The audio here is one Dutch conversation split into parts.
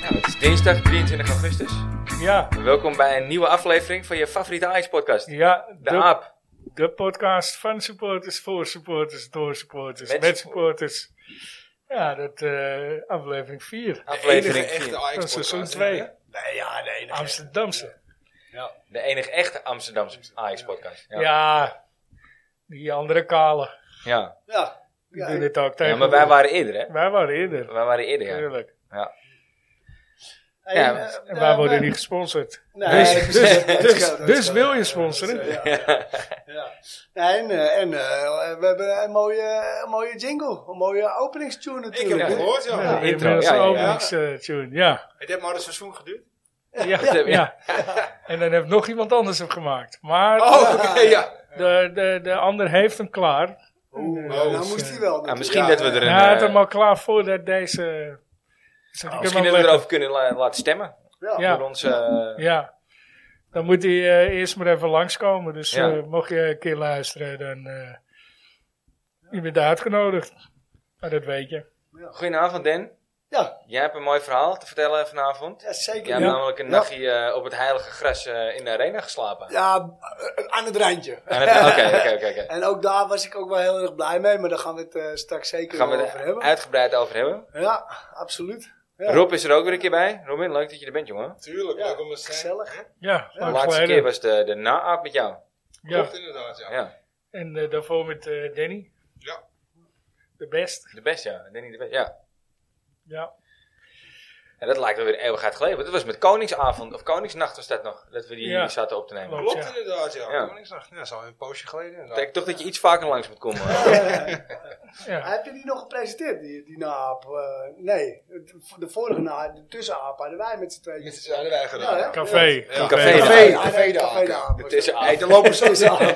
Nou, Dinsdag 23 augustus. Ja, Welkom bij een nieuwe aflevering van je favoriete Ajax-podcast. ja De Aap. de podcast van supporters, voor supporters, door supporters, Met met, supporters. Ja, dat eh, aflevering 4. Aflevering enige echte 4. Ajax Van seizoen podcast, 2. hè? Nee, ja, nee. nee. Amsterdamse. De enige echte Amsterdamse Ajax-podcast. Ja. ja. die andere kale. Ja. Ja. Die Ja, doen het ook Ja, tegen. maar wij waren eerder, hè? wij waren eerder, Wij waren eerder, ja. natuurlijk. en, Ja, eh, En wij eh, worden maar- niet gesponsord. Nee, Dus- precies, dus- dat- dat dus- scheelt, dat dus scheelt. wil je Ja, sponsoren? dat, eh, Ja. ja. Nee, en eh, en eh, we hebben een mooie, een mooie jingle, een mooie openingstune Ik heb natuurlijk. het hè? gehoord, joh. Ja, intro, inmiddels ja, ja, ja. openingstune, ja. Het heeft maar een seizoen geduurd. Ja, ja, heb je. En dan heeft nog iemand anders hem gemaakt. Maar Oh, oké, ja. de, de, de ander heeft hem klaar. Oeh, Eh, nou, dus, nou eh, moest hij wel. Ja, natuurlijk. misschien Ja, dat we ja. er Hij een... had hem eh, Ah, al klaar voordat deze... Zal ik misschien hem al dat we leggen? erover kunnen la- laten stemmen. Ja. Ja. Door onze... eh, Ja. Dan moet hij eh, eerst maar even langskomen. Dus Ja. eh, mocht je een keer luisteren, dan... eh je bent uitgenodigd. Maar dat weet je. eh, Goedenavond, Dan. Ja, Jij hebt een mooi verhaal te vertellen vanavond. ja, zeker. Jij hebt Ja, namelijk een Ja. nachtje eh, op het heilige gras eh, in de arena geslapen. eh, aan het randje. Aan het- Oké, oké, oké, oké. En ook daar was ik ook wel heel erg blij mee, maar daar gaan we het eh, straks zeker Gaan we wel over het hebben. uitgebreid over hebben. Ja, absoluut. Ja. Rob is er ook weer een keer bij. Robin, leuk dat je er bent, jongen. Tuurlijk, Ja, leuk om eens te zijn. Gezellig. Ja, De lang laatste geleden. keer was de, de na-aap met jou. ja. Klopt inderdaad, ja. Ja, En eh, daarvoor met eh, Danny. Ja. De best. de beste, ja. Danny de best, ja. Ja. En dat lijkt wel weer eeuwigheid geleden. want Dat was met Koningsavond, of Koningsnacht was dat nog. Dat we die Ja. zaten op te nemen. Klopt. Klopt ja. inderdaad, ja. Ja. Koningsnacht. Ja, dat is al een poosje geleden. Ik inderdaad. denk toch dat je iets vaker langs moet komen. Ja. Heb je die nog gepresenteerd, die, die naaap? Eh, nee, Het- de vorige naap, de tussenaap hadden wij met z'n tweeën. Dit zijn wij gedaan. Ja, ja. hè? Café. Ja. Café. Café, Ja, café de ja, aap. eh, café de was Het dat. is Hey, er lopen, zo,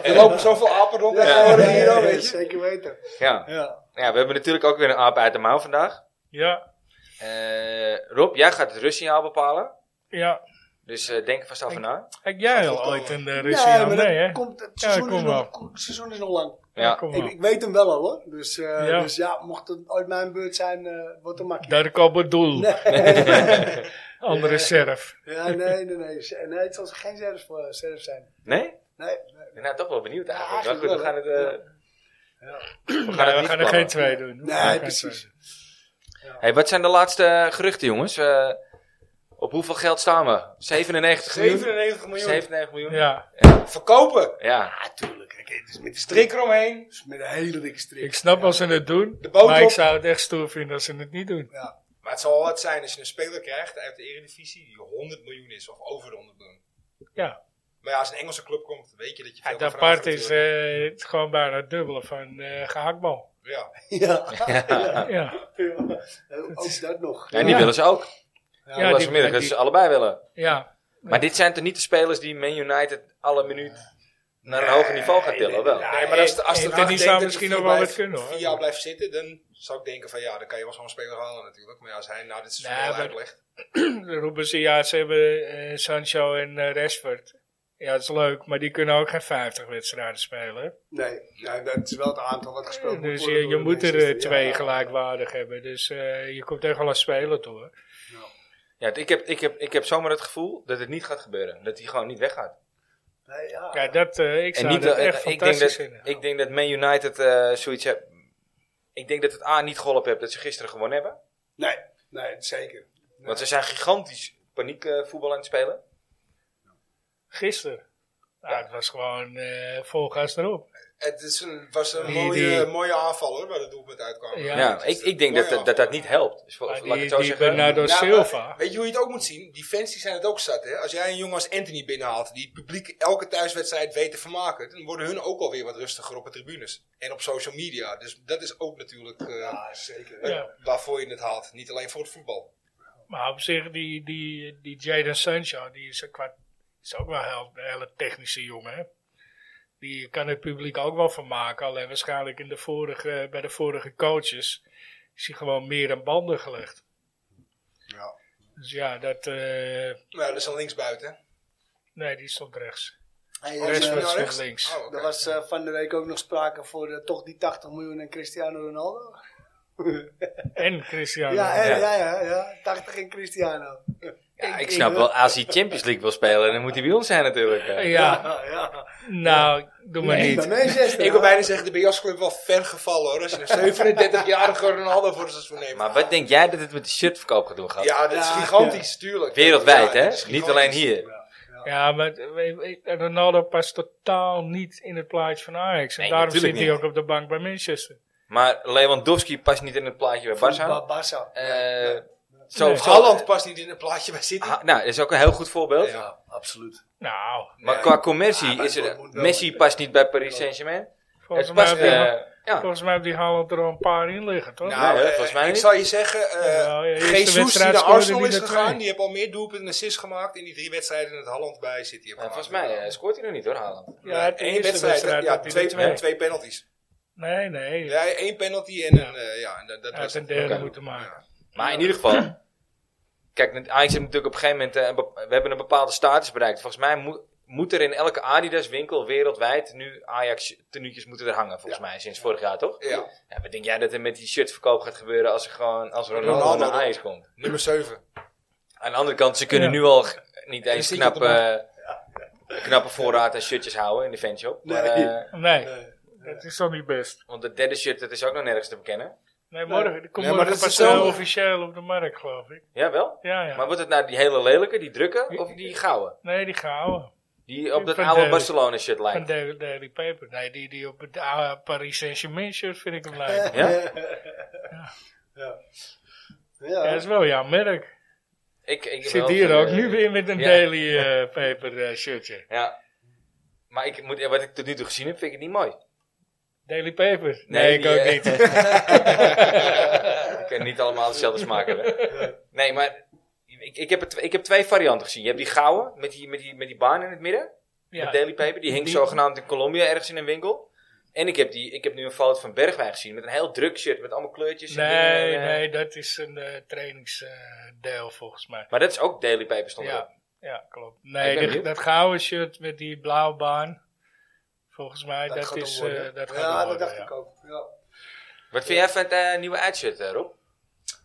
er lopen zoveel apen rond Ja, ja. ja, hier al, ja, weet je. zeker weten. ja. Ja. ja, we hebben natuurlijk ook weer een aap uit de mouw vandaag. Ja. Eh, Rob, jij gaat het Russiaal bepalen. ja. Dus eh, denk er vast over na. Heb jij al Godverdomme. ooit een eh, Russiaal? maar dat nee, hè? komt, het Ja, seizoen, kom is wel. nog, ko- het seizoen is nog lang. Ja, Ja, kom Ik, wel. ik weet hem wel al hoor. Dus, eh, Ja. dus ja, mocht het ooit mijn beurt zijn, eh wordt een makkie. Daar kan bedoel. Nee. Andere serf. ja, nee, nee, nee. Z- nee. Het zal geen serf, eh, serf zijn. nee? Nee, nee. Ik ben nou toch wel benieuwd eigenlijk. Ja, maar goed, we gaan het... eh, eigenlijk We gaan, Nee, het we niet gaan er plannen. geen twee doen. We Nee, gaan er geen precies. twee doen. Hey, wat zijn de laatste eh, geruchten, jongens? Eh, op hoeveel geld staan we? 97 miljoen? 97 miljoen. 97 miljoen? Ja, Verkopen. Ja. natuurlijk. Kijk, het is met, de Strik eromheen. Dus met een hele dikke strik. ik snap als ze het doen. De boot maar ik op. zou het echt stoer vinden als ze het niet doen. Ja. Maar het zal wel wat zijn als je een speler krijgt uit de Eredivisie die 100 miljoen is of over de 100 miljoen. Ja. Maar ja, als een Engelse club komt, weet je dat je veel Het kan apart vragen is natuurlijk. eh, het gewoon bijna het dubbele van eh gehaktbal. Ja. Ja. ja. Ja, Ook dat nog. En die Ja. willen ze ook. Ja, Ja, was die- vanmiddag dat die- ze allebei willen. ja. Maar dit zijn toch niet de spelers die Man United alle minuut naar een hoger niveau gaan tillen, wel? Nee, maar als, en- de- als en de Tennis denkt zou dat hij misschien vier nog wel blijft- wat kunnen, hoor. vier jaar blijft zitten, dan zou ik denken van ja, dan kan je wel zo'n speler halen natuurlijk. Maar ja, als hij nou dit seizoen Nee, al maar- uitlegt. Roepen ze, ja, ze hebben eh, Sancho en eh, Rashford. Ja, dat is leuk, maar die kunnen ook geen 50 wedstrijden spelen. Nee, nee, dat is wel het aantal dat gespeeld moet Dus worden je, je door moet er eh, Manchester, twee ja. gelijkwaardig hebben. Dus eh, je komt echt wel aan spelen toe. hoor. Ja, ik heb, ik, heb, ik heb zomaar het gevoel dat het niet gaat gebeuren. Dat hij gewoon niet weggaat. Nee, ja. Ja, dat, eh, ik En zou niet, dat eh, echt ik, denk fantastisch dat, vinden. ik denk dat Man United eh, zoiets heeft. Ik denk dat het A niet geholpen heeft dat ze gisteren gewonnen hebben. Nee, nee, zeker. Want ze zijn gigantisch paniekvoetbal aan het spelen. Gisteren. Nou, het was gewoon eh vol gas erop. Het is een, was een Die- mooie, die- mooie aanval hoor, waar de doelpunt uitkwam. Ja. Ja, ik, ik denk Mooi dat dat, al. dat, dat niet helpt. Dus, Maar laat ik die, het zo die zeggen. Bernardo Ja, maar Silva. Weet je hoe je het ook moet zien? Die fans die zijn het ook zat. Hè? Als jij een jongen als Anthony binnenhaalt, die het publiek elke thuiswedstrijd weet te vermaken, dan worden hun ook alweer wat rustiger op de tribunes. En op social media. Dus dat is ook natuurlijk eh, Ja, zeker. Ja. waarvoor je het haalt. Niet alleen voor het voetbal. Maar op zich, die, die, die Jaden Sancho, die is, qua, is ook wel heel- een hele technische jongen. hè. Die kan het publiek ook wel van maken. Alleen waarschijnlijk in de vorige, bij de vorige coaches is hij gewoon meer aan banden gelegd. Ja. Dus ja, dat... eh, Maar ja, dat is dan linksbuiten. nee, die stond rechts. Hey, Oh, en, is Rashford hij eh, nou stond rechts? links. Oh, oké. er was eh, van de week ook nog sprake voor eh, toch die 80 miljoen en Cristiano Ronaldo. En Cristiano. Ja, ja. en, ja, ja, ja. 80 in Cristiano. Ja, ik snap wel, als hij Champions League wil spelen, dan moet hij bij ons zijn natuurlijk. Ja, eh. ja. nou, doe maar Nee, niet. bij Manchester. Ik wil bijna zeggen, de Bias Club wel ver gevallen hoor. Als je een 37-jarige Ronaldo voor zijn neemt. Maar wat denk jij dat het met de shirtverkoop gaat doen? Gast? ja, dat is Ja. gigantisch, tuurlijk. Wereldwijd, Ja, hè? dat is Niet gigantisch. alleen hier. Ja, maar we- we- Ronaldo past totaal niet in het plaatje van Ajax. En Nee, daarom zit natuurlijk hij niet. ook op de bank bij Manchester. Maar Lewandowski past niet in het plaatje bij Barca. Ba- Barca. Eh, zo, Nee. zo- Haaland past niet in het plaatje bij City. Ha- nou, dat is ook een heel goed voorbeeld. Ja. Absoluut. Nou, Maar Ja. qua commercie Ja, maar is er... Dortmund wel. Messi past niet bij Paris Saint-Germain. volgens Het mij, past... heeft die, eh, ja. volgens mij heeft die Haaland er al een paar in liggen, toch? Nou, hè, eh, volgens mij ik niet. zal je zeggen, eh Ja, ja, eerste Jesus die wedstrijd naar scoorde Arsenal die is er twee. gegaan, die heeft al meer doelpunten en assists gemaakt in die drie wedstrijden in het Holland bij City. Ja, volgens mij eh, scoort hij nog niet hoor, Haaland. Ja, het één eerste wedstrijd, eh, wedstrijd ja, had hij twee, er twee. twee penalties. Nee, nee. Ja, één penalty en een, eh, ja, en dat, dat Hij was had een het. derde Oké. moeten maken. Maar in ieder geval... Kijk, Ajax heeft natuurlijk op een gegeven moment... eh, een bep- we hebben een bepaalde status bereikt. Volgens mij moet, moet er in elke Adidas winkel wereldwijd... nu Ajax tenuutjes moeten er hangen, volgens mij. Sinds vorig jaar, toch? Ja, Ja, wat denk jij dat er met die shirtverkoop gaat gebeuren... als, er gewoon, als Ronaldo, Ronaldo. naar Ajax komt? nummer 7. Aan de andere kant, ze kunnen Ja. nu al g- niet eens zit je op knap, de eh, knappe voorraad en shirtjes houden in de fanshop. Maar, Nee. eh, Nee, Nee. dat is toch niet best. want het derde shirt, dat is ook nog nergens te bekennen. Nee, morgen, er komt Nee, maar morgen dat is pas eh, hetzelfde. officieel op de markt, geloof ik. Jawel. Ja, ja. Maar wordt het nou die hele lelijke, die drukke, of die gouden? Nee, die gouden. Die op dat Van oude Daly. Barcelona shirt Van lijkt. Daily, Daily Paper. Nee, die, die op het oude Paris Saint-Germain shirt vind ik hem lijken. Ja? Ja. Ja, Ja. dat is wel jouw merk. Ik, ik Ik zit wel- hier ook eh, nu weer met een ja. Daily eh, Paper eh, shirtje. Ja. Maar ik moet, wat ik tot nu toe gezien heb, vind ik het niet mooi. Daily Paper? Nee, ik die, ook eh, niet. ik kan niet allemaal dezelfde smaak hebben. Nee, maar ik, ik, heb het, ik heb twee varianten gezien. Je hebt die gouden, met die, met die, met die baan in het midden. Ja. Met Daily Paper. Die hing Die- zogenaamd in Colombia ergens in een winkel. En ik heb, die, ik heb nu een foto van Bergwijn gezien. Met een heel druk shirt. Met allemaal kleurtjes. en Nee, dingen, eh. nee, dat is een eh, trainingsdeel volgens mij. Maar dat is ook Daily Paper stond erop. Ja, ja, klopt. Nee, ben die- benieuwd. dat gouden shirt met die blauwe baan. Volgens mij, Dat dat, gaat is... hem worden. eh, dat gaat hem Ja, dat worden, dacht ja. ik ook. Ja. Wat vind jij van het eh, nieuwe uitshirt, eh, Rob?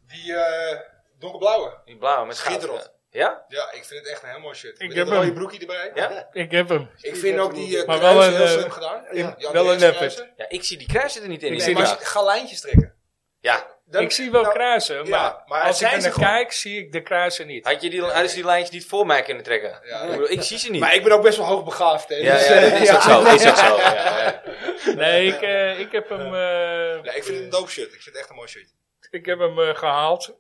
Die eh, donkerblauwe. Die blauwe met goud. Schitterend. Ja? Ja, ik vind het echt een heel mooi shirt. Ik Ik heb heb een mooie hem. broekje erbij. Ja? Ik heb hem. Ik vind ook die eh Maar wel kruisen een, heel eh, slim gedaan. ja. Die wel een anti-age effort. kruisen. Ja, ik zie die kruis er niet in. Ik die zie Nee, maar draagt. als je- ga lijntjes trekken. Ja. Dan- ik zie wel nou, kruisen, maar, ja, maar als ik zijn er ze naar gewoon? kijk, zie ik de kruisen niet. Had je die, hadden ze die lijntjes niet voor mij kunnen trekken? Ja. ik, bedoel, ik zie ze niet. Maar ik ben ook best wel hoogbegaafd. Hè, ja, dus, ja, eh, dat is ook zo. Is ook zo. Ja, ja. Nee, ik, eh, ik heb hem, eh, Nee, ik vind het een dope shirt. Ik vind het echt een mooi shirt. ik heb hem eh, gehaald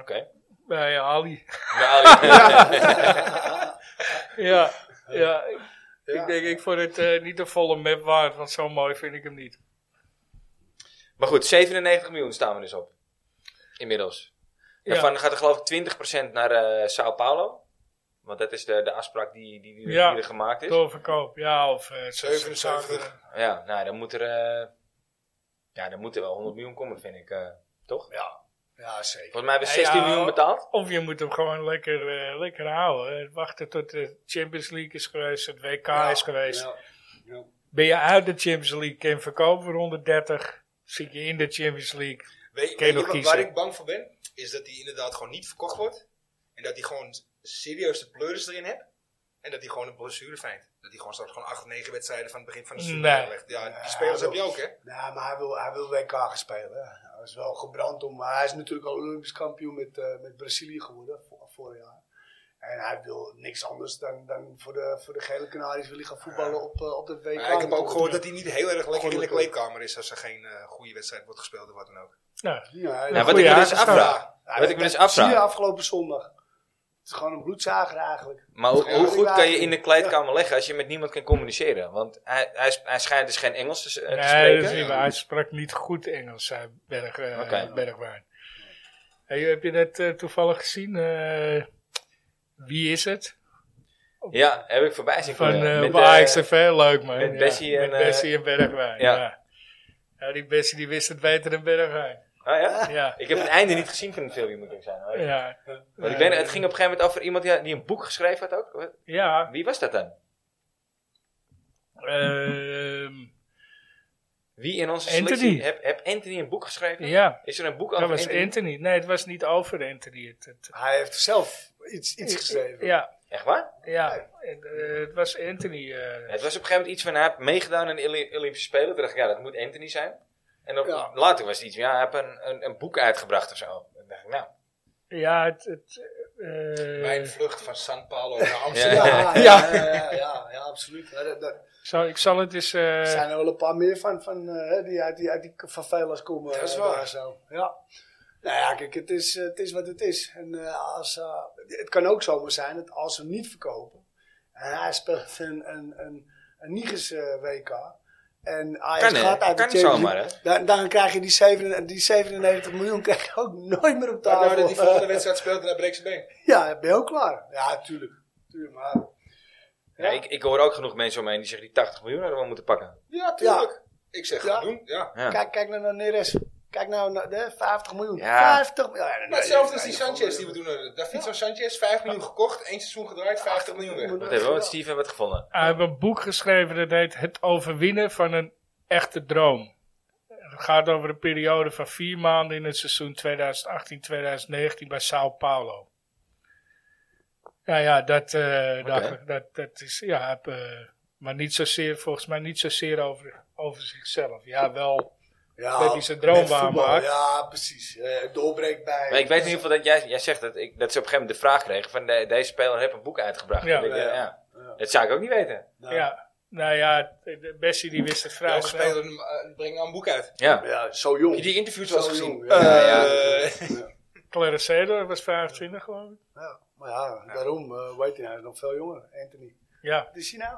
Oké. bij Ali. Nou, ja. Ja, ja. ik- Ja. Ik denk, ik vond het eh, niet de volle map waard, want zo mooi vind ik hem niet. Maar goed, 97 miljoen staan we dus op. Inmiddels. Ja. Daarvan gaat er geloof ik 20% naar eh Sao Paulo. Want dat is de, de afspraak die, die, die, er- Ja. die er gemaakt is. Doorverkoop, ja, of... eh, 77. Ja, nou, dan moet er, eh, ja, dan moet er wel 100 miljoen komen, vind ik. eh, toch? Ja, zeker. Volgens mij hebben ze Ja, 16 ja. miljoen betaald. Of je moet hem gewoon lekker, eh, lekker houden. Eh, Wachten tot de Champions League is geweest, het WK is geweest. Nou, Ja. Ja. Ben je uit de Champions League en verkoop voor 130, zit je in de Champions League. Weet, Kun je weet nog je wat, kiezen? waar ik bang voor ben? Is dat die inderdaad gewoon niet verkocht wordt. En dat die gewoon serieus de pleuris erin hebt. En dat die gewoon een blessure fijnt. Dat die gewoon straks gewoon acht, negen wedstrijden van het begin van de seizoen Nee. legt. Ja, die spelers heb je ook, hè? Nou, maar hij wil, hij wil WK gaan spelen. hè. Hij is wel gebrand om. maar Hij is natuurlijk al Olympisch kampioen met, eh, met Brazilië geworden vo- vorig jaar. En hij wil niks anders dan, dan voor, de, voor de gele Canaries wil hij gaan voetballen op, eh, op het WK. Maar ik heb ook natuurlijk. gehoord dat hij niet heel erg lekker in de Gelukkig. kleedkamer is als er geen eh, goede wedstrijd wordt gespeeld of wat dan ook. Nou, Ja, Nou, wat goeie ik me dus aangesteld. afvraag. Ja, Wat ik me dus dat zie je afvraag. afgelopen zondag. Het is gewoon een bloedzager eigenlijk. Maar hoe, Ja, hoe ik goed kan je eigenlijk- in de kleedkamer leggen als je met niemand kan communiceren? Want hij, hij, hij schijnt dus geen Engels te, s- eh, te nee, spreken. dat is niet waar. Hij sprak niet goed Engels, zei Berg, eh, Oké. Bergwijn. Hey, heb je dat eh, toevallig gezien? Eh, wie is het? Ja, heb ik voorbij zien Van komen. eh Met, bij eh, AXFL, leuk man. met ja. Bessie en, Met eh, Bessie en Bergwijn, ja. ja. ja. die Bessie die wist het beter dan Bergwijn. ah, ja? Ja, Ik heb het einde niet gezien van het filmpje, moet ik zijn. ja. Want ik weet, het ging op een gegeven moment over iemand die, die een boek geschreven had ook. Wat- Ja, Wie was dat dan? Ehm Wie in onze Anthony. selectie... Heb, heb Anthony een boek geschreven? Ja, Is er een boek dat over was Anthony? Anthony. Nee, het was niet over Anthony. Het, het- eh, Hij heeft zelf iets, iets geschreven. ja, Echt waar? ja. En, eh, het was Anthony. eh, Het was op een gegeven moment iets van... Hij heeft meegedaan aan de Olymp- Olympische Spelen. Toen dacht ik, ja, dat moet Anthony zijn. En dan, Ja. later was het iets van... Ja, hij heeft een, een, een boek uitgebracht of zo. En dan dacht ik, nou... ja, het. het eh, Mijn vlucht van San Paulo naar Amsterdam. Ja, ja, ja, ja, ja, ja, absoluut. Ja, dat- dat- zal, ik zal het eens. eh, Er zijn er wel een paar meer van, van eh, die uit die, uit die favelas komen. Dat is eh, waar. daar Zo. Ja. Nou ja, kijk, het is, eh, het is wat het is. En, eh, als, eh, het kan ook zomaar zijn dat als ze hem niet verkopen... En hij speelt een, een, een, een Nigers eh, WK... En Ajax Kan, hè? gaat uit Kan de Champions zomaar, League. Dan, dan krijg je die, 7, die 97 miljoen krijg je ook nooit meer op Maar tafel. nadat die volgende wedstrijd speelt, dan breekt ze been. ja, dan ben je ook klaar. Ja, tuurlijk. tuurlijk maar, Ja, ik, ik hoor ook genoeg mensen om me heen die zeggen... Die 80 miljoen hadden we moeten pakken. Ja, tuurlijk. Ik zeg, Ja. gaan doen. Ja. Ja. Kijk, kijk nou naar Neres. Kijk nou naar de 50 miljoen. Ja. 50 miljoen. Ja, Maar hetzelfde als die Sanchez die we doen. eh, David Sanchez, 5 miljoen gekocht, één seizoen gedraaid, 50 miljoen weg. Wat hebben we? Wat Steven hebben we het gevonden. Hij heeft een boek geschreven dat heet Het overwinnen van een echte droom. Het gaat over een periode van vier maanden in het seizoen 2018-2019 bij Sao Paulo. Ja, ja, dat, eh, dat, dat, dat is. Ja, hij heeft, eh, maar niet zozeer, volgens mij niet zozeer over, over zichzelf. Ja, wel. Ja, Dat hij zijn droom met voetbal, waarmaakt. Ja, precies. Eh, doorbreekt bij. Maar ik weet in ieder geval dat jij, jij zegt dat, ik, dat ze op een gegeven moment de vraag kregen van de- deze speler heeft een boek uitgebracht. Ja. En ik, eh, Ja. ja. Ja. Dat zou ik ook niet weten. Ja. nou ja, de Bessie die wist het vrij Elke snel. speler eh, brengt nou een boek uit. Ja. Ja, zo jong. Heb je die interviews wel eens Zo gezien? jong, ja. Eh, Ja, Ja. Claricedo was 25 geloof ik. Ja, maar ja, daarom eh weet hij, hij is nog veel jonger, Anthony. Ja, Wat is hij nou?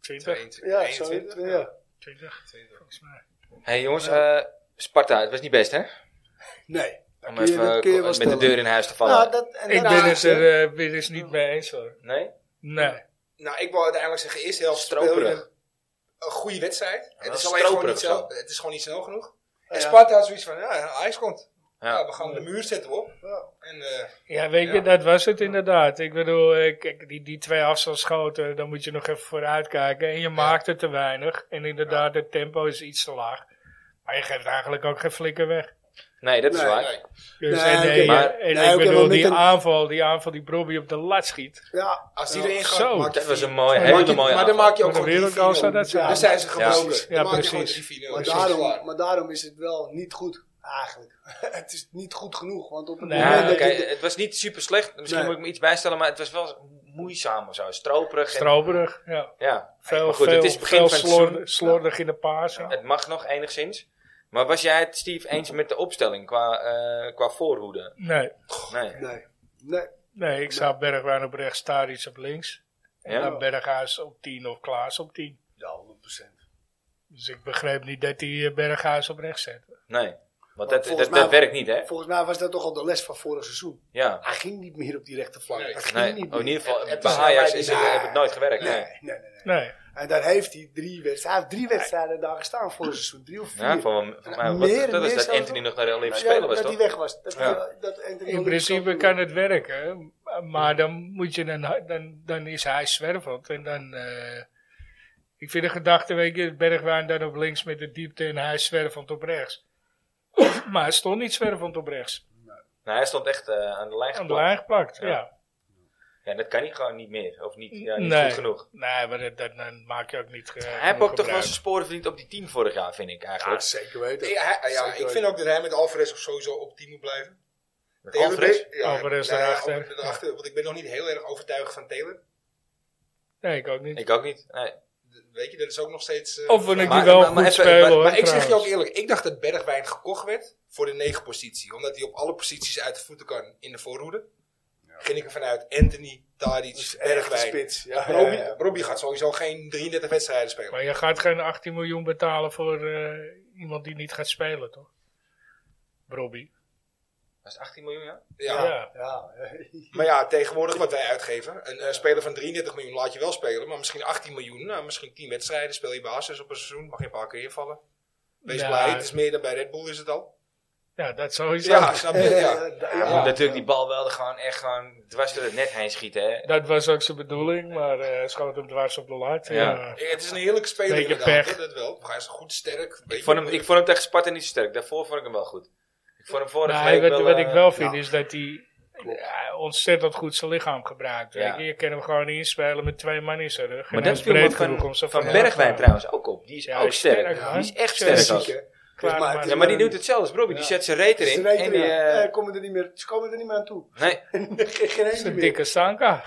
20. 22, Ja, 21, zo, ja. 20, volgens mij. hey, jongens, eh, Sparta, het was niet best hè? Nee. dat Om kun je- dat even kun je eh, wel met de stellen. deur in huis te vallen. Nou, dat, en Ik daarna- ben het er eh, weer eens niet mee eens hoor. nee? Nee. Nou, ik wil uiteindelijk zeggen, eerste helft speel je Stroperig. een, een goede wedstrijd. het, wel is alleen gewoon niet stroperig snel, zo. het is gewoon niet snel genoeg. Ja, en ja. Sparta had zoiets van, ja, ijs komt. Ja. Ja. we gaan de muur zetten we op. Ja. En eh, Ja, weet je, Ja. dat was het inderdaad. Ik bedoel, eh, kijk, die, die twee afstandsschoten, dan moet je nog even vooruit kijken. En je maakt het te weinig. En inderdaad, het tempo is iets te laag. Maar je geeft eigenlijk ook geen flikker weg. Nee, dat is Nee, waar. nee. Dus, Nee, en, oké, eh, maar- en nee, ik oké, bedoel, maar met die een- aanval, die aanval die Brobbey op de lat schiet. Ja. als die Ja. erin gaat, Zo. maak je Dat was vier. een mooie, Dan maak hele je- mooie Maar dan aanval. maak je ook Voor de gewoon die wereldgoal 4-0. zou dat zijn. Dan zijn ze Ja, gebroken. precies. Dan Ja, maak je gewoon precies. die 4-0. Maar Dat is klaar. daarom, maar daarom is het wel niet goed, eigenlijk. het is niet goed genoeg, want op het Nee, Ja, moment oké, dat je- het was niet super slecht. Misschien Nee. moet ik me iets bijstellen, maar het was wel moeizaam of zo. Stroperig. en- Stroperig, ja. ja. Veel, maar goed, veel, het is het begin veel van het slor- seizoen. slordig in de paas. Het mag nog enigszins. Maar was jij het, Steve, eens met de opstelling qua, eh, qua voorhoede? Nee, Nee. Nee. Nee. nee, ik zou Bergwijn op rechts, Tadic op links. En Ja? dan Berghuis op 10 of Klaas op 10. Ja, 100%. Dus ik begreep niet dat hij eh, Berghuis op rechts zette. Nee. Want dat, dat, volgens dat mij- werkt niet, hè? Volgens mij was dat toch al de les van vorig seizoen. Ja. Hij ging niet meer op die rechterflank. Nee. Hij ging Nee. niet Oh, in meer. ieder geval, Het- bij het- Ajax is Nee. het, heeft het nooit gewerkt. Nee, Nee. nee, nee. nee. Nee. En daar heeft hij drie wedstrijden, hij heeft drie wedstrijden daar gestaan vorig seizoen. Drie of vier. Ja, van, van mij, wat, dat Meer- meer is dat zelfs Anthony nog. nog naar de Olympische Ja, Spelen was, dat toch? hij weg was. Dat Ja. die- dat Anthony In Olympisch principe kampioen kan het werken, maar dan, moet je een, dan, dan is hij zwervend. En dan, eh, ik vind de gedachte, weet je, Bergwijn dan op links met de diepte en hij zwervend op rechts. maar hij stond niet zwervend op rechts. Nou, hij stond echt eh, aan de lijn Aan de geplakt. lijn gepakt, ja. Ja. Ja, dat kan hij gewoon niet meer. Of niet, ja, niet Nee. goed genoeg. Nee, maar dat, dat, dan maak je ook niet eh, Hij heeft genoeg ook toch wel gebruik. zijn sporen verdiend op die team vorig jaar, vind ik Ja, eigenlijk. zeker weten. Ja, hij- ja, Zeker ik vind weten. ook dat hij met Alvarez of sowieso op team moet blijven. Met Taylor Alvarez? ben- Ja, Alvarez nou ja, daarachter. Alvarez daarachter, Want ik ben nog niet heel erg overtuigd van Taylor. Nee, ik ook niet. Ik ook niet. Nee. D- Weet je, dat is ook nog steeds... eh, of we Maar- ik die wel maar- goed maar even- spelen maar- hoor, Maar ik zeg je ook trouwens. eerlijk, ik dacht dat Bergwijn gekocht werd voor de negenpositie. Omdat hij op alle posities uit de voeten kan in de voorhoede. Ging ik ervan uit, Anthony, Tadic, Dus echt een Bergwijn. spits. Ja, ja, Robbie, ja. Robbie gaat sowieso geen 33 wedstrijden spelen. Maar je gaat geen 18 miljoen betalen voor eh, iemand die niet gaat spelen, toch? Robbie. Was het 18 miljoen, ja? Ja. ja. Ja, Maar ja, tegenwoordig wat wij uitgeven. Een eh, speler van 33 miljoen laat je wel spelen. Maar misschien 18 miljoen, nou, misschien 10 wedstrijden. Speel je basis op een seizoen, mag je een paar keer invallen. Wees Ja. blij, het is meer dan bij Red Bull is het al. Ja, dat sowieso. Ja, snap je? Ja. Eh, eh, Hij ja. moet natuurlijk die bal wel er gewoon echt gewoon dwars door het net heen schieten. Hè. Dat was ook zijn bedoeling, maar eh, hij schoot hem dwars op de lat. Ja. Ja. Eh, Het is een heerlijke speler Beetje inderdaad, pech. hoor, dat wel. Maar Hij is goed, sterk. Ik vond, hem, ik vond hem tegen Sparta niet zo sterk. Daarvoor vond ik hem wel goed. Ik vond hem vorige Maar week wat, wel... wat eh, ik wel vind ja. is dat hij eh, ontzettend goed zijn lichaam gebruikt. weet Ja. Je, je kan hem gewoon inspelen met twee man in zijn rug. En Maar hij dat is viel me breed van, genoeg om van, zijn Bergwijn trouwens ook op. Die is Ja, hij ook is sterk. sterk, Die man. is echt sterk. Sterk. Ziek, ook. Ziek, hè? Klaar, maar- maar- Ja, maar die doet hetzelfde, Brobbey. Die Ja. zet zijn reet Ze erin. weten En er- die, eh, eh, komen er niet meer, ze komen er niet meer aan toe. nee, Geen- Geen Dat is ene een meer. dikke Sanka.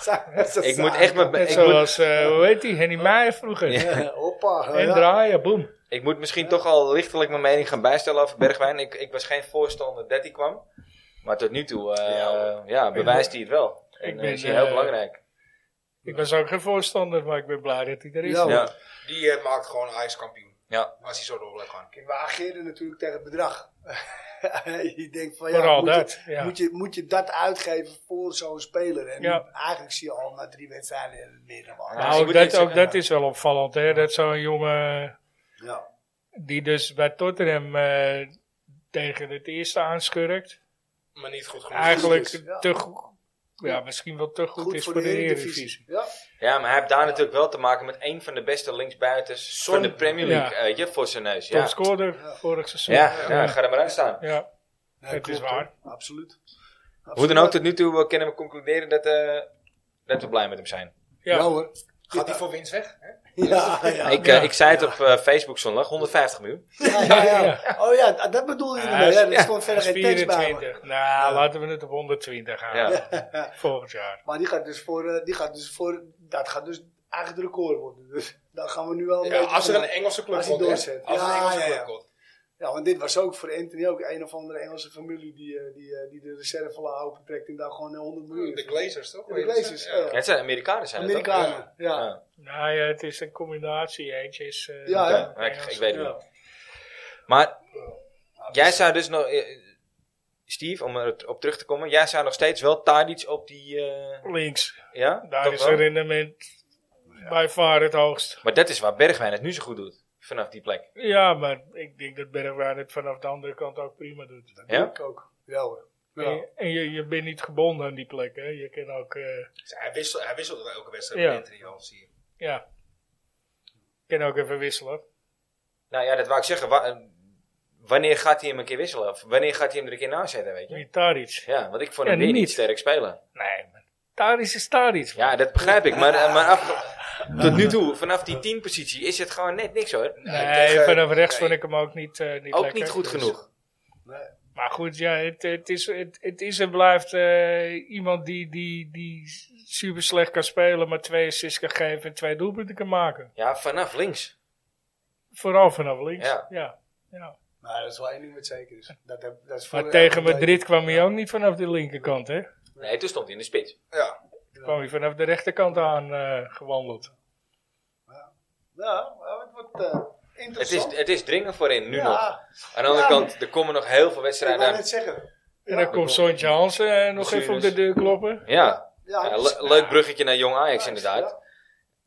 ik moet echt mijn... Net Ik moet, zoals, eh, hoe heet die, Henny Meijer vroeger. Ja. Eh, Hoppa. En ja. draaien, boem. ik moet misschien toch al lichtelijk mijn mening gaan bijstellen over Bergwijn. Ik, ik was geen voorstander dat hij kwam. Maar tot nu toe eh, ja, bewijst hij het wel. En ik dat ben, is heel eh, belangrijk. Ik was ook geen voorstander, maar ik ben blij dat hij er is. Ja, hoor. Ja, Die eh, maakt gewoon Ajax kampioen. ja. Als hij zo door blijft gaan. Kijk, we ageerden natuurlijk tegen het bedrag. je denkt van ja, Vooral moet, dat. je, ja. moet, je, moet je dat uitgeven voor zo'n speler? En Ja. eigenlijk zie je al na drie wedstrijden dat het meer dan wel. Ja, Maar ik ook moet Nou, dat, niet ook zeggen, dat is wel opvallend, hè. Dat zo'n jongen Ja. die dus bij Tottenham eh, tegen het eerste aanschurkt. Maar niet goed genoeg. Eigenlijk is, ja. te goed. Ja, misschien wel te goed, is voor de, Eredivisie. Ja. ja, maar hij heeft daar natuurlijk wel te maken met een van de beste linksbuitens Son. van de Premier League. Ja. eh, je voor zijn neus. Ja. Topscorer Ja. vorig seizoen. Ja, ja, ja. ga er maar uit staan. ja. Nee, Het is klopt, hoor. waar. Absoluut. Hoe Absoluut. dan ook, tot nu toe eh, kunnen we concluderen dat, eh, dat we blij met hem zijn. Ja. Ja hoor. Gaat hij voor winst weg? hè? Ja, ja. ik, eh, Ja. ik zei het op eh, Facebook zondag, 150 miljoen. Ja, ja, ja. Oh ja, dat- dat bedoel je Ja, ermee. Ja, er ja. stond verder geen tekst bij. me. 24. Nou, laten we het op 120 houden. Ja. Volgend jaar. Maar die gaat dus voor, eh, die gaat dus voor, dat gaat dus eigenlijk het record worden. Dus dan gaan we nu wel een Ja, beetje als er van- een Engelse club als hij komt. hè? Als er doorzet. een Ja, Engelse ja, club ja. komt. Ja, want dit was ook voor Anthony ook een of andere Engelse familie die, eh, die, eh, die de reserve van La open trekt en daar gewoon eh, 100 miljoen in De verdient. Glazers toch? De Glazers, Ja. Ja, het zijn Amerikanen, zijn het toch? Amerikanen, ja. Ja. Nou ja, het is een combinatie. Eentje is... eh, Ja, hè? Ja, ik, Engels. ik weet het Ja. niet. Maar jij zou dus nog... eh, Steve, om erop terug te komen. Jij zou nog steeds wel Tadic op die... eh, Links. ja? Daar Toch is wel? rendement bij vaar het hoogst. Maar dat is waar Bergwijn het nu zo goed doet. Vanaf die plek. Ja, maar ik denk dat Bergwijn het vanaf de andere kant ook prima doet. Dat Ja? doe ik ook. Ja hoor. Ja. En, en je, je bent niet gebonden aan die plek, hè. Je kan ook... eh, Dus Hij wisselt hij wisselt wel elke wedstrijd Ja. met Anthony al, zie je. ja. Je kan ook even wisselen. Nou ja, dat wou ik zeggen. Wa- eh, wanneer gaat hij hem een keer wisselen? Of wanneer gaat hij hem er een keer nazetten, weet je? Niet Tadic. Ja, want ik vond Ja, hem weer niet niet. sterk spelen. Nee, maar Tadic is Tadic. man. Ja, dat begrijp ik. Maar, eh, maar af- tot nu toe, vanaf die 10 positie, is het gewoon net niks hoor. Nee, tegen- vanaf rechts nee. vond ik hem ook niet, eh, niet eh, Ook lekker. niet goed Dus- genoeg. Nee. Maar goed, ja, het, het, is, het, het is en blijft eh, iemand die, die, die super slecht kan spelen, maar twee assists kan geven en twee doelpunten kan maken. Ja, vanaf links. Vooral vanaf links. Ja. Ja. ja. Maar dat is wel één ding wat zeker is. Dat, heb- dat is voor eh, Maar tegen elke tijd. Madrid kwam hij ook niet vanaf de linkerkant, hè? Nee, toen stond hij in de spits. Ja. Kwam hij vanaf de rechterkant aan eh, gewandeld. Ja, maar het wordt eh, Het is, interessant. het is dringen voorin, nu ja, nog. Aan de andere Ja, kant, er komen nog heel veel Ik wedstrijden wou aan. net zeggen. En Ja. dan komt Sontje Hansen eh, nog Misschien even op dus- de deur kloppen. Ja, Ja, Ja, het is- le- leuk bruggetje naar Jong Ajax ja, inderdaad.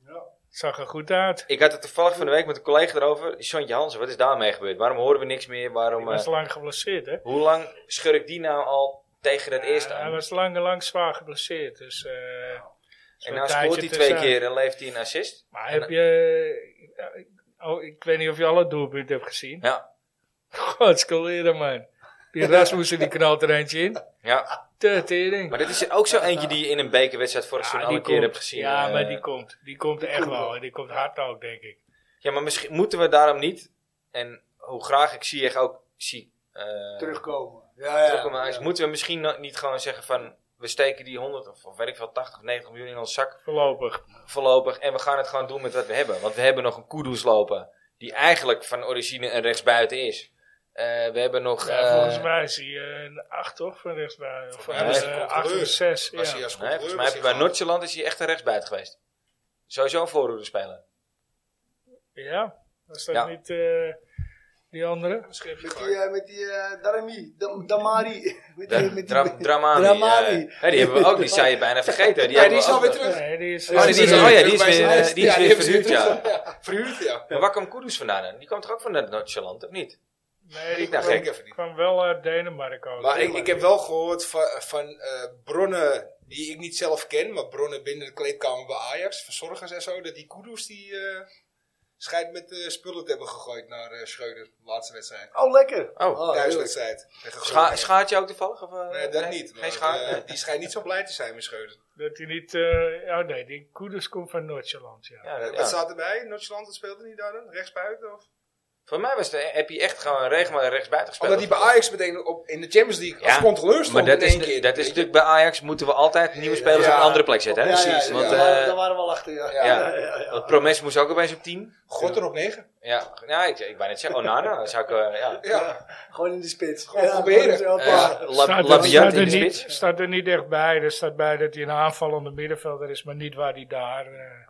Ja. Ja. Zag er goed uit. Ik had het toevallig van de week met een collega erover. Sontje Hansen, wat is daarmee gebeurd? Waarom horen we niks meer? Hij Waarom, eh, was lang geblesseerd, hè? hoe lang schurkt die nou al tegen dat eerste Ja, hij aan? was lang, lang zwaar geblesseerd. Dus, eh, is En wel nou een scoort hij tijdje twee tussen. keer en leeft hij een assist. Maar En- heb je. Oh, ik weet niet of je alle doelpunten hebt gezien. Ja, God, scoleren man. Die Rasmussen die knalt er eentje in. ja. Te tering. Maar dit is ook zo eentje die je in een bekerwedstrijd vorig Ja, seizoen die al een keer komt. hebt gezien. Ja, eh. maar die komt. Die komt echt komt wel. wel. En die komt hard ook, denk ik. Ja, maar misschien moeten we daarom niet. En hoe graag ik Ziyech ook zie eh, Terugkomen. Ja, ja. terugkomen aan Ajax, ja. moeten we misschien no- niet gewoon zeggen van we steken die 100 of, of weet ik veel 80 of 90 miljoen in ons zak Voorlopig. voorlopig en we gaan het gewoon doen met wat we hebben. Want we hebben nog een Kudus lopen die eigenlijk van origine een rechtsbuiten is. Eh, we hebben nog Ja, eh, volgens mij is hij eh, een 8 toch? Van rechtsbij. Of Volgens mij was hij eh, een acht controleur. of 6. Als hij Ja. als nee, volgens controleur mij was heb- bij gewoon- Noordjeland is hij echt een rechtsbuiten geweest. Sowieso een voorhoede speler. ja. Was dat Ja. niet eh, die andere? Misschien heb je Met die, gelijk. eh, met die eh, Darami, Dam- Damari. Met die- Dra met die- Dra- Dramani. Dramani. eh, hè, die hebben we ook, die zou je bijna vergeten. Die Ja, die hebben we is ook alweer nog. terug. Nee, die is. Oh, die is, eh, oh ja, die Terug is bij zijn weer, huis. eh, die is Ja, weer hebben ze verhuurd, terug. ja. Verhuurd, ja. Maar waar kwam Kudus vandaan? dan? Die kwam toch ook van Nederland, of niet? Nee, die Ik dacht, kwam, ik even niet. kwam wel uit Denemarken over. Maar ik, ik heb wel gehoord van, van eh, bronnen die ik niet zelf ken, maar bronnen binnen de kleedkamer bij Ajax, verzorgers en zo, dat die Kudus die eh schijnt met eh, spullen te hebben gegooid naar eh Schreuder, de laatste wedstrijd. Oh, lekker. Oh, heerlijk. Thuiswedstrijd. tegen Scha Groningen. schaart je ook toevallig? Of, eh, Nee, dat niet. eh, Geen Geen schaar? Nee. die schijnt niet zo blij te zijn met Schreuder. Dat hij niet... eh oh nee, die Koeders komt van Noord-Zeeland, ja. Ja, Eh, dat- Wat ja. staat erbij? Noordjylland, dat speelde niet daar dan? Rechtsbuiten? Of? Voor mij was de, heb je echt gewoon regelmatig rechtsbuiten gespeeld. Omdat die bij Ajax meteen op, in de Champions League als Ja, controleur stond Maar dat in is, één keer. dat is Weet je? natuurlijk bij Ajax moeten we altijd nieuwe spelers Ja. op een andere plek zetten. Hè? Ja, Precies, ja, Want, ja, eh, daar- daar waren we al achter, ja. ja. Ja, ja, ja. want Promes moest ook opeens op team. God er op negen. Ja, ja ik, ik wou net zeggen, Onana. dat zou ik, eh, ja. Ja. Gewoon in de spits. Gewoon Ja, proberen. gewoon zo, Eh, paar. Lab- Staat er- Labiat staat in er de niet- spits. Staat er niet echt bij. Er staat bij dat hij een aanvallende middenvelder is, maar niet waar hij daar eh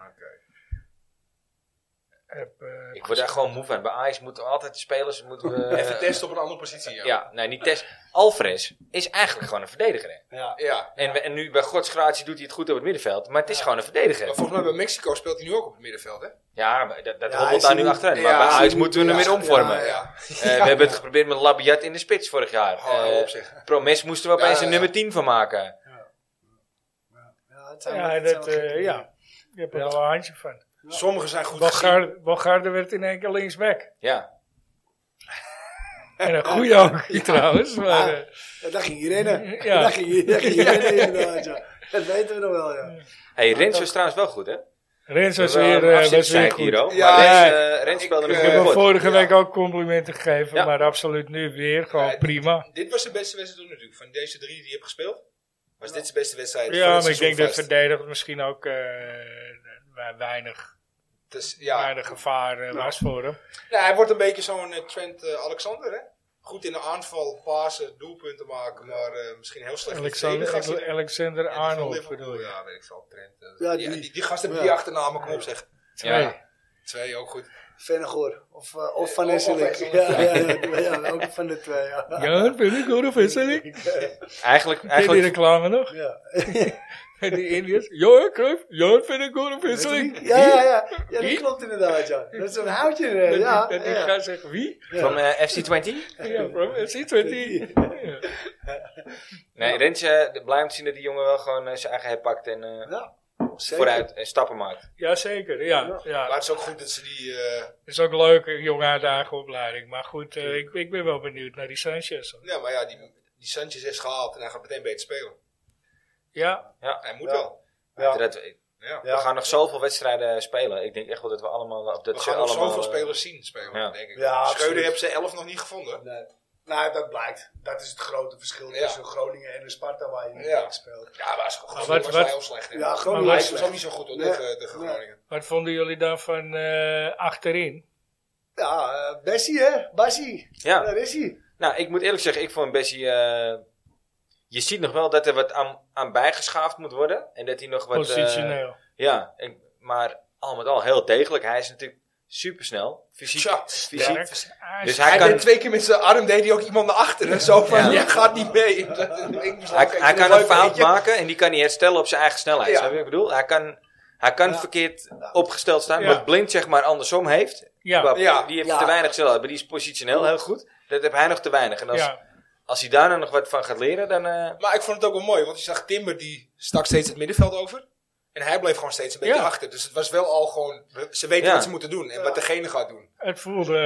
heb, eh, Ik word daar gewoon moe van. Bij Ajax moeten altijd de spelers... Moeten we, Eh, Even testen op een andere positie. Ja. Ja, nee, niet test. Alvarez is eigenlijk gewoon een verdediger. hè. Ja. Ja. En, we- en nu bij godsgratie doet hij het goed op het middenveld. Maar het is gewoon een verdediger. Maar volgens mij bij Mexico speelt hij nu ook op het middenveld, hè? Ja, maar dat, dat Ja, hobbelt hij daar is nu een- achterin. ja, maar bij hij is Ajax een- moeten we hem ja, weer omvormen. ja, ja. Eh, we hebben het geprobeerd met Labiat in de spits vorig jaar. Oh, hou Eh, op, zeg. Promes moesten we Ja, opeens ja, een ja. nummer 10 van maken. Ja, het zijn wel- Ja, dat, het zijn wel eh, gekke dingen. ja. Je hebt er wel een handje van. Sommigen zijn goed gezien. Bogarde, Bogarde werd in één keer linksback. Ja. En een goede ook, trouwens. Maar, Ja. eh, Ja, daar ging je rennen. Ja. Daar ging je, daar ging je rennen, inderdaad, ja. Dat weten we nog wel, ja. Hey, Rens was trouwens wel goed, hè? Rens was Wel een weer, eh, was weer afzichtszijk goed. hier ook. Ja, maar Rens, ja. eh, Rens speelde Ik, een Ik heb goede hem pot. vorige Ja. week ook complimenten gegeven, Ja. maar absoluut nu weer. Gewoon Ja, prima. Dit was de beste wedstrijd tot nu toe. Van deze drie die je hebt gespeeld, was dit de beste wedstrijd Ja, van het maar ik seizoen denk dat vast. verdedigd misschien ook eh, we- weinig, Dus, ja. weinig gevaar eh, was voor hem. Nou, hij wordt een beetje zo'n eh, Trent eh, Alexander, hè? Goed in de aanval, pasen, doelpunten maken, maar eh, misschien heel slecht in het Alexander, verdedigen als hij- Alexander Ja, die van Arnold Liverpool, bedoel je. Ja, weet ik veel. Trent. eh, Ja, die, die. die, die gasten Ja. die achternamen, kom op zeg. Ja. Twee, ook goed. Vennegoor. Of, eh, of Van Of- of Hesselik. Hesselik. Ja, ja, ja, ja, ook van de twee, ja. Jan, vind ik hoor, of is dat niet? Eigenlijk, Ken je die eigenlijk, reclame nog? Ja, Met die Indiërs. Johan Cruijff, Jan, vind ik hoor, of is dat niet? ja, ja, ja. ja dat Die? klopt inderdaad, ja. Dat is zo'n houtje, eh, Dat die- ja. dat die ja. gaat zeggen, wie? Ja. van eh, FC20. Ja, bro, ziet we die? Ja. Nee, Rens, eh, blij om te zien dat die jongen wel gewoon eh, zijn eigen herpakt en eh, Ja, zeker. vooruit en stappen maakt. Jazeker, ja. Maar ja. het is ook goed dat ze die... eh, Is ook leuk, een jongen uit de eigen opleiding. Maar goed, eh, ik, ik ben wel benieuwd naar die Sanchez. hoor. ja, maar ja, die, die Sanchez is gehaald en hij gaat meteen beter spelen. Ja, Hij moet Ja. wel. Ja. Dat, we Ja. Ja. gaan nog zoveel wedstrijden spelen. Ik denk echt wel dat we allemaal... Op dat We ze gaan nog allemaal, zoveel eh, spelers zien spelen, Ja. denk ik. Ja, Ja, absoluut. Schreuder hebben ze elf nog niet gevonden. Nee. Nou, dat blijkt. Dat is het grote verschil Ja. tussen Groningen en de Sparta waar je Ja. ja. speelt. Ja, maar ze wat- was, was wat- hij heel slecht. hè. Ja, Maar Groningen wij- hij is was ook slecht. niet zo goed, hoor, Nee. tegen, tegen Nee. Groningen. wat vonden jullie daarvan eh, achterin? Ja, eh, Bessie, hè? Bassie. Ja. Daar is hij. Nou, ik moet eerlijk zeggen, ik vond Bessie... eh, je ziet nog wel dat er wat aan, aan bijgeschaafd moet worden. En dat hij nog wat... eh, Positioneel. ja, ik- maar al met al heel degelijk. Hij is natuurlijk supersnel. Fysiek. Tja, fysiek. Sterk. Ah, Dus Hij hij kan, deed twee keer met zijn arm deed hij ook iemand naar achteren. Zo van, Ja. jij gaat niet mee. Ik moest hij, lachen, ik hij vond het kan een leuk, fout weet je. maken en die kan hij herstellen op zijn eigen snelheid. Ja. Snap je wat ik bedoel? Hij kan, hij kan Ja. verkeerd opgesteld staan. Ja. Wat blind zeg maar andersom heeft. ja, Waar- Ja. Die heeft Ja. te weinig snelheid, maar die is positioneel heel goed. Dat heb hij nog te weinig. En als, ja. als hij daar nou nog wat van gaat leren, dan... eh, Maar ik vond het ook wel mooi, want je zag Timber die stak steeds het middenveld over. En hij bleef gewoon steeds een beetje Ja. achter. Dus het was wel al gewoon, we- ze weten Ja. wat ze moeten doen en wat degene gaat doen. het voelde...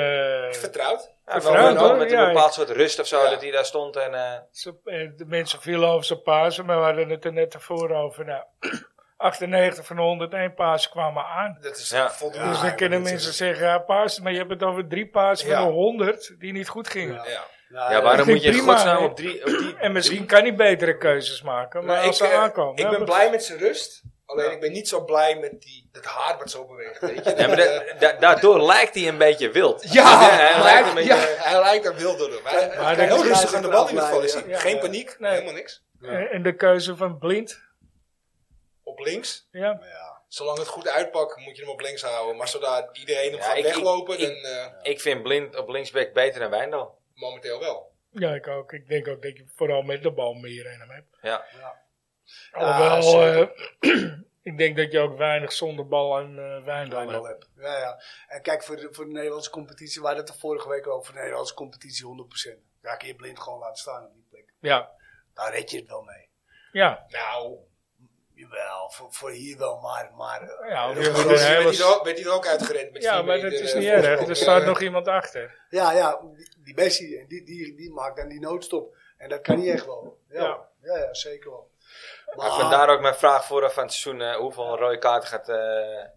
eh, Vertrouwd. Ja, wel, Vertrouwd, met- wel hoor. met een Ja, bepaald soort rust of zo, Ja. dat hij daar stond. En, eh, ze- eh, de mensen vielen over zijn Pasen, maar we hadden het er net tevoren over. Nou, 98 van de 101 Pasen kwamen aan. Dat is Ja. voldoende. Dus Ja, dan ik kunnen weet mensen het. zeggen, ja, Pasen, maar je hebt het over drie Pasen Ja. van de 100 die niet goed gingen. Ja. Ja. Nou, ja, waarom vind moet je in prima, godsnaam hè. op drie... Op die, En misschien drie- kan hij betere keuzes maken, maar Maar als ik, ze eh, aankomen... ik hè, ben maar- blij met zijn rust. Alleen ik ben niet zo blij met die, dat haar wat zo beweegt. Weet je? Ja, maar da- da- daardoor lijkt hij een beetje wild. Ja, hij hij, lijkt lijkt, een beetje... ja, hij lijkt een wilder. Maar hij- hij dat kan is- heel rustig hij aan de zit bal er in het geval. afleiden, Is hij. ja. Geen paniek, Nee. helemaal niks. eh, En- En de keuze van Blind, Op links. ja. Ja. Zolang het goed uitpakt, moet je hem op links houden. Maar zodra iedereen hem Ja, gaat ik- ik- weglopen, ik- dan eh, Ik vind Blind op linksback beter dan Wijndal. momenteel wel. Ja, ik ook. Ik denk ook dat je vooral met de bal meer in hem hebt. Ja. Ah, Alhoewel, zeker. eh, Ik denk dat je ook weinig zonder bal en eh Wijndal Wijndal hebt. heb. Ja, ja. En kijk, voor de, voor de Nederlandse competitie, we hadden het er vorige week over, voor de Nederlandse competitie 100%. Ja, kun je blind gewoon laten staan op die plek. Ja, Daar red je het wel mee. ja. Nou, Jawel, voor, voor hier wel, maar... maar eh, Ja, dat weer is gewoon gewoon- een werd, hele- hij er ook, werd hij er ook uitgerend met ja vier maar meter, dat is eh, niet voorsprong. erg. Er staat Eh, nog iemand achter. ja, ja, die, die Bessie, en die, die, die maakt dan die noodstop. En dat kan niet echt wel. Ja, Ja. ja. ja, zeker wel. Maar vandaar ook mijn vraag vooraf aan het seizoen. eh, hoeveel rode kaarten gaat... eh,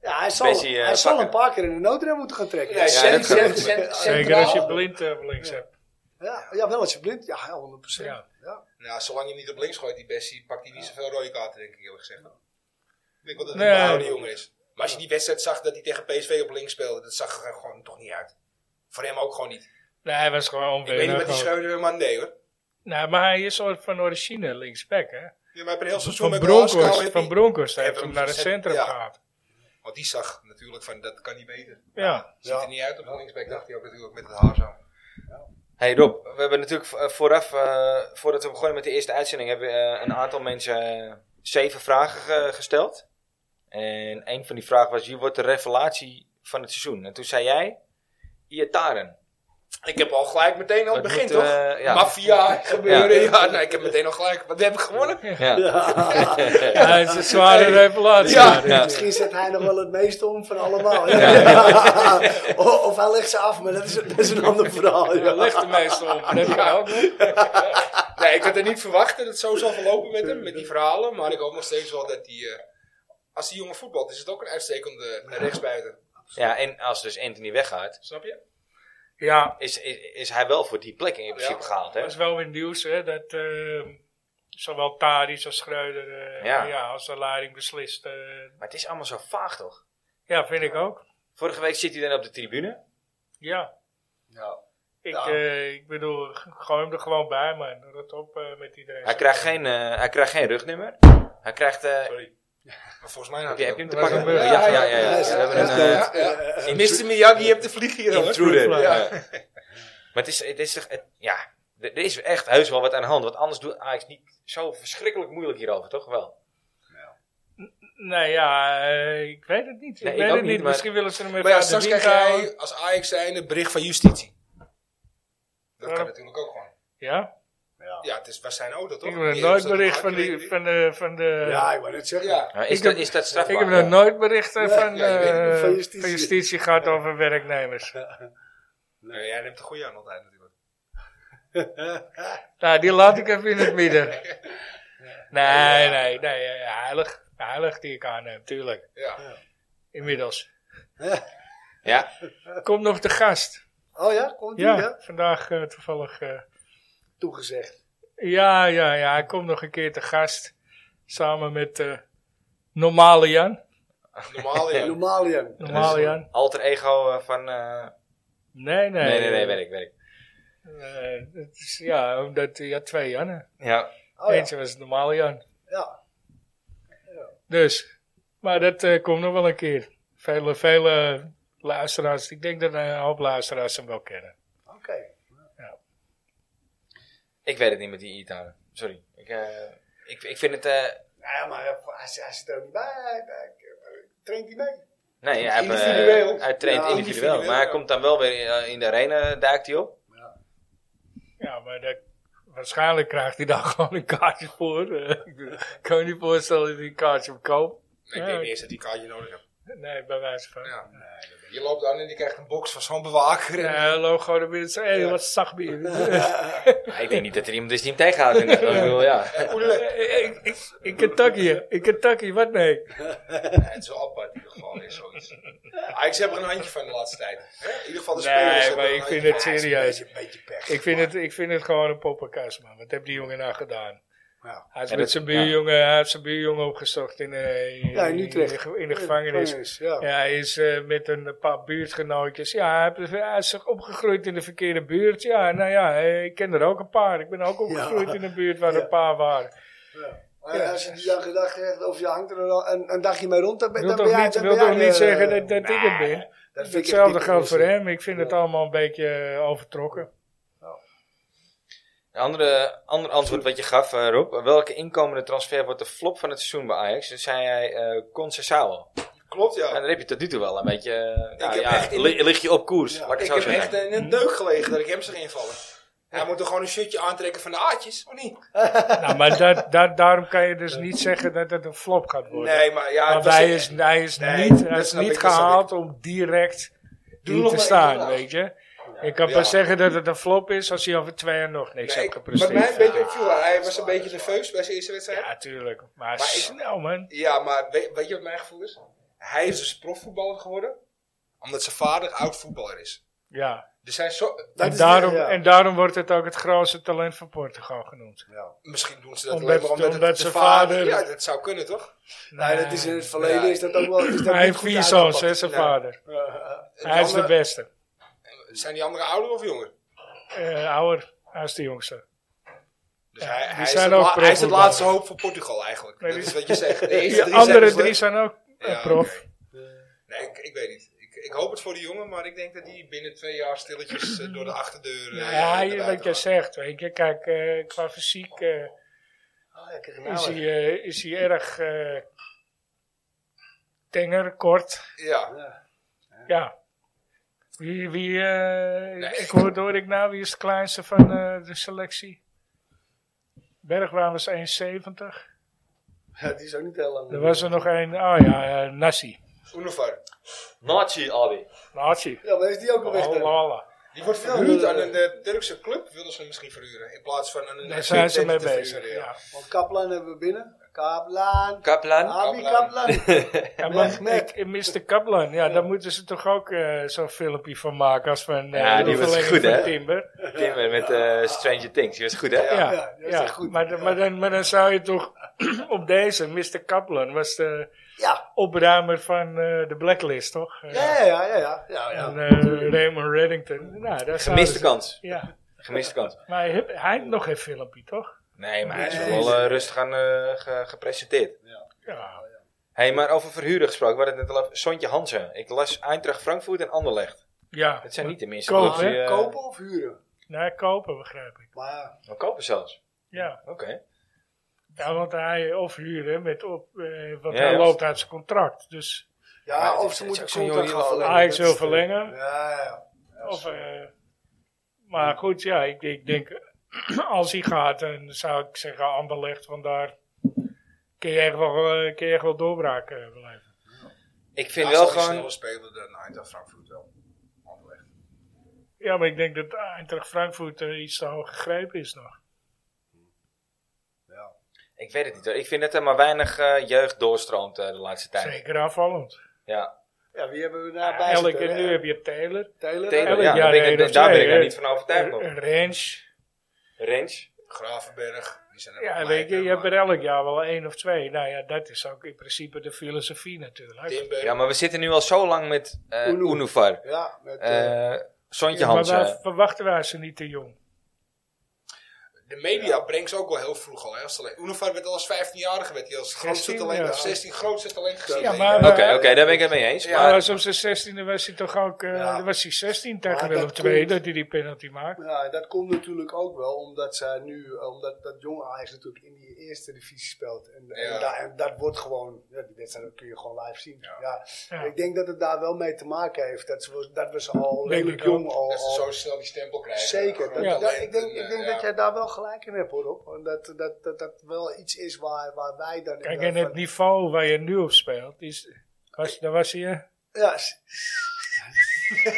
ja, hij zal, Bessie, eh, hij zal pakken. een paar keer in de noodrem moeten gaan trekken. Ja, ja, dat kan cent- ook. cent- Zeker als je centraal. blind eh, links Ja. hebt. Ja, ja, wel als je blind. Ja, 100%. Ja. Ja. Nou, zolang je hem niet op links gooit, die Bessie, pakt hij niet zoveel rode kaarten, denk ik eerlijk gezegd. Ik denk wel dat het Nee. een behouden jongen is. Maar als je die wedstrijd zag dat hij tegen PSV op links speelde, dat zag er gewoon toch niet uit. Voor hem ook gewoon niet. Ik Nee, hij was gewoon onwennig. weet niet wat die ook. Schreuder man deed hoor. Nee, maar hij is ooit van origine linksback, hè? Ja, maar ik ben heel seizoen Van met Glasgow Bronkhorst, heeft van hij- Bronkhorst Heb heeft hem hem naar het gezet, centrum ja. gehaald. Want die zag natuurlijk van, dat kan niet beter. Ja. Ziet Ja. er niet uit op de linksback, dacht hij ook natuurlijk met het haar zo. Hey Rob, we hebben natuurlijk eh, vooraf, eh, voordat we begonnen met de eerste uitzending, hebben we, eh, een aantal mensen eh, zeven vragen ge- gesteld. En een van die vragen was: wie wordt de revelatie van het seizoen? En toen zei jij: Iataren. Ik heb al gelijk meteen aan het Wat begin moet, toch? eh, ja. Mafia gebeuren, ja. nee, ik heb meteen al gelijk. Want we hebben gewonnen. Ja. Ja, het is een zware revelatie. Ja. Ja. Misschien zet hij nog wel het meeste om van allemaal. Ja. O- of, hij legt ze af, maar dat is, dat is een ander verhaal. Ja, Ja. ligt er meestal om. Dat kan ook nog. Nee, ik had er niet verwacht dat het zo zou verlopen met hem, met die verhalen. Maar ik hoop nog steeds wel dat hij, eh, als die jongen voetbalt, is het ook een uitstekende rechtsbuiten. ja, en als dus Anthony weggaat, Snap je? Ja, is, is, is hij wel voor die plek in principe Ja. gehaald. Hè? dat is wel weer nieuws, hè? Dat eh, zowel Tadic als Schreuder, eh, Ja. ja. als de leiding beslist. eh, Maar het is allemaal zo vaag toch? ja, vind ik ook. Vorige week zit hij dan op de tribune. Ja. Ja. Ik, Ja. eh, ik bedoel, g- gooi hem er gewoon bij, man. Doe dat op eh, met iedereen. Hij krijgt geen, eh, hij krijgt geen rugnummer. Hij krijgt. eh, Maar volgens mij heb had je hij heb je hem ook- te Dat is pakken? een Ja, burger. ja, ja. ja. Ja, We ja, hebben een, ja, eh, ja, ja. Eh, eh, Mr. Miyagi, je hebt de vlieg hier hoor. Intruder. Fly. Ja. Ja. Maar het is, het is toch, het- ja, er er is echt heus wel wat aan de hand. Want anders doet Ajax niet zo verschrikkelijk moeilijk hierover, toch wel? Nee, ja, eh, ik weet het niet. Nee, ik ik weet ook het niet, niet. maar- Misschien willen ze hem even Maar ja, uit de straks wind krijg houden. jij als Ajax zijn een bericht van justitie. Dat Ja. kan natuurlijk ook gewoon. Ja? Ja, het is, was zijn auto toch? Ik heb nog Die nooit heeft bericht dat van, die, gehad. van de... Van de ja, ik wou net zeggen. Ja. Maar is, Ik dat, heb- is dat strafbaar? Ik heb nog Ja. nooit berichten Nee, van, ja, ik weet eh, niet. van, Van justitie. justitie. gehad over werknemers. Nee, jij neemt de goede aan altijd natuurlijk. Nou, die laat ik even in het midden. Nee, nee, nee. eh, Heilig. Heilig die ik aanneem, tuurlijk. Ja. Inmiddels. Ja, Komt nog de gast. Oh ja, komt die? Ja, Ja. vandaag eh, toevallig. eh, Toegezegd. ja, ja, ja. Hij komt nog een keer te gast. Samen met eh, normale Jan. Normaal ja. Normaal, Jan. Normale Jan. Dus alter ego eh, van... eh, Nee, nee. nee, nee, nee, weet ik, weet ik. Eh, het is, ja, omdat je had twee Jannen. Ja, Oh ja. Eentje was normale Jan. ja. Dus, maar dat eh, komt nog wel een keer. Vele, vele luisteraars, ik denk dat een hoop luisteraars hem wel kennen. Oké. ik weet het niet met die Italië. Sorry. Ik, eh, ik, ik vind het... eh, Nou ja, maar hij- hij, hij zit er ook niet bij. Hij, hij, hij traint niet mee. nee, hij, heeft, eh, Individueel. hij traint individueel. Ja, individueel, Maar hij ja. komt dan wel weer eh, in de arena, duikt hij op. Ja, maar dat, waarschijnlijk krijgt hij daar gewoon een kaartje voor. eh. Ik kan me niet voorstellen dat hij een kaartje op koopt. Nee, ik denk niet eens dat die kaartje nodig heeft. Nee, bij wijze van. Ja. Je loopt aan en die krijgt een box van zo'n bewaker. en- Nee, logo de binnen. Hé, Ja. wat zag bier. Eh, Maar ik denk niet dat er iemand is die hem tegenhoudt. in de- Ik bedoel, ja. Ik- ik- Ik kan takkie, ik kan takkie, wat nee. Ja, het is wel apart in ieder geval, is zoiets. Ajax hebben er een handje van de laatste tijd. Hè? In ieder geval de spelers Nee, hebben maar er ik een vind handje het van. Hij serieus. is een beetje, een beetje pech. Ik vind het, ik vind het gewoon een poppenkast, man. Wat heb die jongen nou gedaan? Ja. Hij, is Ja, met dat- zijn buurjongen, hij heeft zijn buurjongen opgezocht in, eh, in, Ja, in Utrecht. in de ge- in de gevangenis. Ja. Ja, hij is eh, met een paar buurtgenootjes. Ja, hij, heeft- hij is toch opgegroeid in de verkeerde buurt. Ja, nou ja, eh, ik ken er ook een paar. Ik ben ook opgegroeid Ja. in een buurt waar Ja. een paar waren. Maar als je die dan gedacht hebt, of je hangt er al een, een dagje mee rond, dan Ik ben, wil dan ben toch jij... niet, dan wil ben toch jij niet de- zeggen dat, dat ik het ben. Dat vind ik Hetzelfde echt geldt voor dikke hem. Ik vind het allemaal een beetje eh, overtrokken. Een andere, ander antwoord wat je gaf, eh, Rob. Welke inkomende transfer wordt de flop van het seizoen bij Ajax? Dus zei hij eh Conceição. Klopt, En ja. daar heb je tot nu toe wel een beetje... eh, nou heb ja, echt in- li- lig je op koers, Ja, laat ik ik het zo heb zeggen. echt eh, in een deuk gelegen dat ik hem zag invallen. Hij moet er gewoon een shirtje aantrekken van de aardjes, of niet? Nou, maar dat, dat, daarom kan je dus niet zeggen dat het een flop gaat worden. Nee, maar ja... het Want was- hij is, hij is Nee, niet, hij dat is snap niet ik, dat snap gehaald om direct Doe hier nog te maar staan, één keer weet je. Ik kan Ja. pas zeggen dat het een flop is als hij over twee jaar nog niks Nee, heeft ik- wat gepresteerd. mij een beetje Ja. opviel, hij was een beetje nerveus bij zijn eerste wedstrijd. Ja, tuurlijk. Maar, Maar ik- snel, man. Ja, maar weet, weet je wat mijn gevoel is? Hij is dus profvoetballer geworden, omdat zijn vader oud voetballer is. Ja. Er zijn zo... Dat En is daarom, de- ja. en daarom wordt het ook het grootste talent van Portugal genoemd. Ja. Misschien doen ze dat Omdat- alleen maar omdat, omdat het, de zijn vader... vader- Ja, dat zou kunnen, toch? Nee, dat is in het verleden Ja. is dat ook wel. Is dat Nou, Hij niet heeft goed vier zoons, hè, uitgepakt. zijn Ja. vader. Ja, ja. Hij is de andere- beste. Zijn die anderen ouder of jonger? Eh ouder, hij is de jongste. Dus hij, hij, is zijn het ook la- hij is het profvoetballer. laatste hoop voor Portugal eigenlijk. Nee, dat die- is wat je zegt. De eerste De drie zijn andere dus drie leuk. zijn ook eh, Ja, prof. oké. Nee, ik, ik weet niet. Ik, ik hoop het voor de jongen, maar ik denk dat die binnen twee jaar stilletjes eh, door de achterdeur... eh, Nou ja, je- naar wat buiten jij gaat. zegt, weet je. Kijk, eh, qua fysiek eh, Oh, ja, kijk, is, nou, hij, hè. eh, is hij erg eh, tenger, kort. Ja, Ja. Ja. Wie, wie, eh, Nee. ik hoor, hoor ik nou, wie is de kleinste van eh, de selectie? Bergwijn was 1,70. Ja, die is ook niet heel lang. Er was er nog één, oh ja, eh, Nassi. Unifar. Nazi, Albi. Nassi. Ja, maar is die ook al weg? Oh, dan? lala. Die wordt verhuurd aan een eh, Turkse club, wilden ze hem misschien verhuren. In plaats van aan een... Daar zijn ze mee te verhuren, bezig. Ja. Want Kaplan hebben we binnen. Kaplan. Kaplan. Ah. Abi Kaplan. Kaplan. Ja, Merk, maar merk. ik- Mr. Kaplan, ja, daar moeten ze toch ook eh, zo'n filmpje van maken als van eh Ja, de die was verlenging goed, van hè? Timber. Timmer met eh, Stranger Things. Die was goed, hè? Ja. Ja, ja, ja, dat is echt goed. Maar, dan- maar, dan, maar dan zou je toch op deze, Mr. Kaplan was de Ja. opruimer van eh, de blacklist, toch? Eh, Ja, ja, ja, ja. ja, ja. En eh, Raymond Reddington. Nou, daar zouden Gemiste ze- kans. Ja, Gemiste kans. maar hij, heeft- hij heeft nog geen filmpje, toch? Nee, maar hij is Nee. wel eh, rustig aan eh, ge- gepresenteerd. Ja, Hé, hey, maar over verhuren gesproken, we hadden het net al over Sontje Hansen. Ik las Eintracht Frankfurt en Anderlecht. ja. Dat zijn niet de minste Kopen, clubs die, hè? eh, Kopen of huren? naar kopen, begrijp ik. Maar ja, oh, kopen zelfs. Ja, Oké. ja want hij of huren, met op, eh, want Ja, hij ja. loopt uit zijn contract. Dus maar ja het of is- ze het is moeten ook zo'n contract jongen gaan die wel- verlengen. Ajax dat wil is het. verlengen. Ja, ja. Ja, Of, zo. eh, maar goed, ja, ik, ik denk als hij gaat, dan zou ik zeggen Anderlecht, want daar kun je echt wel, eh, kun je echt wel doorbraak eh, beleven. Ik vind Ja, wel zal die gewoon... sneller spelen dan Eintracht nou, Frankfurt wel. Anderlecht. Ja, maar ik denk dat Eintracht Frankfurt eh, iets te hoog gegrepen is nog. Ja. Ik weet het niet hoor. Ik vind dat er maar weinig eh, jeugd doorstroomt eh, de laatste tijd. Zeker aanvallend. Ja. Ja, wie hebben we daarbij Elke zitten? keer nu hè? heb je Taylor. eh, Taylor. Taylor, Elk ja, jaar daar ben ik, één of daar ben twee, ik nou hè. niet van overtuigd nog. Range. Range. Gravenberg. Die zijn er Ja, nog weet je, bij, je hebt er maar- elk jaar wel één of twee. Nou ja, dat is ook in principe de filosofie natuurlijk. Timber. Ja, maar we zitten nu al zo lang met eh Unu. Unuvar. Ja, met, eh, Eh Sontje Ja, maar Hansen. waar verwachten wij ze niet te jong? De media brengt ze ook wel heel vroeg al. hè, als talent. Unifar werd al als 15-jarige, werd hij als grootste 16, talent, ja. als 16 grootste talent gezien. Ja, Nee, maar- Oké, oké, daar ben ik het mee eens. Ja, Ja, maar, als op zijn 16e was hij toch ook. eh, Ja. dan was hij 16 Maar tegen Willem dat II komt- dat hij die penalty maakt. Ja, nou, dat komt natuurlijk ook wel omdat zij nu, eh, omdat dat jonge Ajax natuurlijk in die eerste divisie speelt. En, en, Ja. da- en dat wordt gewoon, ja, die wedstrijd kun je gewoon live zien. Ja. Ja. Ik denk dat het daar wel mee te maken heeft. Dat, ze, dat we ze al Denk redelijk ik ook. jong al. Dat ze zo al snel die stempel krijgen. zeker. Dat, Groot dat- talent ik denk, en, ik denk eh, dat ja. jij daar wel gelijk in hebt hoor. Rob. En Dat, dat, dat dat wel iets is waar, waar wij dan. Kijk, en inderdaad het van- niveau waar je nu op speelt, is, was, daar was hij. eh, Ja, s-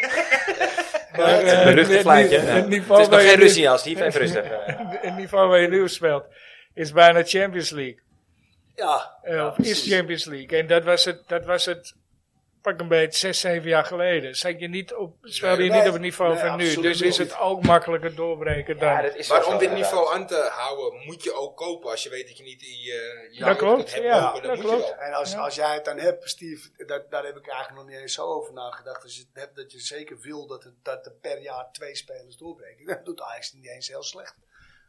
maar, het eh, beruchte het- fluitje. het- ja. het niveau Het is nog waar je geen nu- ruzie, als Steve. Even rustig. eh. Het niveau waar je nu op speelt, is bijna Champions League. ja, Eh, ja, of precies. is Champions League. En dat was het, dat was het pak een beetje, 6, 7 jaar geleden. Zat je niet op, speelde je Nee, niet op het niveau nee, van nu. absoluut Dus is niet. het ook makkelijker doorbreken dan. Ja, dat is Maar wel om zo, dit inderdaad. niveau aan te houden, moet je ook kopen. Als je weet dat je niet in je je Dat klopt, hebt ja, lopen, dan dat moet klopt. je wel. En als, Ja. als jij het dan hebt, Steve, dat, daar heb ik eigenlijk nog niet eens zo over nagedacht. Als je het hebt dat je zeker wil dat, het, dat er per jaar twee spelers doorbreken, dan doet Ajax niet eens heel slecht.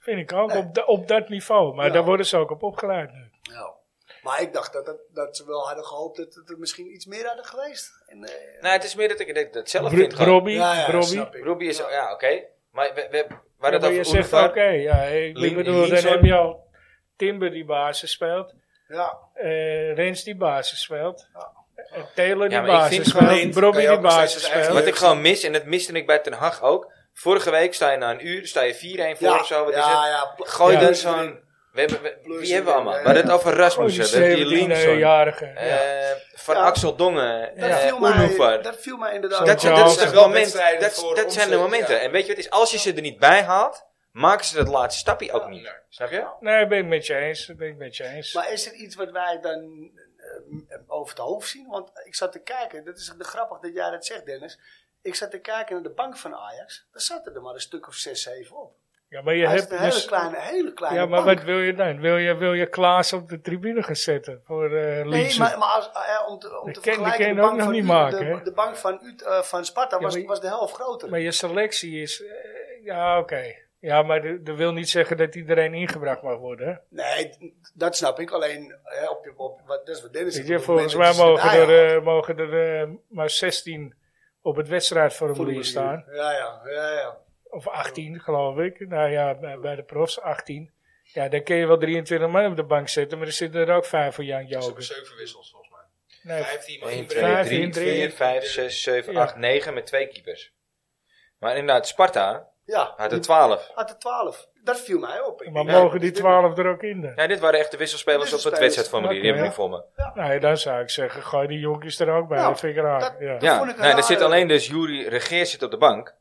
Vind ik ook, op, da- op dat niveau. Maar Ja. daar worden ze ook op opgeleid nu. Nou. Ja. Maar ik dacht dat, dat, dat ze wel hadden gehoopt dat het er misschien iets meer hadden geweest. En, eh, Nou, het is meer dat ik dat, dat zelf Bro- vind. gewoon. Robbie, ja, ja, Robbie. snap ik. Robbie is... Ja, oké. Maar we, we, Waar Ja, het maar over je zegt oké, Oenevar- ja, ik Lin- bedoel, dan Linson. heb je al Timber die basis speelt, Ja, eh, Rens die basis speelt, Ja. eh, Taylor die Ja, maar ik basis vind speelt, Blind kan Brobby je die ook nog steeds basis het eigen- speelt. Wat ik gewoon mis, en dat miste ik bij Ten Hag ook. Vorige week sta je na een uur, sta je 4-1 voor ja, of zo. Wat ja, is het? ja, pl- Gooi Ja. dan zo'n... We hebben, we- Plus wie hebben we in, allemaal? eh, We hadden het over Gewoon Oh, die Rasmussen, we hebben die Linson, 17-jarige. ja. eh, Van Ja. Axel Dongen, dat, eh, viel mij, Oenevar. dat viel mij inderdaad. Zo, Dat, Ja, zijn- dat, er zijn wel moment, wedstrijden dat, voor dat ons, zijn de eh, momenten. ja. En weet je wat het is? Als je ze er niet bij haalt, maken ze dat laatste stapje ook niet. Nee. Snap je? Nee, ben ik met je eens, ben ik met je eens. Maar is het iets wat wij dan eh, over het hoofd zien? Want ik zat te kijken, dat is de grappig dat jij dat zegt, Dennis. Ik zat te kijken naar de bank van Ajax. Daar zaten er maar een stuk of zes, zeven op. ja, maar je Hij hebt heeft een hele dus- kleine, hele kleine Ja, maar bank. wat wil je dan? Wil je, wil je Klaas op de tribune gaan zetten voor eh Nee, Leeds? maar, maar als, eh, om te, om Die te ken- die vergelijken, ken je de ook bank nog van niet U- maken, de, hè? de bank van, U- eh, van Sparta was, maar je- was de helft groter. Maar je selectie is... eh, ja, oké. Ja, maar d- dat wil niet zeggen dat iedereen ingebracht mag worden. hè? Nee, d- dat snap ik. Alleen, hè, op je, op, wat, dat is wat Dennis Weet Dus op je, het volgens mij moment dat mogen je ze ah, er, erbij haalt, eh, mogen er eh, maar 16 op het voor de wedstrijdformulier staan. manier. Ja, ja, ja. ja. Of 18, geloof ik. Nou ja, bij, bij de profs 18. Ja, dan kun je wel 23 man op de bank zetten, maar er zitten er ook 5 voor Dus Jan Dat is ook Joker. zeven wissels volgens mij. Nee, Vijftien, maar 1, inbrengen. 2, Vijf, 3, in drie. 4, 5, 6, 7, Ja. 8, 9 met twee keepers. Maar inderdaad, Sparta ja. had er 12. Had er 12. Dat viel mij op. Ik maar denk, ja, mogen die dit- 12 er ook in? dan? Ja, dit waren echt de wisselspelers op het Wisselspelers. wedstrijdformulier. Die Oké. hebben ik voor me. Nee, Nou dan zou ik zeggen, gooi die jonkies er ook bij. Nou, dat vind ik raar. dat- ja. Ja, vond ik een nou, er zit rare- alleen dus Juri Regeer zit op de bank.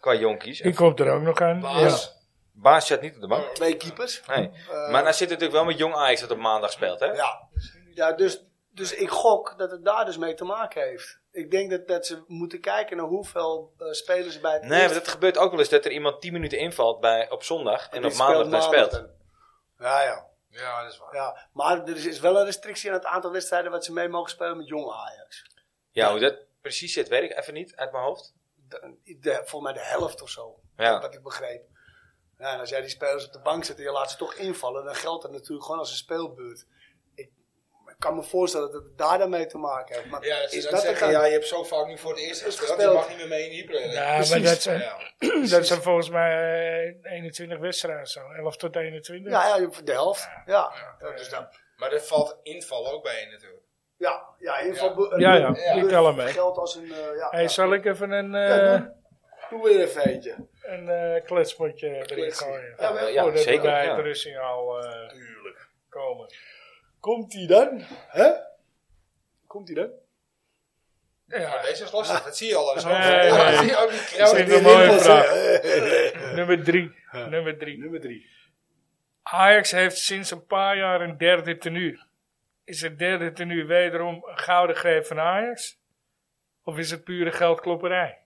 Qua jonkies. Die En komt er ook nog aan. Baas. Baas zit niet op de bank. Twee keepers. Nee. Eh, Maar nou zit natuurlijk wel met jong Ajax dat op maandag speelt, hè? Ja, ja dus, dus ik gok dat het daar dus mee te maken heeft. Ik denk dat, dat ze moeten kijken naar hoeveel eh, spelers bij het Nee, maar eerste- dat gebeurt ook wel eens dat er iemand 10 minuten invalt bij, op zondag en die op maandag dan speelt. dan. Ja, ja, Ja, dat is waar. ja. Maar er is, is wel een restrictie aan het aantal wedstrijden wat ze mee mogen spelen met jong Ajax. Ja, hoe dat precies zit, weet ik even niet uit mijn hoofd. De, de, volgens mij de helft of zo, Ja. wat ik begreep. Ja, en als jij die spelers op de bank zet en je laat ze toch invallen, dan geldt dat natuurlijk gewoon als een speelbeurt. Ik, ik kan me voorstellen dat het daar dan mee te maken heeft. Maar Ja, dat ze is dan dat het zeggen, dan? ja, je hebt zo vaak nu voor het eerst Is gespeeld, je gespeeld. mag niet meer mee in die play. Ja, maar dat zijn, dat zijn volgens mij eh, 21 wedstrijden zo. 11 tot 21. Ja, ja, de helft. Ja, ja. Dus dan, Maar dat valt inval ook bij je natuurlijk. ja, ja in ieder geval. Ja, ja, die tellen mee. Geldt als een. eh, ja, Hey, ja. zal ik even een, eh Ja, doe. Doe weer even eentje. een eh, kletspotje erin Kletsie. gooien? Ja, maar- ja, Voordat we zeker, bij ja. het rustsignaal eh, komen. Komt ie dan? Hè? Komt ie dan? Maar Ja, deze is lastig, dat zie je al. aan zo'n- Nee, Ja, nee. zie je ook die Dat krauwen vind die ik een mooie rimpels, vraag. hè? eh, nummer 3. Nummer 3. Nummer drie. Ajax heeft sinds een paar jaar een derde tenue. Is het derde tenue wederom een gouden greep van Ajax? Of is het pure geldklopperij?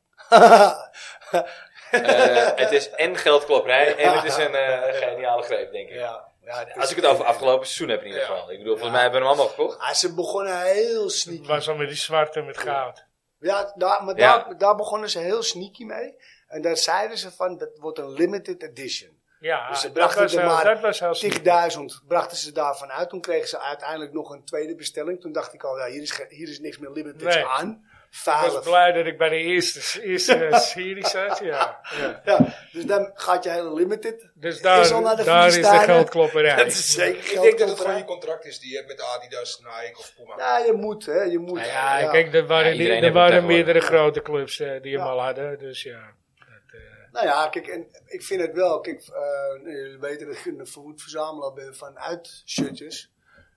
Eh, het is en geldklopperij en het is een eh, geniale greep, denk ik. ja. ja het is- Als ik het over afgelopen seizoen heb in ieder Ja. geval. Ik bedoel, volgens mij hebben we hem allemaal gekocht. Ah, ze begonnen heel Het sneaky. was al met die zwarte met goud. Ja, daar, maar Ja. Daar, daar begonnen ze heel sneaky mee. En daar zeiden ze van, dat wordt een limited edition. Ja, Dus ze dat, brachten was er heel, maar dat was heel slim. 10.000 brachten ze daarvan uit. Toen kregen ze uiteindelijk nog een tweede bestelling. Toen dacht ik al, ja, hier, is ge- hier is niks meer limited Nee. aan. Ik was Veilig. blij dat ik bij de eerste, eerste eh, serie zat. Ja. Ja. Ja, dus dan gaat je hele limited. Dus daar is, al naar de daar is de Filistijnen. geldklopperij. Dat is zeker Ik denk dat het geldkoperij. gewoon je contract is die je hebt met Adidas, Nike of Puma. Ja, je moet, hè. Je moet. Nou ja, kijk, er waren, Ja, die- iedereen er heeft het waren tegenwoordig. meerdere grote clubs eh, die hem Ja. al hadden. Dus ja. Dat, eh, Nou ja, kijk, en ik vind het wel. Kijk, eh, jullie weten dat ik een verwoed verzamelaar ben van uitshirtjes.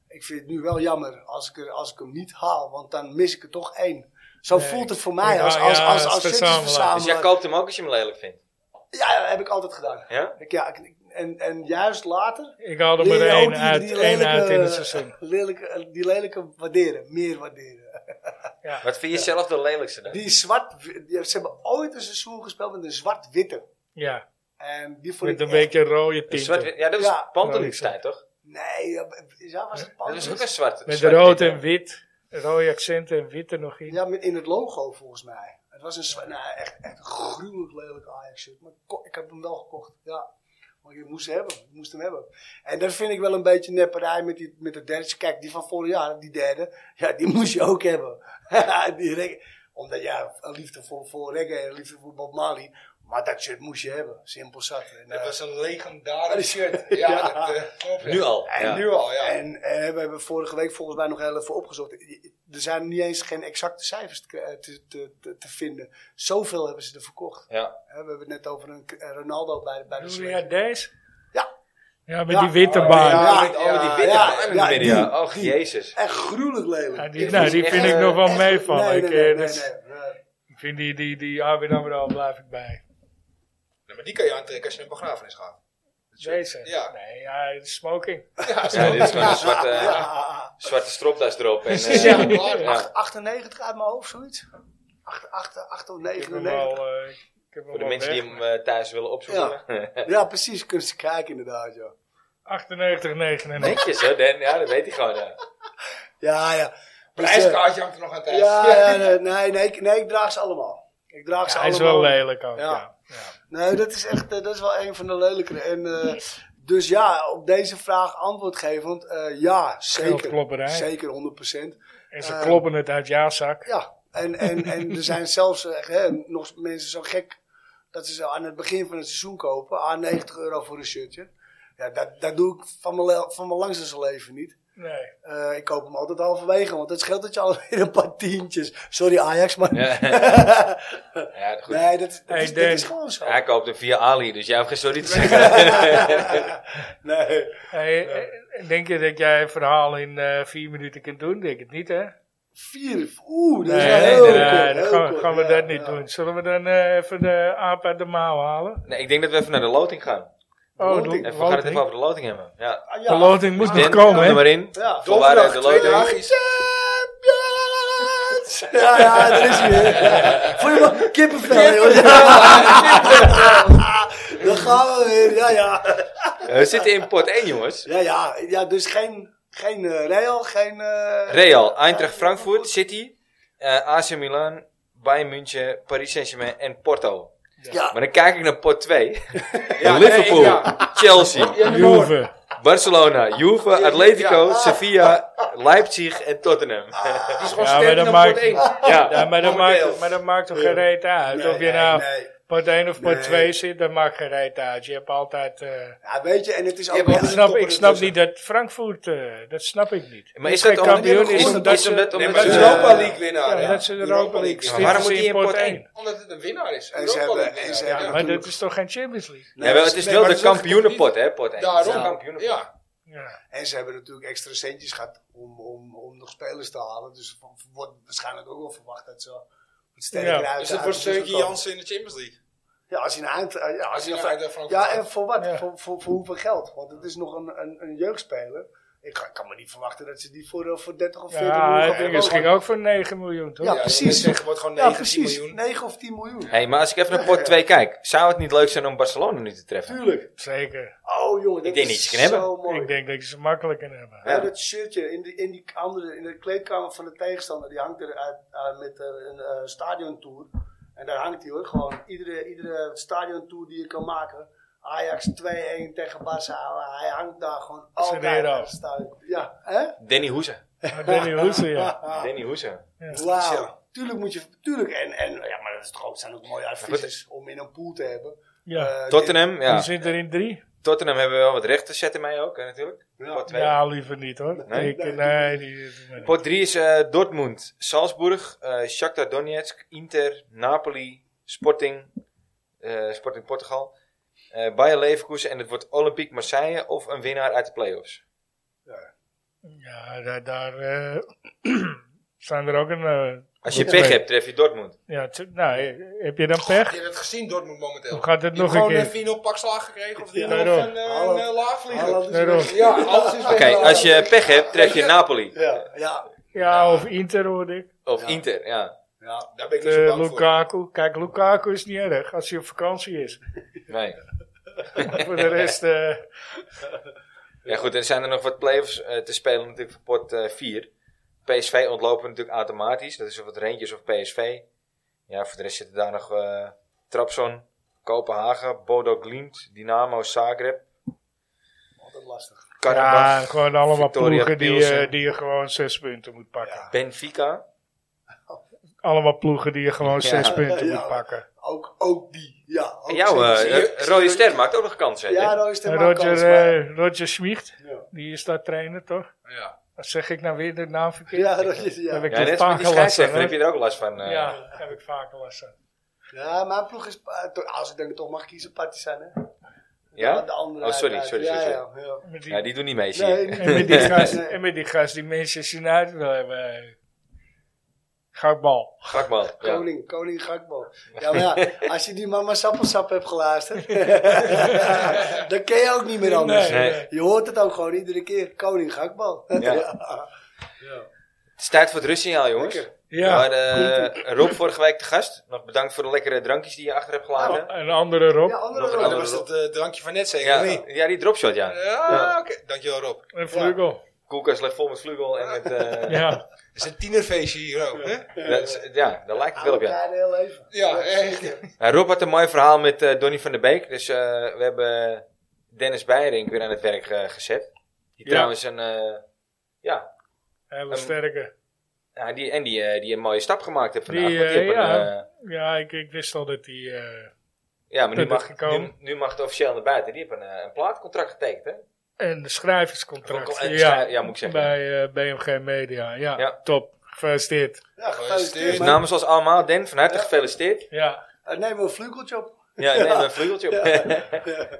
Ik vind het nu wel jammer als ik, er, als ik hem niet haal, want dan mis ik er toch één. Zo Nee, voelt het voor ik- mij ik- als, ja, als, als, als als verzamelaar. Dus jij shirtjesverzamelaar. koopt hem ook als je hem lelijk vindt. ja, ja, heb ik altijd gedaan. Ja? Ik, ja, ik- en, en juist later ik haalde Leer maar je ook één die- uit, die eh, één lelijke- uit in het seizoen. lelijke, die lelijke waarderen, meer waarderen. Wat vind je zelf de lelijkste dan? Die zwart, die- ze hebben ooit een seizoen gespeeld met een zwart-witte. Ja, En die vond met ik een echt- beetje rode Een tinten. zwart, ja, dat was Ja. Pantelits tijd, toch? Nee, ja, ja, Dat was het is ook Pantelis? een zwart. Met zwart rood tint, en wit. Rode accenten en wit er nog in. Ja, met- in het logo volgens mij. Het was een zwa- nou, echt, echt een gruwelijk lelijk Ajax shirt. Maar ik ko- ik heb hem wel gekocht. Ja. Want je moest hem hebben. Je moest hem hebben. En dat vind ik wel een beetje nepperij met, die, met de derde. Kijk, die van vorig jaar, die derde. Ja, die moest je ook hebben. die reggae- Omdat ja, een liefde voor, voor reggae en een liefde voor Bob Marley. Maar dat shirt moest je hebben. Simpel zat. En, Dat eh, was een legendarisch shirt. Ja, Oh, Ja. dat eh, klopt. ja. Nu al. En ja. nu al, ja. En, eh, we hebben vorige week volgens mij nog heel even opgezocht. Je- Er zijn niet eens geen exacte cijfers te, kri- te, te, te, te vinden. Zoveel hebben ze er verkocht. Ja. Hè, We hebben het net over een eh, Ronaldo bij, bij de Doe je selectie. deze? Ja. Ja, met Ja. oh, die witte baan. Ja, Ja, Ja, met al die witte ja, baan in ja, het midden. ja. die, Och, jezus. Echt gruwelijk lelijk. Ja, die, Dit nou, is die echt, vind ik eh, nog wel Echt- meevallen. nee, ik, nee, eh, nee, dat nee, is- nee, nee. ik vind die, die, die ABN AMRO blijf ik bij. Nou, maar die kan je aantrekken als je naar een begrafenis gaat. Deze? Ja. Nee, ja, smoking. Ja, dit is gewoon een zwarte, Ja, ja, zwarte stropdas erop. En, eh, Ja. ja. ja. ah, Acht- 98 uit mijn hoofd, zoiets. 8, 8, 8 of Ik heb hem 99. al, eh, ik heb hem Voor de al mensen die weg. hem eh, thuis willen opzoeken. eh, Ja, precies. Kunnen ze kijken inderdaad, ja. 98, 99. Netjes hoor, Dan. Ja, dat weet hij gewoon. ja. Ja, ja. Dus, eh, Prijskaartje hangt er nog aan thuis. Ja, ja, nee, nee, nee, ik, nee, ik draag ze allemaal. Ik draag ze Ja, hij is allemaal. wel eh, lelijk ook, Ja. ja. ja. Nee, dat is echt, eh, dat is wel een van de lelijkere. En, eh, dus ja, op deze vraag antwoord geven, want eh, ja, zeker. Geldklopperij. Zeker, 100%. En ze Eh, kloppen het uit jouw zak. Ja, en, en, en er zijn zelfs eh, hè, nog mensen zo gek dat ze zo aan het begin van het seizoen kopen, aan 90 euro voor een shirtje. Ja, dat, dat doe ik van mijn, le- van mijn langste leven niet. Nee. Eh, ik koop hem altijd halverwege, want het scheelt dat je alweer een paar tientjes. Sorry Ajax, maar. Ja, goed. nee, dat, dat, Hey, is, dat Dan. is gewoon zo. Hij koopt hem via Ali, dus jij hoeft geen sorry te zeggen. nee. Hey, eh, Denk je dat jij een verhaal in eh, vier minuten kunt doen? Denk het niet, hè? Vier. Oeh, dat is Nee, wel nee, heel nee, kort, nee, dan heel gaan, kort. gaan we Ja, dat niet ja. doen. Zullen we dan eh, even de aap uit de mouw halen? Nee, ik denk dat we even naar de loting gaan. Oh, Loting. de Even, we gaan het even loting. over de loting hebben. Ja. Ah, ja. De loting moet Dus nog Dan, komen, kom er hè? maar in. Ja. Volwaardig de Twee loting. dagen is Champions! Ja, ja, dat is weer. Vond je wel kippenvel, joh? Dan gaan we weer, ja, ja. We zitten in pot 1, jongens. Ja, ja, ja dus geen, geen eh, Real, geen... eh, Real, Eintracht Frankfurt, City, eh, AC Milan, Bayern München, Paris Saint-Germain en Porto. Ja, Maar dan kijk ik naar pot 2. Ja, Liverpool, nee, ja. Chelsea, Juve. Barcelona, Juve, Ja, Atletico, ja. Ah. Sevilla, Leipzig en Tottenham. Die is gewoon Ja, maar dat sterker dan pot maakt, 1. Ja, ja, maar dat Momenteel. maakt, maar dat maakt toch geen reet uit? Nee, of je nee, nou nee. part 1 of part Nee. 2 zit, dat maakt geen reet uit. Je hebt altijd... eh, Ja, weet je, en het is ook... hebt ik Ja, Dus- altijd- snap, topper ik snap ertussen. niet dat Frankfurt, eh, dat snap ik niet. Maar is geen dat omdat- kampioen, is- is omdat is ze- omdat- Nee, omdat maar ze- Europa League winnaar. Ja, dat ze de Europa League maar waarom zitten moet die ze in pot één? één? Omdat het een winnaar is. En ze Europa hebben- League en ze Ja, winnaar, hebben- ja. maar dat is toch geen Champions League? Ja, wel, het dus Nee, is wel maar de dat is ook kampioenenpot, competitie. hè? Pot 1. Daarom. Ja. Ja. Ja. En ze hebben natuurlijk extra centjes gehad om, om, om nog spelers te halen. Dus er wordt waarschijnlijk ook wel verwacht dat ze wat sterker Ja. uit uit Dus de dat wordt pool Seuntje komen. Jansen in de Champions League. Ja, als je een eind... eh, Ja, als je hij een naar Eindracht Frankfurt Ja, gaat. en voor wat? Ja. Voor, voor, voor hoeveel geld? Want het is nog een, een, een jeugdspeler. Ik ga- ik kan me niet verwachten dat ze die voor, eh, voor 30 of 40 miljoen Ja, gaan het verkopen. ging ook voor 9 miljoen, toch? Ja, Ja, precies. dat wil zeggen, wordt gewoon Ja, 19 precies. miljoen. 9 of 10 miljoen. Hey, maar als ik even naar pot 2 kijk, zou het niet leuk zijn om Barcelona nu te treffen? Tuurlijk. Zeker. Oh jongen, dat Ik denk is niet dat je het kan zo mooi. Ik denk dat je ze makkelijk kan hebben. Ja, dat shirtje in, die, in die andere, in de kleedkamer van de tegenstander, die hangt er uit, eh, met eh, een eh, stadiontour. En daar hangt hij hoor, gewoon iedere, iedere stadiontour die je kan maken. Ajax 2-1 tegen Barça, hij hangt daar gewoon altijd. Serrero. aan het stadion. Ja, hè? Danny Hoese. Maar Danny Hoese, ja. Danny Hoese. Wauw. Tuurlijk moet je, tuurlijk. En, en ja, maar dat is toch ook, zijn ook mooie advies om in een pool te hebben. ja. Eh, Tottenham, Hoe ja. zit er in drie? Tottenham hebben wel wat rechten zetten mij ook, hè, natuurlijk. Ja. Pot 2. Ja, liever niet hoor. Nee? Nee, Nee, ik, nee, die, Pot 3 is eh, Dortmund, Salzburg, eh Shakhtar Donetsk, Inter, Napoli, Sporting, eh, Sporting Portugal, eh Bayer Leverkusen en het wordt Olympique Marseille of een winnaar uit de play-offs. ja, daar, daar eh, zijn er ook een. eh, Als je Ja. pech hebt, tref je Dortmund. ja, t- nou, eh, heb je dan pech? Heb je dat gezien, Dortmund momenteel? Hoe gaat het Die hebben nog een gewoon een keer? 4 pak slaag gekregen of die Ja, nog daarom. een, eh, een eh, laag Haaland vliegen. is Nee, weg. toch? Ja, alles is Oké, als je pech hebt, tref je Napoli. Ja, ja, Ja, of Inter hoorde ik. Of Ja. Inter, ja. ja. Daar ben ik niet zo Eh bang voor. Lukaku. Kijk, Lukaku is niet erg als hij op vakantie is. Nee. voor de rest. eh, Ja goed, er zijn er nog wat play-offs eh, te spelen natuurlijk voor pot eh, 4. PSV ontlopen natuurlijk automatisch. Dat is of het Rangers of PSV. Ja, voor de rest zitten daar nog eh Trabzon, Kopenhagen, Bodo Glimt, Dynamo, Zagreb, Altijd lastig. Karabach, ja, gewoon allemaal Victoria ploegen die, Pilsen. eh, die je gewoon zes punten moet pakken. Ja. Benfica. allemaal ploegen die je gewoon Ja. zes punten Ja. moet pakken. Ook, ook die, ja. Ook En jouw eh, zeker. Oh, Zie je- zie rode je- ster eh, maakt ook nog kans, hè? Ja, Dick? Roy Ster En maakt kans, Roger, maar- eh Roger Schmid, Ja. die is daar trainer toch? Ja. Wat zeg ik nou weer de naam verkeerd? Ja, Roger, Heb ja. ik ja, net dat als met vaak die gelast. scheidsrechter heb je er ook last van. eh. Ja, heb ik vaker last van. ja, mijn ploeg is, eh, to- als ik denk toch mag kiezen, Partizan, hè? Ja? De andere Oh, sorry, uiteraard. sorry, Ja, sorry, ja, ja. Met die, Ja, die doen niet mee, zie Nee, ik. nee. en, met die gast, Nee. en met die gast die Manchester United wil hebben. eh, Goudbal. Gakman. Ja. Koning, koning Gakbo. Ja, maar ja, als je die mama sappelsap hebt geluisterd, dan ken je ook niet meer anders. Nee. eh, Je hoort het ook gewoon iedere keer, koning Gakbo. Ja. Het is tijd voor het rustsignaal, jongens. Lekker. Ja, Maar, eh, Rob, vorige week de gast. Nog bedankt voor de lekkere drankjes die je achter hebt Nou, gelaten. Oh, een andere Rob. Ja, andere Nog een Oh, rol. dat was dat eh, drankje van net zeker, Ja, of niet? ja, die dropshot, ja. Ja, oké. Dankjewel Rob. Een vleugel. Koelkast ligt vol met vlugel en met... eh, ja. Ja. Het is een tienerfeestje hier ook, hè? Dat, is- ja, daar lijkt het wel op, ja. Elkaar heel even. Ja, echt. Nou, Rob had een mooi verhaal met eh, Donny van der Beek. Dus eh, we hebben Dennis Beierink weer aan het werk eh, gezet. Die Ja. trouwens een... eh, ja, Hele Een- sterke. ja, die, en die, eh, die een mooie stap gemaakt heeft vandaag. Die, want eh, heeft een, ja. eh, Ja, ik, ik wist al dat die. eh, ja, maar nu Dat is mag, nu, gekomen. nu mag het officieel naar buiten. Die heeft een, eh, een plaatcontract getekend, hè? en de Ook schrijverscontract. al- en de ja, schrij- ja, moet ik zeggen, Bij eh, BMG Media. Ja, Ja. top. Gefeliciteerd. Ja, Dus gefeliciteerd. Gefeliciteerd. man. namens ons allemaal, Den, van harte gefeliciteerd. Ja. Eh, Neem een vleugeltje op. Ja, neem een vleugeltje op.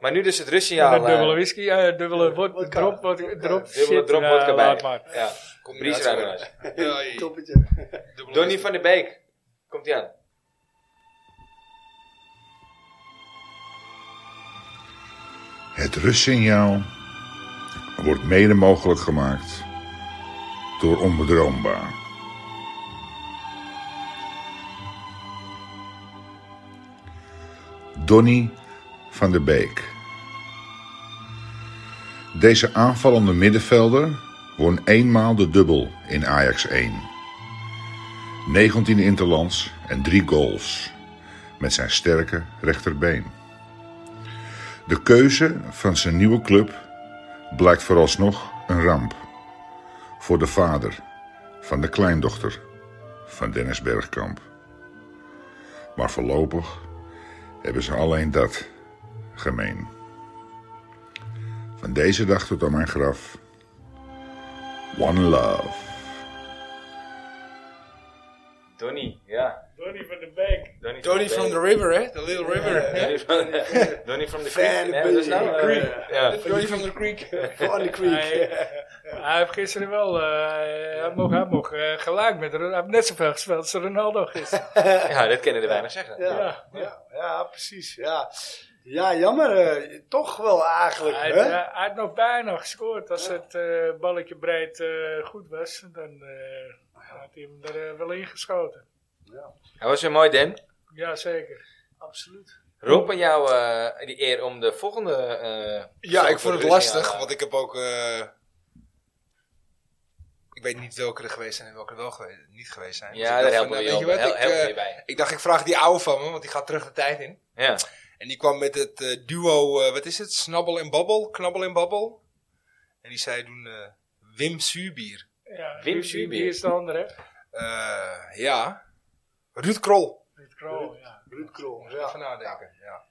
maar nu dus het rustsignaal. en een dubbele eh, whisky, eh, dubbele wod- Wodka. drop, wod- drop, Dubbele shit, drop eh, vodka laat bij. maar. Ja. Dries Ruimenaars. Ja, Toppetje. dubbele Donny whisky. van der Beek. Komt hij aan. Het rustsignaal wordt mede mogelijk gemaakt door onbedroombaar. Donny van der Beek. Deze aanvallende middenvelder won eenmaal de dubbel in Ajax 1. 19 interlands en 3 goals met zijn sterke rechterbeen. De keuze van zijn nieuwe club blijkt vooralsnog een ramp. Voor de vader van de kleindochter van Dennis Bergkamp. Maar voorlopig hebben ze alleen dat gemeen. Van deze dag tot aan mijn graf. One love. Donny, ja. Donny van de Beek. Donny, Donny from the river, hè? The little river. hè? Donny from, Donny from the Creek. Van Nee, dat is de nou, eh, Creek. ja. Donny from the creek. Van de Hij, creek. hij heeft gisteren wel, eh, hij mocht, hij mocht eh, gelijk met, Ron- hij heeft net zoveel gespeeld als Ronaldo gisteren. ja, dat kennen er weinig zeggen. Ja, Ja. ja. Ja, precies. Ja, ja jammer. eh, toch wel eigenlijk. Hij, hè? had, eh, hij had nog bijna gescoord. Als het eh, balletje breed eh, goed was, dan eh, had hij hem er eh, wel ingeschoten. Dat was weer mooi, Den. Jazeker. Absoluut. Rob, en jou eh, die eer om de volgende... eh, Ja, zelf ik vond voor het de rust- lastig, ja. want ik heb ook. eh, ik weet niet welke er geweest zijn en welke er wel gewe- niet geweest zijn. Dus ik Ja, dacht daar van, helpen we nou, je weet je wel- wat, hel- ik, helpen we eh, je bij. Ik dacht, ik vraag die oude van me, want die gaat terug de tijd in. Ja. En die kwam met het eh, duo, eh, wat is het? Snabbel en Babbel, Knabbel en Babbel. En die zei toen eh, Wim Suurbier. Ja, Wim wie- Zuurbier. Wie is de andere? hè? Eh, ja. Ruud Krol. Ruud Krol, ja. Ruud Krol. Ja. Ja. Even nadenken. Ja.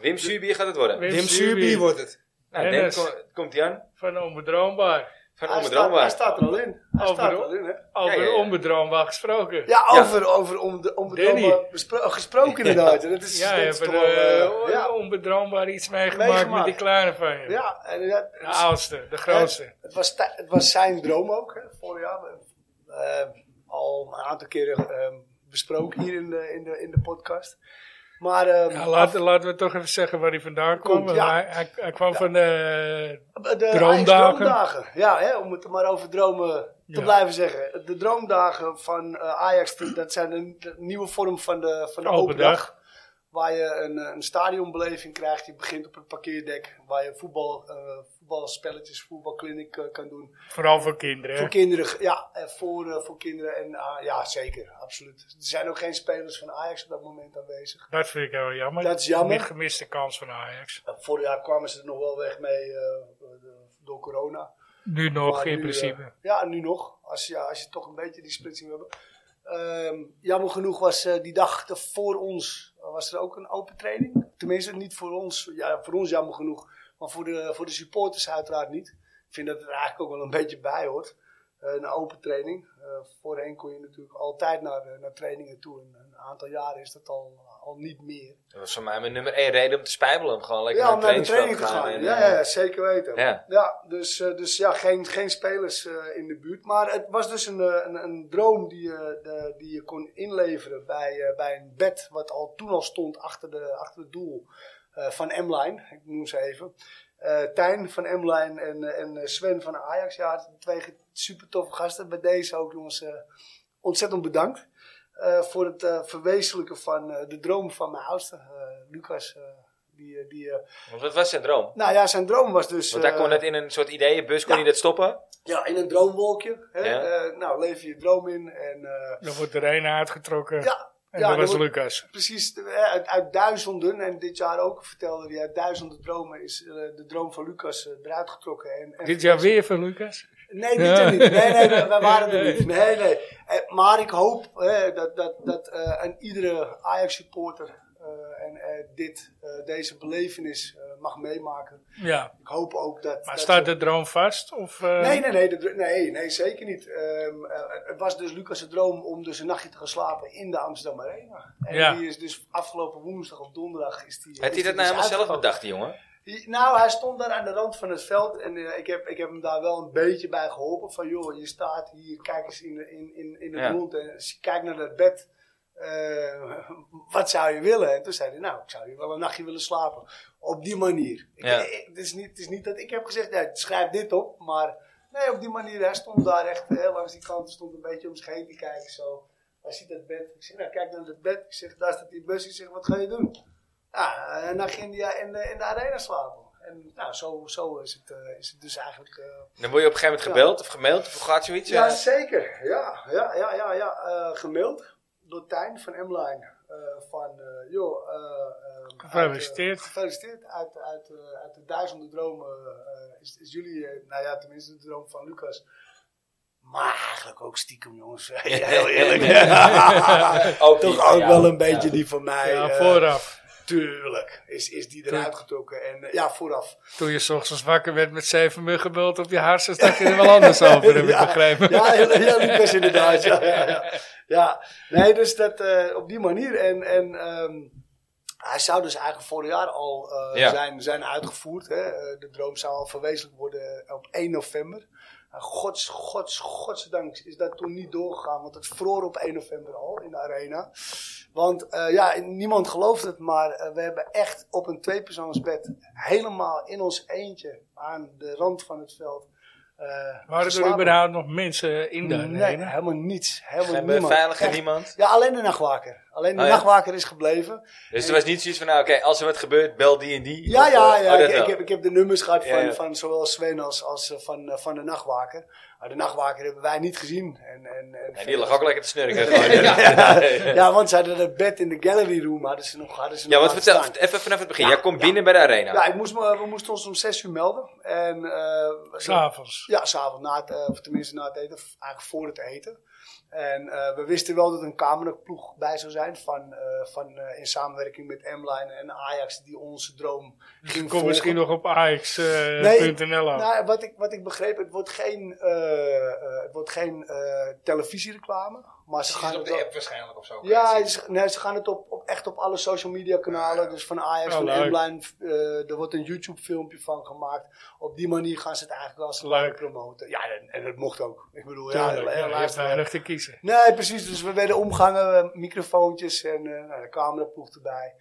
Wim Subier gaat het worden. Wim Wim Suurbier. Suurbier wordt het. Nou, Den, Dennis. kom- komt hij aan. Van onbedroombaar. Van Hij, staat, hij Onbedroombaar. staat er al in. Hij Overal. staat er al in, hè? Over Ja, ja, ja. onbedroombaar gesproken. Ja, Ja. over, over om de, om de Danny. om, bespro- oh, gesproken inderdaad. Dat is, Ja, dat je is hebt er toch wel, eh, eh, ja. onbedroombaar iets meegemaakt met Meegemaakt. die kleine van je. Ja, en ja, De oudste, de Nou, grootste. het, was, tij- het was zijn droom ook, hè, vorig jaar. Eh, al een aantal keren eh, besproken hier in de, in de, in de podcast. Maar eh, Ja, laten, laten we toch even zeggen waar hij vandaan kwam. Komt, ja. hij, hij, hij kwam van eh, de Droomdagen. droomdagen. Ja, hè, om het maar over dromen te Ja. blijven zeggen. De droomdagen van eh, Ajax, dat zijn een de nieuwe vorm van de, van de open, dag. Waar je een, eh, een stadionbeleving krijgt. Je begint op het parkeerdek. Waar je voetbal, eh, voetbalspelletjes, voetbalclinic eh, kan doen. Vooral voor kinderen. hè? Voor kinderen, ge- ja, eh, voor, eh, voor kinderen. En, ah, ja, zeker, absoluut. Er zijn ook geen spelers van Ajax op dat moment aanwezig. Dat vind ik heel jammer. Dat is jammer. Een gemiste kans van Ajax. Eh, vorig jaar kwamen ze er nog wel weg mee eh, door corona. Nu nog Maar in nu, principe. eh, ja, nu nog. Als, je als je toch een beetje die splitsing wil hebben. Ehm, jammer genoeg was eh, die dag er voor ons eh, was er ook een open training. Tenminste, niet voor ons. Ja, voor ons jammer genoeg. Maar voor de, voor de supporters uiteraard niet. Ik vind dat het er eigenlijk ook wel een beetje bij hoort. Eh, een open training. Eh, voorheen kon je natuurlijk altijd naar, eh, naar trainingen toe. En een aantal jaren is dat al, al niet meer. Dat was voor mij mijn nummer één reden om te spijbelen. Om gewoon lekker ja, om naar naar de het training trainingsveld te te gaan. gaan. en, ja, eh, ja, ja, zeker weten. Ja. dus, eh, dus ja, geen, geen spelers eh, in de buurt. Maar het was dus een, eh, een, een droom die je, de- die je kon inleveren bij, eh, bij een bed wat al toen al stond achter, de, achter het doel eh, van M-Line. Ik noem ze even. Eh, Tijn van M-Line en, eh, en eh, Sven van Ajax. Ja, twee ge- super toffe gasten. Bij deze ook jongens eh, ontzettend bedankt. eh, voor het eh, verwezenlijken van eh, de droom van mijn oudste, eh, Lucas. eh, die, eh, die eh, Want wat was zijn droom? nou ja, zijn droom was dus. Want daar eh, kon het in een soort ideeënbus kon ja. hij dat stoppen. Ja, in een droomwolkje. Hè? Ja. Eh, nou, leef je je droom in. En, eh, Dan wordt er één uitgetrokken. ja, en ja, dat was dan wordt- Lucas. precies. eh, uit, uit duizenden, en dit jaar ook vertelde hij, uit duizenden dromen is eh, de droom van Lucas eh, eruit getrokken. En, en- Dit jaar weer van Lucas. Nee, dit jaar niet. Nee, nee, we, we waren er niet. Nee, nee. Eh, maar ik hoop hè, dat, dat, dat eh, aan iedere Ajax-supporter eh, en eh, dit, eh, deze belevenis eh, mag meemaken. Ja. Ik hoop ook dat... Maar dat staat de droom vast? Of, eh, Nee, nee, nee, dat- nee, nee, zeker niet. Ehm, eh, het was dus Lucas' droom om dus een nachtje te gaan slapen in de Amsterdam Arena. En Ja. die is dus afgelopen woensdag of donderdag is die... Heeft is hij dat die nou dus helemaal zelf uitgekomen. bedacht, die jongen? Die- Nou, hij stond daar aan de rand van het veld en eh, ik, heb, ik heb hem daar wel een beetje bij geholpen. Van joh, je staat hier, kijk eens in, de- in, in, in het Ja. rond en s- kijk naar dat bed. Eh, wat zou je willen? En toen zei hij, nou, ik zou hier wel een nachtje willen slapen. Op die manier. Ik- Ja. ik- het, is niet, het is niet dat ik heb gezegd, nee, schrijf dit op, maar nee, op die manier. Hij stond daar echt eh, langs die kant, stond een beetje om zich heen te kijken zo. Hij ziet dat bed. Ik zeg, nou, kijk naar dat bed. Ik zeg, daar staat die bus. Ik zeg, wat ga je doen? Ja, en dan ging hij in de, in de arena slapen. En nou, zo, zo is, het, eh, is het dus eigenlijk. eh, Dan word je op een gegeven moment gebeld of gemaild of hoe gaat zoiets? ja, eh? zeker. Ja, ja, ja, ja, ja. eh, gemaild door Tijn van M-Line. eh, van, eh, joh. eh, eh, uit, eh, Gefeliciteerd. gefeliciteerd. Uit, uit, eh, uit de duizenden dromen eh, is, is jullie, eh, nou ja, tenminste de droom van Lucas. Maar eigenlijk ook stiekem, jongens. Heel eerlijk. ook die Toch van ook jou. wel een beetje die van mij. ja, eh, vooraf. Tuurlijk is, is die eruit getrokken. En eh, ja, vooraf. Toen je 's ochtends wakker werd met zeven muggenbult op je hartstikke stak je er wel anders over, heb ik Ja, begrepen. Ja, heel- ja Lucas inderdaad. Ja, ja, ja. ja. nee, dus dat eh, op die manier. En, en ehm, hij zou dus eigenlijk vorig jaar al eh, Ja. zijn, zijn uitgevoerd. Hè. Eh, de droom zou al verwezenlijk worden op 1 november. Nou, Gods, gods, godsdank is dat toen niet doorgegaan. Want het vroor op 1 november al in de arena. Want eh, ja, niemand gelooft het, maar eh, we hebben echt op een tweepersoonsbed helemaal in ons eentje aan de rand van het veld. eh, Waren er geslapen. überhaupt nog mensen eh, in de Nee, arena? helemaal niets. Helemaal Geen niemand. beveiliger, Echt. niemand. Ja, alleen de nachtwaker. Alleen de Oh ja. nachtwaker is gebleven. Dus er was niet zoiets van, nou oké, als er wat gebeurt, bel die en die. Ja, Of, ja, eh, ja. oh, dat ik, ik wel. heb, ik heb de nummers gehad van, Ja, ja. van zowel Sven als, als eh, van, eh, van de nachtwaker. Maar de nachtwaker hebben wij niet gezien. En, en, en En die lag ook lekker te snurken. gewoon. ja, ja, want ze hadden het bed in de gallery room. Hadden ze nog, hadden ze Ja, nog wat laten vertel, staan. even vanaf het begin. Ja, Jij komt binnen bij de arena. Ja, ik moest me, we moesten ons om zes uur melden. En, eh, S'avonds. Ja, s'avond na het, eh, of tenminste na het eten, of eigenlijk voor het eten. En eh, we wisten wel dat een kamerploeg bij zou zijn van, eh, van, eh, in samenwerking met M-Line en Ajax die onze droom ging Kom volgen. Dus misschien nog op eh, ajax.nl Nee, aan. Nou, wat, ik, wat ik begreep, het wordt geen, eh, eh, het wordt geen eh, televisiereclame, maar ze Ze gaan gaan op het de wel- app waarschijnlijk of zo. ja, ze, nee, ze gaan het op, op, echt op alle social media kanalen. Dus van Ajax, Oh, van leuk. M-Line. eh, er wordt een YouTube filmpje van gemaakt. Op die manier gaan ze het eigenlijk als een Leuk. promoten. Ja, en, en dat mocht ook. Ik bedoel, ja, Tuurlijk, heel ja, je hebt laatst- weinig te kiezen. Nee, precies. Dus we werden omgangen, eh, microfoontjes en eh nou, de cameraploeg erbij.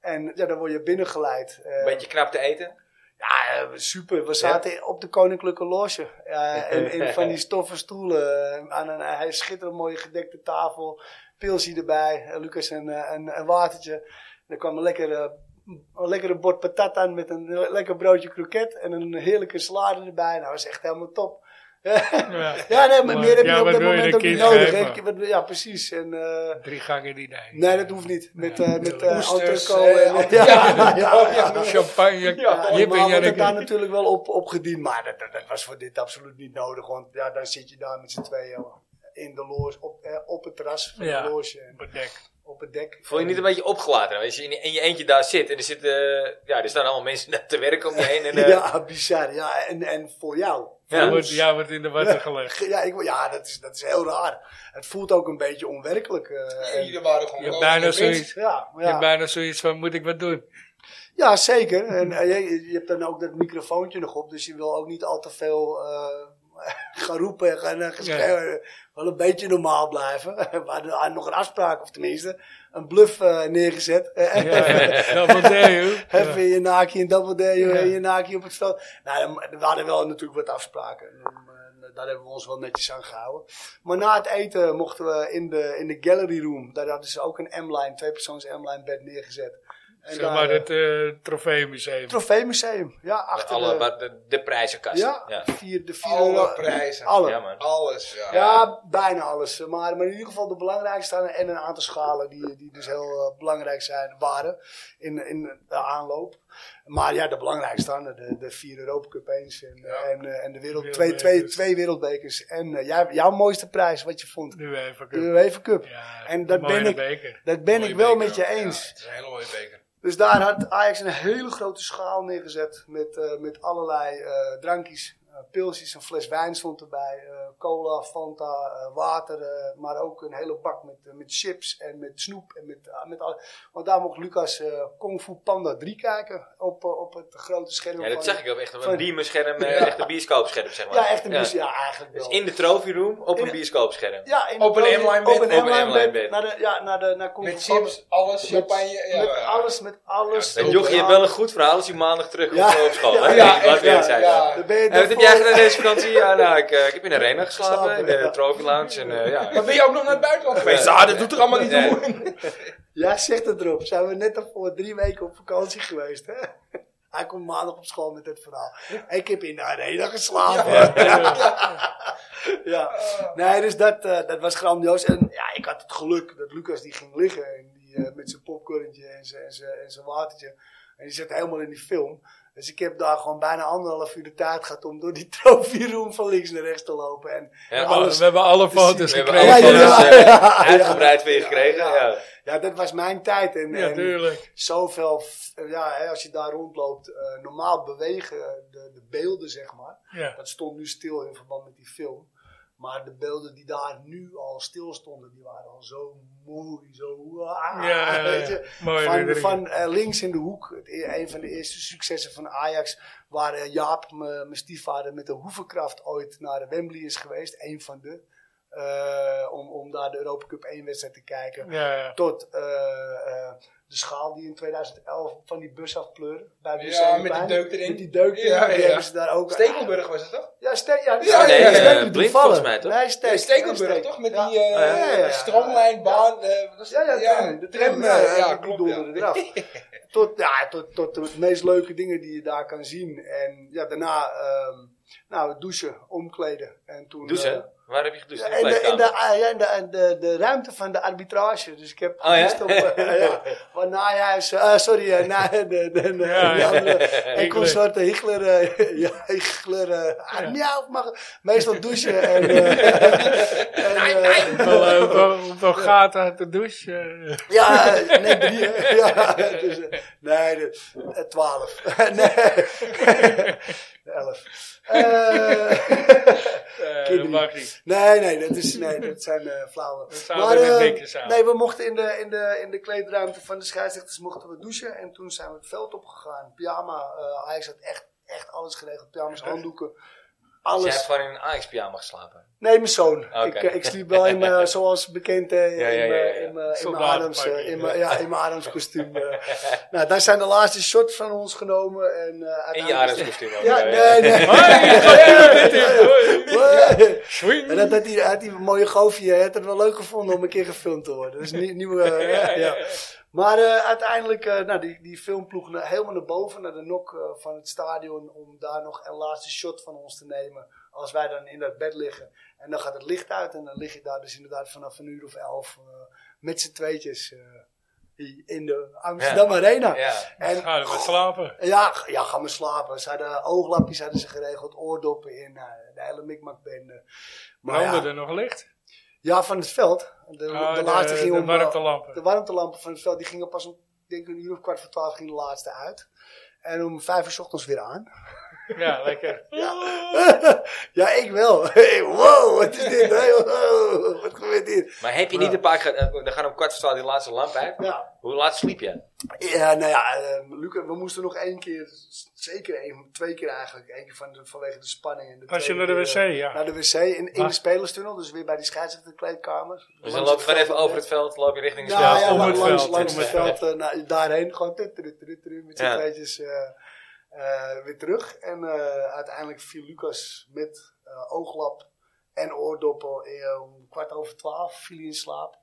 En ja, dan word je binnengeleid. Een Eh, beetje knap te eten. ja, eh, super. We zaten op de Koninklijke Loge. eh, in, in van die stoffen stoelen. eh, Aan een eh, schitterend mooie gedekte tafel. Pilsie erbij. eh, Lucas een, eh, een, een watertje. En er kwam een lekkere, een lekkere bord patat aan met een eh, lekker broodje kroket. En een heerlijke salade erbij. Nou, dat is echt helemaal top. Ja. ja, nee, maar Maar meer heb je ja, op wat dat wil je moment de ook niet kind nodig. geven? hè. Wat wil- Ja, precies. En... eh, Drie gangen die nee. Nee, dat hoeft niet. Met, eh met eh Oesters, entrecote eh, en- ja, ja, ja, Champagne, Ja, je maar bent wordt het daar Janneke. natuurlijk wel op, op gediend. Maar dat, dat, dat was voor dit absoluut niet nodig. Want ja, dan zit je daar met z'n tweeën in de loge, op, eh, op het terras van Ja. de loge. En op het dek. op het dek. Voel je niet een beetje opgelaten? Als je in, in je eentje daar zit en er, zitten, eh, ja, er staan allemaal mensen te werken om je heen. En, eh, Ja, bizar. Ja, en, en voor jou. Ja. Ja, Voor wordt, ons. ja, wordt in de water gelegd. Ja, ik, ja dat, is, dat is heel raar. Het voelt ook een beetje onwerkelijk. eh, en- Jullie waren gewoon Je hebt boven bijna de wind. zoiets, ja, je hebt ja. bijna zoiets van, moet ik wat doen? ja, zeker. En eh, je, je hebt dan ook dat microfoontje nog op, dus je wil ook niet al te veel eh, gaan roepen en gaan, eh, gaan schreeuwen. Wel een beetje normaal blijven. We hadden ah, nog een afspraak, of tenminste een bluff eh, neergezet. Ja, dat moet je. Even Ja. in je naakje in double day, Ja. in je naakje op het veld. Nou, er waren wel natuurlijk wat afspraken. En eh, Daar hebben we ons wel netjes aan gehouden. Maar na het eten mochten we in de, in de gallery room. Daar hadden ze ook een M-line, tweepersoons M-line bed neergezet. En Zeg daar, maar eh, het eh, trofeemuseum. trofeemuseum. Ja, achter alle, de, waar de, de prijzenkast. ja, ja. Vier, de vier Alle prijzen. Alle. Ja, Ja, man. Alles, ja. bijna alles. Maar, maar in ieder geval de belangrijkste aan- en een aantal schalen die, die dus heel eh, belangrijk zijn, waren in, in de aanloop. Maar ja, de belangrijkste aan, de, de vier Europa Cup eens en, eh, en, eh, en de wereld, twee, twee, Wereldbekers. twee wereldbekers. En eh, jij- jouw mooiste prijs, wat je vond, Nu even. de UEFA Cup. Ja, En dat mooie ben ik- beker. Dat ben Mooie ik wel beker met je ook, ja. eens. het is een hele mooie beker. Dus daar had Ajax een hele grote schaal neergezet met, eh, met allerlei eh, drankjes. eh, pilsjes, een fles wijn stond erbij, eh, cola, Fanta, eh, water, eh, maar ook een hele bak met, eh, met chips en met snoep. En met, ah, met alle- Want daar mocht Lucas eh Kung Fu Panda 3 kijken op, eh, op het grote scherm. Ja, dat van- zag ik ook echt. Een van- beamerscherm, eh, Ja. echt een bioscoopscherm, zeg maar. Ja, echt een muziek. Ja. eigenlijk Dus wel. in de trophyroom op een In- bioscoopscherm. ja, in op een grote- M-line Op bed. een Op een M-line M-line bed. bed. Naar de, ja, naar de, naar Kung Met Fu Panda. chips, alles, champagne. Ja, met ja. alles, met alles. En Jochie, je hebt wel een goed verhaal als je maandag terugkomt Ja. op school. Ja, hè? ja, Laat echt, weer het ja, zijn. ja. Dan ben En wat je heb daarvoor- jij gedaan deze vakantie? Ja, nou, ik, eh, ik heb in de arena geslapen, Slapen, in de ja. trophy lounge. En, eh, ja. Maar ben je ook nog naar het buitenland geweest? Ja. Ah, dat doet er allemaal niet Nee. toe. Ja, zegt het erop. Zijn we net al voor drie weken op vakantie geweest, hè? Hij komt maandag op school met dit verhaal. Ik heb in de arena geslapen. Ja. Nee, dus dat, eh, dat was grandioos. En ja, ik had het geluk dat Lucas die ging liggen. En die, eh, met zijn popcornetje en zijn- en zijn- en zijn watertje. En die zat helemaal in die film. Dus ik heb daar gewoon bijna anderhalf uur de tijd gehad om door die trofieroom van links naar rechts te lopen. En Ja, Maar alles We hebben alle foto's We hebben gekregen. alle Ja, foto's ja, eh, ja. uitgebreid weer gekregen. Ja. ja, dat was mijn tijd. En, Ja, en- tuurlijk. zoveel, f- ja, hè, als je daar rondloopt, eh, normaal bewegen eh, de, de beelden, zeg maar. Ja. Dat stond nu stil in verband met die film. Maar de beelden die daar nu al stil stonden, die waren al zo mooi, zo Ja, ah, ja, ja. weet je. Mooi Van, herinnering. van eh, links in de hoek, het e- een van de eerste successen van Ajax, waar eh, Jaap, m- mijn stiefvader, met de hoevenkracht ooit naar Wembley is geweest. Een van de, eh, om, om daar de Europa Cup 1 wedstrijd te kijken. Ja, ja. Tot eh, eh, de schaal die in 2011 van die bus afpleurde. Bij de Ja, Zeepijn. met die deuk erin. Met die deuk erin. Ja, die ja. hebben ze daar ook. Stekelburg was het toch? Ja, ste ja, die- Ja, ja, nee, ja, eh, Stekelburg, die Blind vallen. volgens mij, toch? Nee, Ja, Steek. in Stekelburg Steek. toch? Met Ja. die eh Ja, ja, ja. stroomlijn, baan. eh, wat is Ja, ja, dat? tram, de tram, ja, eh, ja, die klopt. ja. donderde eraf. Tot, ja, tot, tot de meest leuke dingen die je daar kan zien. En ja, daarna ehm, nou, douchen, omkleden. En toen, Douche, eh, hè? Waar heb je gedoucht? Ja, In de in de, in de, kleedkamer? ah, ja, in de, in de, de ruimte van de arbitrage. Dus ik heb Oh, ja? gemist op... eh, ja, van Nijhuis... eh, sorry, eh, na, de, de, de, Ja, die ja. andere- En Hickler. consorten Hichler... eh, ja, Hichler... eh, ah, miauw, mag, meestal douchen. En, eh, en, eh, Wel, eh, wel- wel gaat uit de douche. eh. ja, eh, nee, drie, eh, ja, dus, eh, nee, de, eh, twaalf. nee, elf. Eh, Eh, dat Kinderen. mag niet. Nee, nee, dat, is, nee, dat zijn eh flauwe. zouden we eh, niks aan. nee, we mochten in de, in, de, in de kleedruimte van de scheidsrechters mochten we douchen. En toen zijn we het veld opgegaan. Pyjama, eh Ajax had echt, echt alles geregeld. Pyjama's, handdoeken, Dus jij alles. hebt gewoon in een Ajax-pyjama geslapen. Nee, mijn zoon. Oké. Ik, eh, ik sliep wel in mijn, zoals bekend, eh, Ja, ja, in ja, ja, ja. mijn- in mijn- in mijn Soldatenpak, Adams, eh, in ja. mijn- ja, in mijn Adams kostuum. eh. nou, daar zijn de laatste shots van ons genomen. En, eh, In je uiteindelijk- Ajax-kostuum ook. Ja, eh, nee, nee. Hoi, ik ga even met dit, hoi. Wow. Swing. En dat had die, had die mooie goofje had het wel leuk gevonden om een keer gefilmd te worden. Dus nie, nieuwe, eh, ja, Maar eh, uiteindelijk, eh, nou, die, die filmploeg na- helemaal naar boven, naar de nok eh, van het stadion, om daar nog een laatste shot van ons te nemen. Als wij dan in dat bed liggen. En dan gaat het licht uit en dan lig je daar dus inderdaad vanaf een uur of elf eh, met z'n tweetjes eh, in de Amsterdam Arena. Ja. En Ga er maar slapen. ja, g- ja, ga maar slapen. Ze hadden ooglapjes hadden ze geregeld, oordoppen in, eh, de hele mikmakbende. Maar ja, Brandde er nog licht? Ja, van het veld. De, de Oh, laatste ging de om... eh, warmtelampen. De warmtelampen van het veld die gingen pas om denk ik, een uur of kwart voor twaalf ging de laatste uit. En om vijf uur 's ochtends weer aan. Ja, lekker. ja, ik wel. Hey, wow, wat is dit? Hey, wow, wat gebeurt hier? Maar heb je niet een paar keer... eh, Dan gaan om kwart voor twaalf die laatste lamp uit. Ja, Hoe laat sliep je? ja nou ja, eh, Luca, we moesten nog één keer, s- zeker één, twee keer eigenlijk. Eén keer van de, vanwege de spanning. En de Als je tweede naar de keer, wc, eh, ja. Naar de wc in, in de Maar- spelerstunnel, dus weer bij die scheidsrechterkleedkamer. Dus dan loop je gewoon even over het veld, loop je richting het Ja, veld. ja, om langs, het langs, veld, langs om het het veld, eh, naar- daarheen. Gewoon tut, tut, tut, tut, met z'n Ja. kleintjes eh, eh, weer terug. En eh, uiteindelijk viel Lucas met eh, ooglap en oordoppen eh, om kwart over twaalf viel hij in slaap.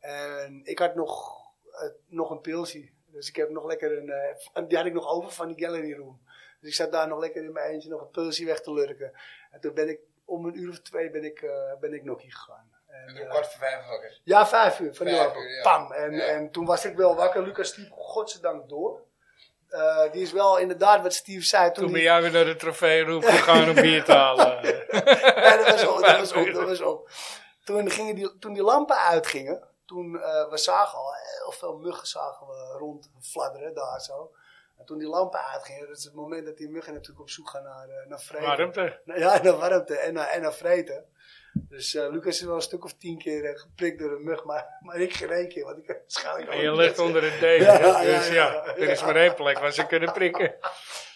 En ik had nog, eh, nog een pilsie. Dus ik heb nog lekker een... eh, en die had ik nog over van die gallery room. Dus ik zat daar nog lekker in mijn eentje nog een pilsie weg te lurken. En toen ben ik om een uur of twee ben ik, eh, ben ik nog hier gegaan. En, Om eh, kwart voor vijf wakker. ja, vijf uur. Van die Vijf avond. uur, ja. Pam. En, Ja. en toen was ik wel wakker. Lucas sliep godzijdank door. Eh, die is wel inderdaad wat Steve zei. Toen, Toen ben die, jij weer naar de trofeeroep gegaan om bier te halen. Ja, dat was op, dat was op, dat was op. Toen, gingen die, toen die lampen uitgingen, toen eh, we zagen al heel veel muggen zagen we rond fladderen daar zo. En toen die lampen uitgingen, dat is het moment dat die muggen natuurlijk op zoek gaan naar, eh, naar vreten. Warmte. Nou Ja, naar warmte en naar, en naar vreten. Dus eh, Lucas is wel een stuk of tien keer eh, geprikt door een mug, maar, maar ik geen één keer, want ik heb waarschijnlijk En al je een ligt keer- onder het deken. Ja, ja, dus ja, ja, er is ja. maar één plek waar ze kunnen prikken.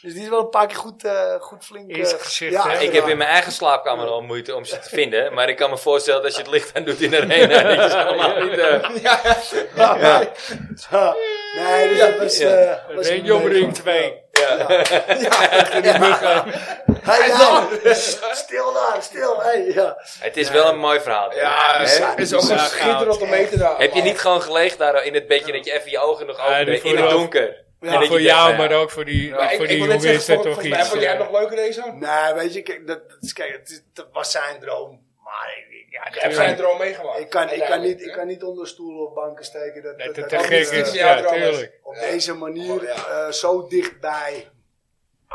Dus die is wel een paar keer goed, eh, goed flink... eh, Eerst gezicht, hè? Ik heb inderdaad. in mijn eigen slaapkamer al moeite om ze te vinden. Maar ik kan me voorstellen dat je het licht aan doet in een arena. Dat is allemaal niet... eh, Ja. Nee, dus dat was... eh, was een Ring om idee ring van- 2. ja. Hey, ja. Stil daar, stil. Hey, ja. Het is wel een mooi verhaal. hè? Ja, het bizar, is ook een bizar schitterend om mee te dragen. Heb je niet gewoon gelegen daar in het bedje dat je even je ogen nog Ja, open die deed, voor in het jou. donker? Ja, En dat je voor denkt, jou, nou ja. maar ook voor die, Ja, ik, voor ik die wil net jongen is zeggen, dat toch vol- volgens mij iets. vond jij eh, het nog leuker deze? Nee, weet je, kijk, dat, dat, is- kijk, het, is- dat was zijn droom. Maar ik, ja, Je hebt dat- zijn droom meegemaakt. ik, kan, ik, kan niet, Uiteindelijk, ik hè? kan niet onder stoelen of banken steken. Dat, Dat het te dat- gek eh, is. ja, Ja, trouwens. tuurlijk. Op Ja. deze manier, Ja. eh, zo dichtbij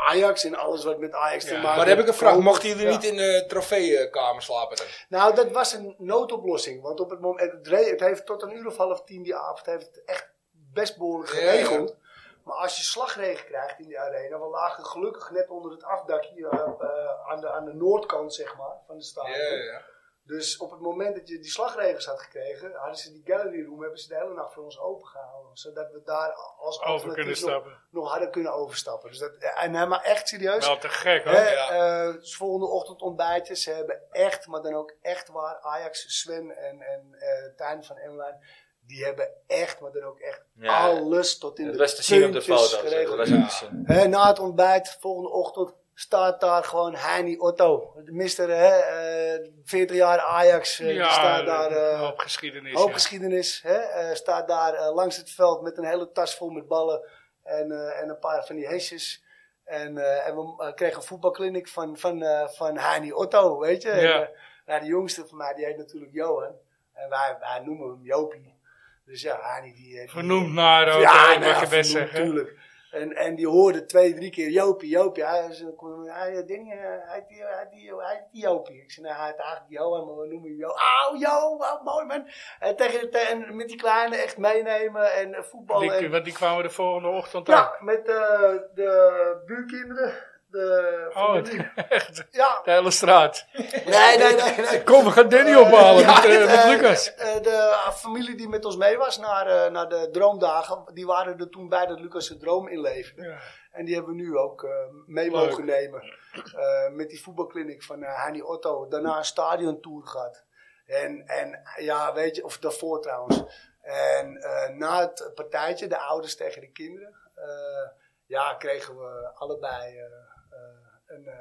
Ajax en alles wat met Ajax te Ja. maken Maar dan heb ik een vraag. Kom- Mochten jullie Ja. niet in de trofeekamer slapen dan? Nou, dat was een noodoplossing. Want op het moment, het, re- het heeft tot een uur of half tien die avond heeft het echt best behoorlijk Ja, ja. geregeld. Maar als je slagregen krijgt in die arena, we lagen gelukkig net onder het afdakje eh, eh, aan, de, aan de noordkant zeg maar, van de Ja, stadion. ja, ja. Dus op het moment dat je die slagregens had gekregen, hadden ze die gallery room hebben ze de hele nacht voor ons opengehouden. Zodat Oh, we daar als Over kunnen alternatief nog, stappen. nog hadden kunnen overstappen. Dus dat, en, eh, maar echt serieus, Wel te gek hoor. Hè, ja. eh, dus volgende ochtend ontbijtjes. Ze hebben echt, maar dan ook echt waar, Ajax, Sven en, en eh Tijn van Emlijn. Die hebben echt, maar dan ook echt Ja. alles tot in Het de was te zien op de puntjes foto's. geregeld. Dat was ook te zien. Hè, na het ontbijt, volgende ochtend, staat daar gewoon Heini Otto. De mister, hè, eh, 40 jaar Ajax, eh, die staat daar... eh, op geschiedenis. Hoop ja. geschiedenis. Hè? eh, staat daar eh, langs het veld met een hele tas vol met ballen en, eh, en een paar van die hesjes. En, eh, en we eh, kregen een voetbalkliniek van, van, eh, van Hani Otto, weet je. En, Ja. eh, nou, de jongste van mij, die heet natuurlijk Johan. En wij, wij noemen hem Jopie. Dus ja, Hani die... eh, die- Vernoemd naar ook, ja, mag nou, je best vernoemd, zeggen. tuurlijk. En, en die hoorde twee, drie keer Jopie, Jopie. Hij zei, kom, hij eh, Danny, eh, hij heet die- hij heet die- hij heet die Jopie. Ik zei, nou, hij heet eigenlijk Johan, maar we noemen hem Jo. Au, Jo, wat mooi man. En, tegen, en met die kleine echt meenemen en eh, voetballen. Die, en, want die kwamen de volgende ochtend ja, ook. met eh, de buurkinderen. De Oh, familie. het- echt. Ja, De hele straat. nee, nee, nee. nee. Kom, we gaan Danny ophalen Ja, met, eh, het, eh, met Lucas. eh, de familie die met ons mee was naar, eh, naar de droomdagen, die waren er toen bij dat Lucas zijn droom inleefde. Ja. En die hebben we nu ook eh, mee Leuk. mogen nemen. Eh, met die voetbalkliniek van eh Hani Otto. Daarna een stadiontour gehad. En, en ja, weet je, of daarvoor trouwens. En eh, na het partijtje, de ouders tegen de kinderen. eh, ja, kregen we allebei eh, eh, een, eh,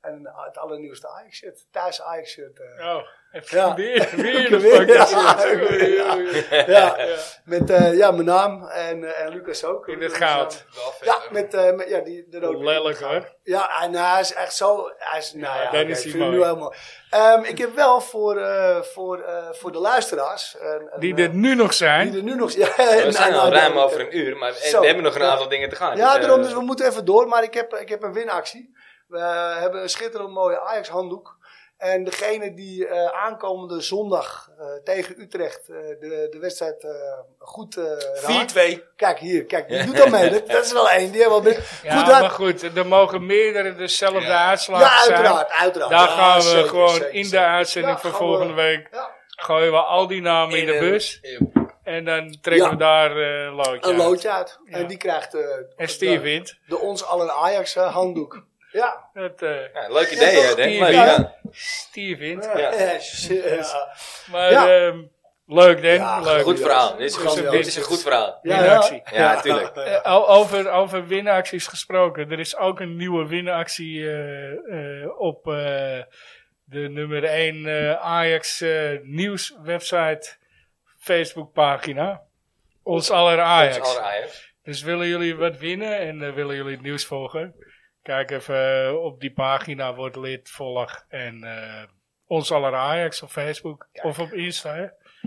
een, het allernieuwste Ajax-shirt. Thuis Ajax-shirt. eh. Oh, en Ja. weer, weer Weer, de fucking ja. shit. Oei, oei, oei. Ja, met eh, ja, mijn naam en, eh, en Lucas ook. In het Lucas' goud. Wel vet, naam. Ja, hè? met, eh, met ja, die, de rode Lelijk hoor. Ja, en hij is echt zo. Hij is, nou ja, dan oké, is hij ik vind hem mooi. nu helemaal. Ehm, ik heb wel voor, eh, voor, eh, voor de luisteraars. een- een, Die eh, er nu nog die zijn. er nu nog. Ja, We zijn al ruim over een uur, maar eh, Zo. we hebben nog een Ja. aantal dingen te gaan. Ja, Dus, eh, daarom, dus we moeten even door. Maar ik heb, ik heb een winactie. We hebben een schitterend mooie Ajax-handdoek. En degene die eh, aankomende zondag eh, tegen Utrecht eh, de, de wedstrijd eh, goed eh raadt. 4-2. Kijk hier, kijk, die doet al mee. Dat, dat is wel één. Die hebben wel goed Ja, raad. maar goed, er mogen meerdere dezelfde Ja. uitslagen Ja, zijn. uiteraard, uiteraard. Daar Ja, gaan we zeker, gewoon zeker, in de zeker. uitzending Ja, van gaan we- volgende week. Ja, Gooien we al die namen in de een- bus. Ja. En dan trekken Ja. we daar eh, een loodje een uit. loodje uit. Ja. En die krijgt eh, En Steve de, wint. de ons allen Ajax eh, handdoek. Ja. Dat, eh, Ja, nou, leuk idee, Ja, hè, toch? Denk. Die- Leuk, ja. ja. Steve wint. Ja. Ja. Maar Ja. ehm, leuk, Dan. Ja, leuk. Goed verhaal. Dit is, Goed gewoon, verhaal. dit is een goed verhaal. Ja, Winactie. ja. Ja, tuurlijk. Eh, o- over, over winacties gesproken. Er is ook een nieuwe winactie eh, eh, op eh, de nummer 1 Ajax eh, nieuws website Facebookpagina. Ons aller Ajax. Ons aller Ajax. Dus willen jullie wat winnen en eh, willen jullie het nieuws volgen? Kijk even eh, op die pagina, word lid, volg en eh, ons aller Ajax op Facebook of op Insta. hè?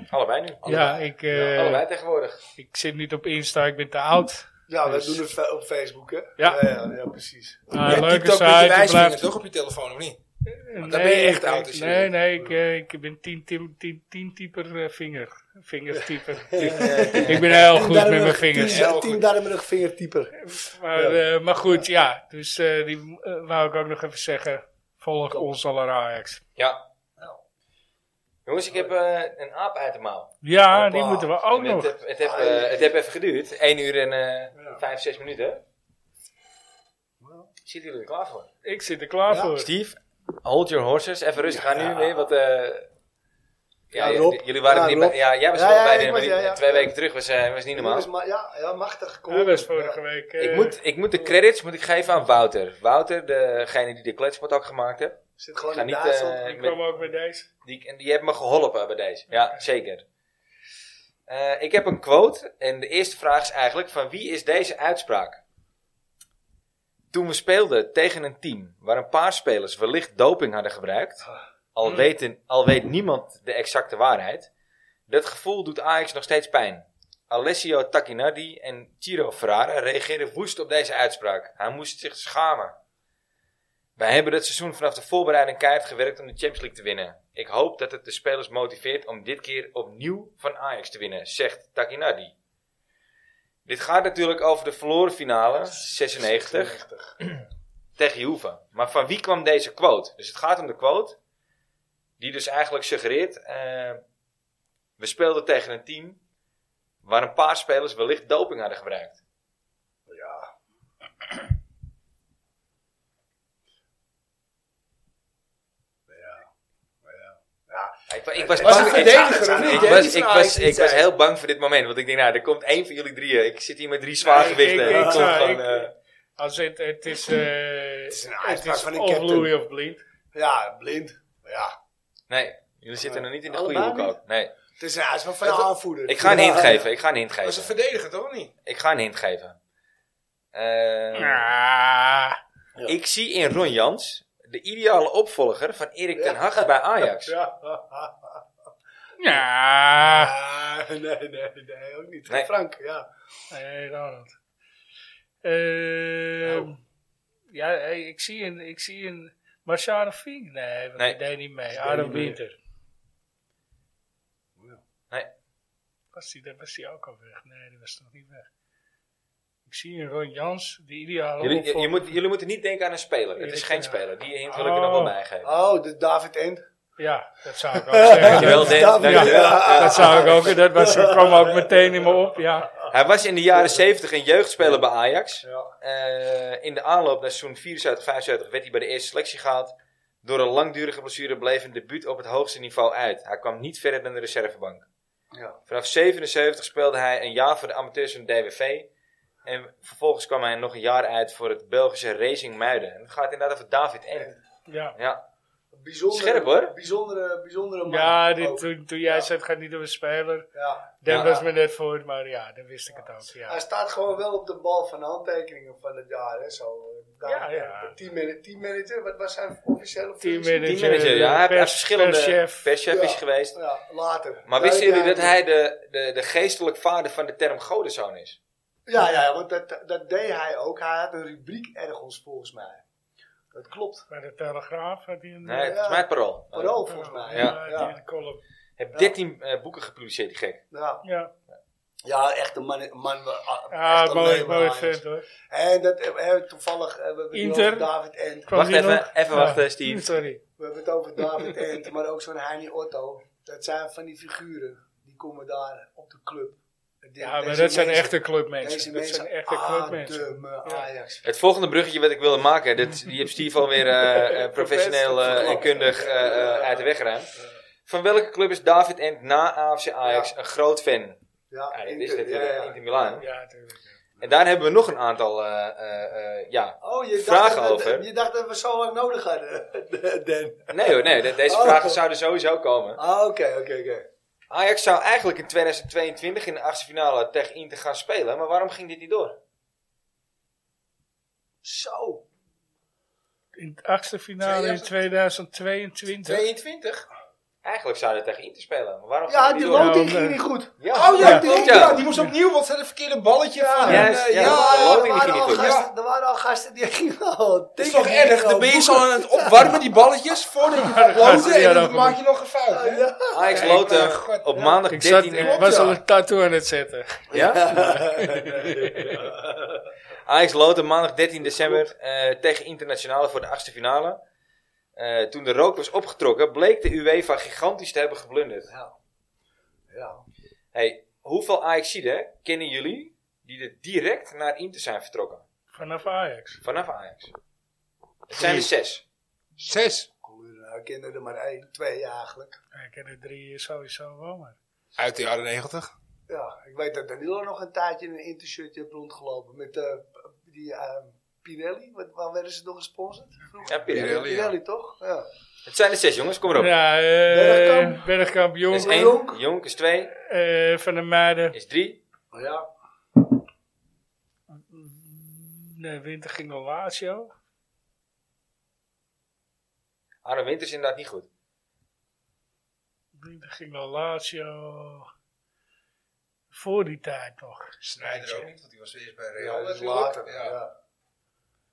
Allebei nu. Ja, Allebei. ik, eh, Allebei tegenwoordig. ik zit niet op Insta, ik ben te oud. Ja, we Dus- doen het fe- op Facebook, hè? Ja. ja, ja, precies. Maar Ja, Ah, leuke TikTok met je site, je wijsvinger blijft... toch op je telefoon, of niet? Nee, dan ben je echt ik- oud als je Nee, dit- nee, ik, eh, ik ben tien, tien, tien, tien typer eh, vinger. Vingertyper. ik ben heel goed met mijn vingers. Heel Tien, goed. tien duimerig vingertyper. Maar, eh, maar goed, ja. Dus eh, die eh, wou ik ook nog even zeggen. Volg ons aller Ajax. Ja. Nou. Jongens, ik heb eh, een aap uit de mouw. Ja, Hoppa. Ah, die moeten we ook En het, nog. heb- het, heb, eh, het heb even geduurd. 1 uur en eh, 5, 6 minuten. Nou. Zitten jullie er klaar voor? Ik zit er klaar Ja. voor. Steve, hold your horses. Even rustig aan nu weer, want... eh, ja, Ja, j- Rob. jullie waren Ja, er niet Rob. bij. Ja, jij was Ja, er wel ja, bij. ik Wim, maar was- die- ja, ja. Twee weken terug was, eh, was niet normaal. Dus ma- Ja, ja, machtig. cool. Dat was Ja. vorige week. eh, Ik moet, ik moet de credits moet ik geven aan Wouter. Wouter, degene die de kletspot ook gemaakt heeft. Zit gewoon Ga in niet, Duitsland. eh, die kwam ook bij deze. Die, en die hebben me geholpen bij deze. Ja, zeker. Eh, ik heb een quote. En de eerste vraag is eigenlijk: van wie is deze uitspraak? Toen we speelden tegen een team waar een paar spelers wellicht doping hadden gebruikt, al, weten, al weet niemand de exacte waarheid, dat gevoel doet Ajax nog steeds pijn. Alessio Tacchinardi en Ciro Ferrara reageerden woest op deze uitspraak. Hij moest zich schamen. Wij hebben dit seizoen vanaf de voorbereiding keihard gewerkt om de Champions League te winnen. Ik hoop dat het de spelers motiveert om dit keer opnieuw van Ajax te winnen, zegt Takinadi. Dit gaat natuurlijk over de verloren finale, 96, tegen Juve. Maar van wie kwam deze quote? Dus het gaat om de quote die dus eigenlijk suggereert... eh, we speelden tegen een team waar een paar spelers wellicht doping hadden gebruikt. Ik, wa- ik was, Was bang- het ik- verdediger of niet? ik Jij was, niet ik, van was, Ajax ik iets was zei. heel bang voor dit moment. Want ik denk, nou, er komt één van jullie drieën. Ik zit hier met drie ik- zwaargewichten. ik- Ik, ik kom zou- gewoon, ik- eh, Als het, het is... eh het is is een uitspraak van een of captain. Louis of Blind. Ja, blind. Ja. nee, jullie zitten nog niet in de goede Allebei hoek ook. Nee. Het is een uitspraak van een aanvoerder. Ik ga een Ja. hint geven. Ik ga een hint Dat is een geven. verdediger, toch, of niet? Ik ga een hint geven. Eh, Ah, ik zie in Ron Jans de ideale opvolger van Erik ten Hag bij Ajax. Ja. ja. Ah, nee, nee, nee, ook niet. Nee. Frank, ja. Nee, Ronald. Oh. Ehm, Ja, hey, ik zie een... Ik zie een Marciano Fink. Nee, want Nee. die deed niet mee. Adam niet mee. Winter. Oh, Nee. Was die, daar was die ook al weg? Nee, die was nog niet weg. Ik zie een Ron Jans, de ideale Jullie, je, je opvolger. moet, jullie moeten niet denken aan een speler. Het is geen speler. Die hint wil ik er nog wel bij geven. Oh, de David End. Ja, dat zou ik ook zeggen. Dankjewel, Dan. Ja. Ja, Dankjewel. dat zou ik ook. Dat was, kwam ook meteen in me op, ja. Hij was in de jaren 70 een jeugdspeler bij Ajax. Ja. Eh, in de aanloop naar seizoen 74, 75 werd hij bij de eerste selectie gehaald. Door een langdurige blessure bleef een debuut op het hoogste niveau uit. Hij kwam niet verder dan de reservebank. Ja. Vanaf 77 speelde hij een jaar voor de amateurs van de DWV. En vervolgens kwam hij nog een jaar uit voor het Belgische Racing Muiden. En het gaat inderdaad over David End. Ja, Ja, Bijzonder, Scherp, hoor. Bijzondere, bijzondere Oh. man. ja dit, Ook. toen, toen jij zei het gaat niet om een speler. Ja. ah. Dat Ja. was me net voor, maar ja, dan wist ik het ook. Hij Ja, staat gewoon wel op de bal van de handtekeningen van het jaar, hè. Zo. Daar- eh, Ja, ja. Teammanager, teammanager, wat was zijn officiële functie? Teammanager. teammanager. Ja, hij heeft pers- verschillende perschef. perschef, is Ja. geweest. Ja, later. Maar Ja, wisten ja, jullie dat ja. hij de, de, de geestelijk vader van de term godenzoon is? Ja, ja, ja, want dat, dat deed hij ook. Hij had een rubriek ergens volgens mij. Dat klopt. Bij de Telegraaf had hij een... Nee, eh, volgens mij het parool. Parool volgens mij. Oh, Ja. had Ja. hij Ja. een column. Heb 13 eh, boeken gepubliceerd, die gek. Ja. Ja, echt een man. een man ah, ja echt een mooi, leeuw, mooi Ajax. vent hoor. En dat eh, we hebben toevallig. eh, We hebben het Inter. over David Ent. Kwam Wacht die even, nog? even Ja. Mm, wachten, Steve. Sorry. We hebben het over David Ent, maar ook zo'n Heini Otto. Dat zijn van die figuren. Die komen daar op de club. En die- Ja, maar deze dat zijn mensen- echte Deze clubmensen. Dat mensen zijn echte clubmensen. ademen Ajax. Het volgende bruggetje wat ik wilde maken, dat, die heeft Steve alweer eh, eh, professioneel eh, en kundig eh, eh, uit de weg geruimd. Van welke club is David Ent na AFC Ajax een groot fan? Ja, Ja, dat Inter, is natuurlijk ja, ja. Inter Milan. Ja, natuurlijk. En daar hebben we nog een aantal, eh, eh, eh, ja. Oh, je Vragen dacht, dat- over? je dacht dat we zo lang nodig hadden, Dan. Nee hoor, nee, de- deze Oh. vragen zouden sowieso komen. Ah, oké, oké, oké. Ajax zou eigenlijk in 2022 in de achtste finale tegen Inter gaan spelen, maar waarom ging dit niet door? Zo. In het achtste finale in 2022. 22? Eigenlijk zou het tegen Inter spelen, maar waarom Ja, ging dit die niet door? loopt- loting Ja, ging nee. niet goed. Ja, Oh ja, Ja. Die, klopt, ja, die moest opnieuw, want ze hadden het verkeerde balletje van. Juist, eh, ja. ja. de Ja, er loting waren, ging al niet goed. gasten, er waren al gasten die gingen al Het is toch erg, dan ben je zo aan het opwarmen die balletjes voordat je gaat loten Ja, en dat dan maak je nog een fout. Hè? Ja. Ajax Ja, loten ik, eh, god, op ja. maandag Ik, 13 zat, ik en- was ja. al een tattoo aan het zetten. Ja? Ajax loten maandag 13 december eh, tegen Internationale voor de achtste finale. Eh, toen de rook was opgetrokken, bleek de UEFA gigantisch te hebben geblunderd. Ja. Hey, hoeveel Ajaxiden kennen jullie die er direct naar Inter zijn vertrokken? Vanaf Ajax. Vanaf Ajax. Het zijn er zes. Zes. Nou, ik kende er maar één, twee eigenlijk. Ja, Ik ken er drie sowieso wel, maar... Uit de jaren 90. Ja, ik weet dat Danilo nog een tijdje in een intershirtje heeft rondgelopen met eh, die eh, Pirelli. Wat, waar werden ze nog gesponsord? Ja, Pirelli, ja. Pirelli toch? Ja. Het zijn er zes, jongens. Kom erop. Ja, eh Bergkamp. Bergkamp, Dat is Jong, één. Jonk. Jonk is twee. eh, Van der Meijden. Is drie. Oh ja. De winter ging naar Lazio. Arno Winter is inderdaad niet goed. Winter ging naar Lazio. Voor die tijd nog. Snijder ook niet, want die was eerst bij Ja, Real dat is natuurlijk. later. Ja. Ja,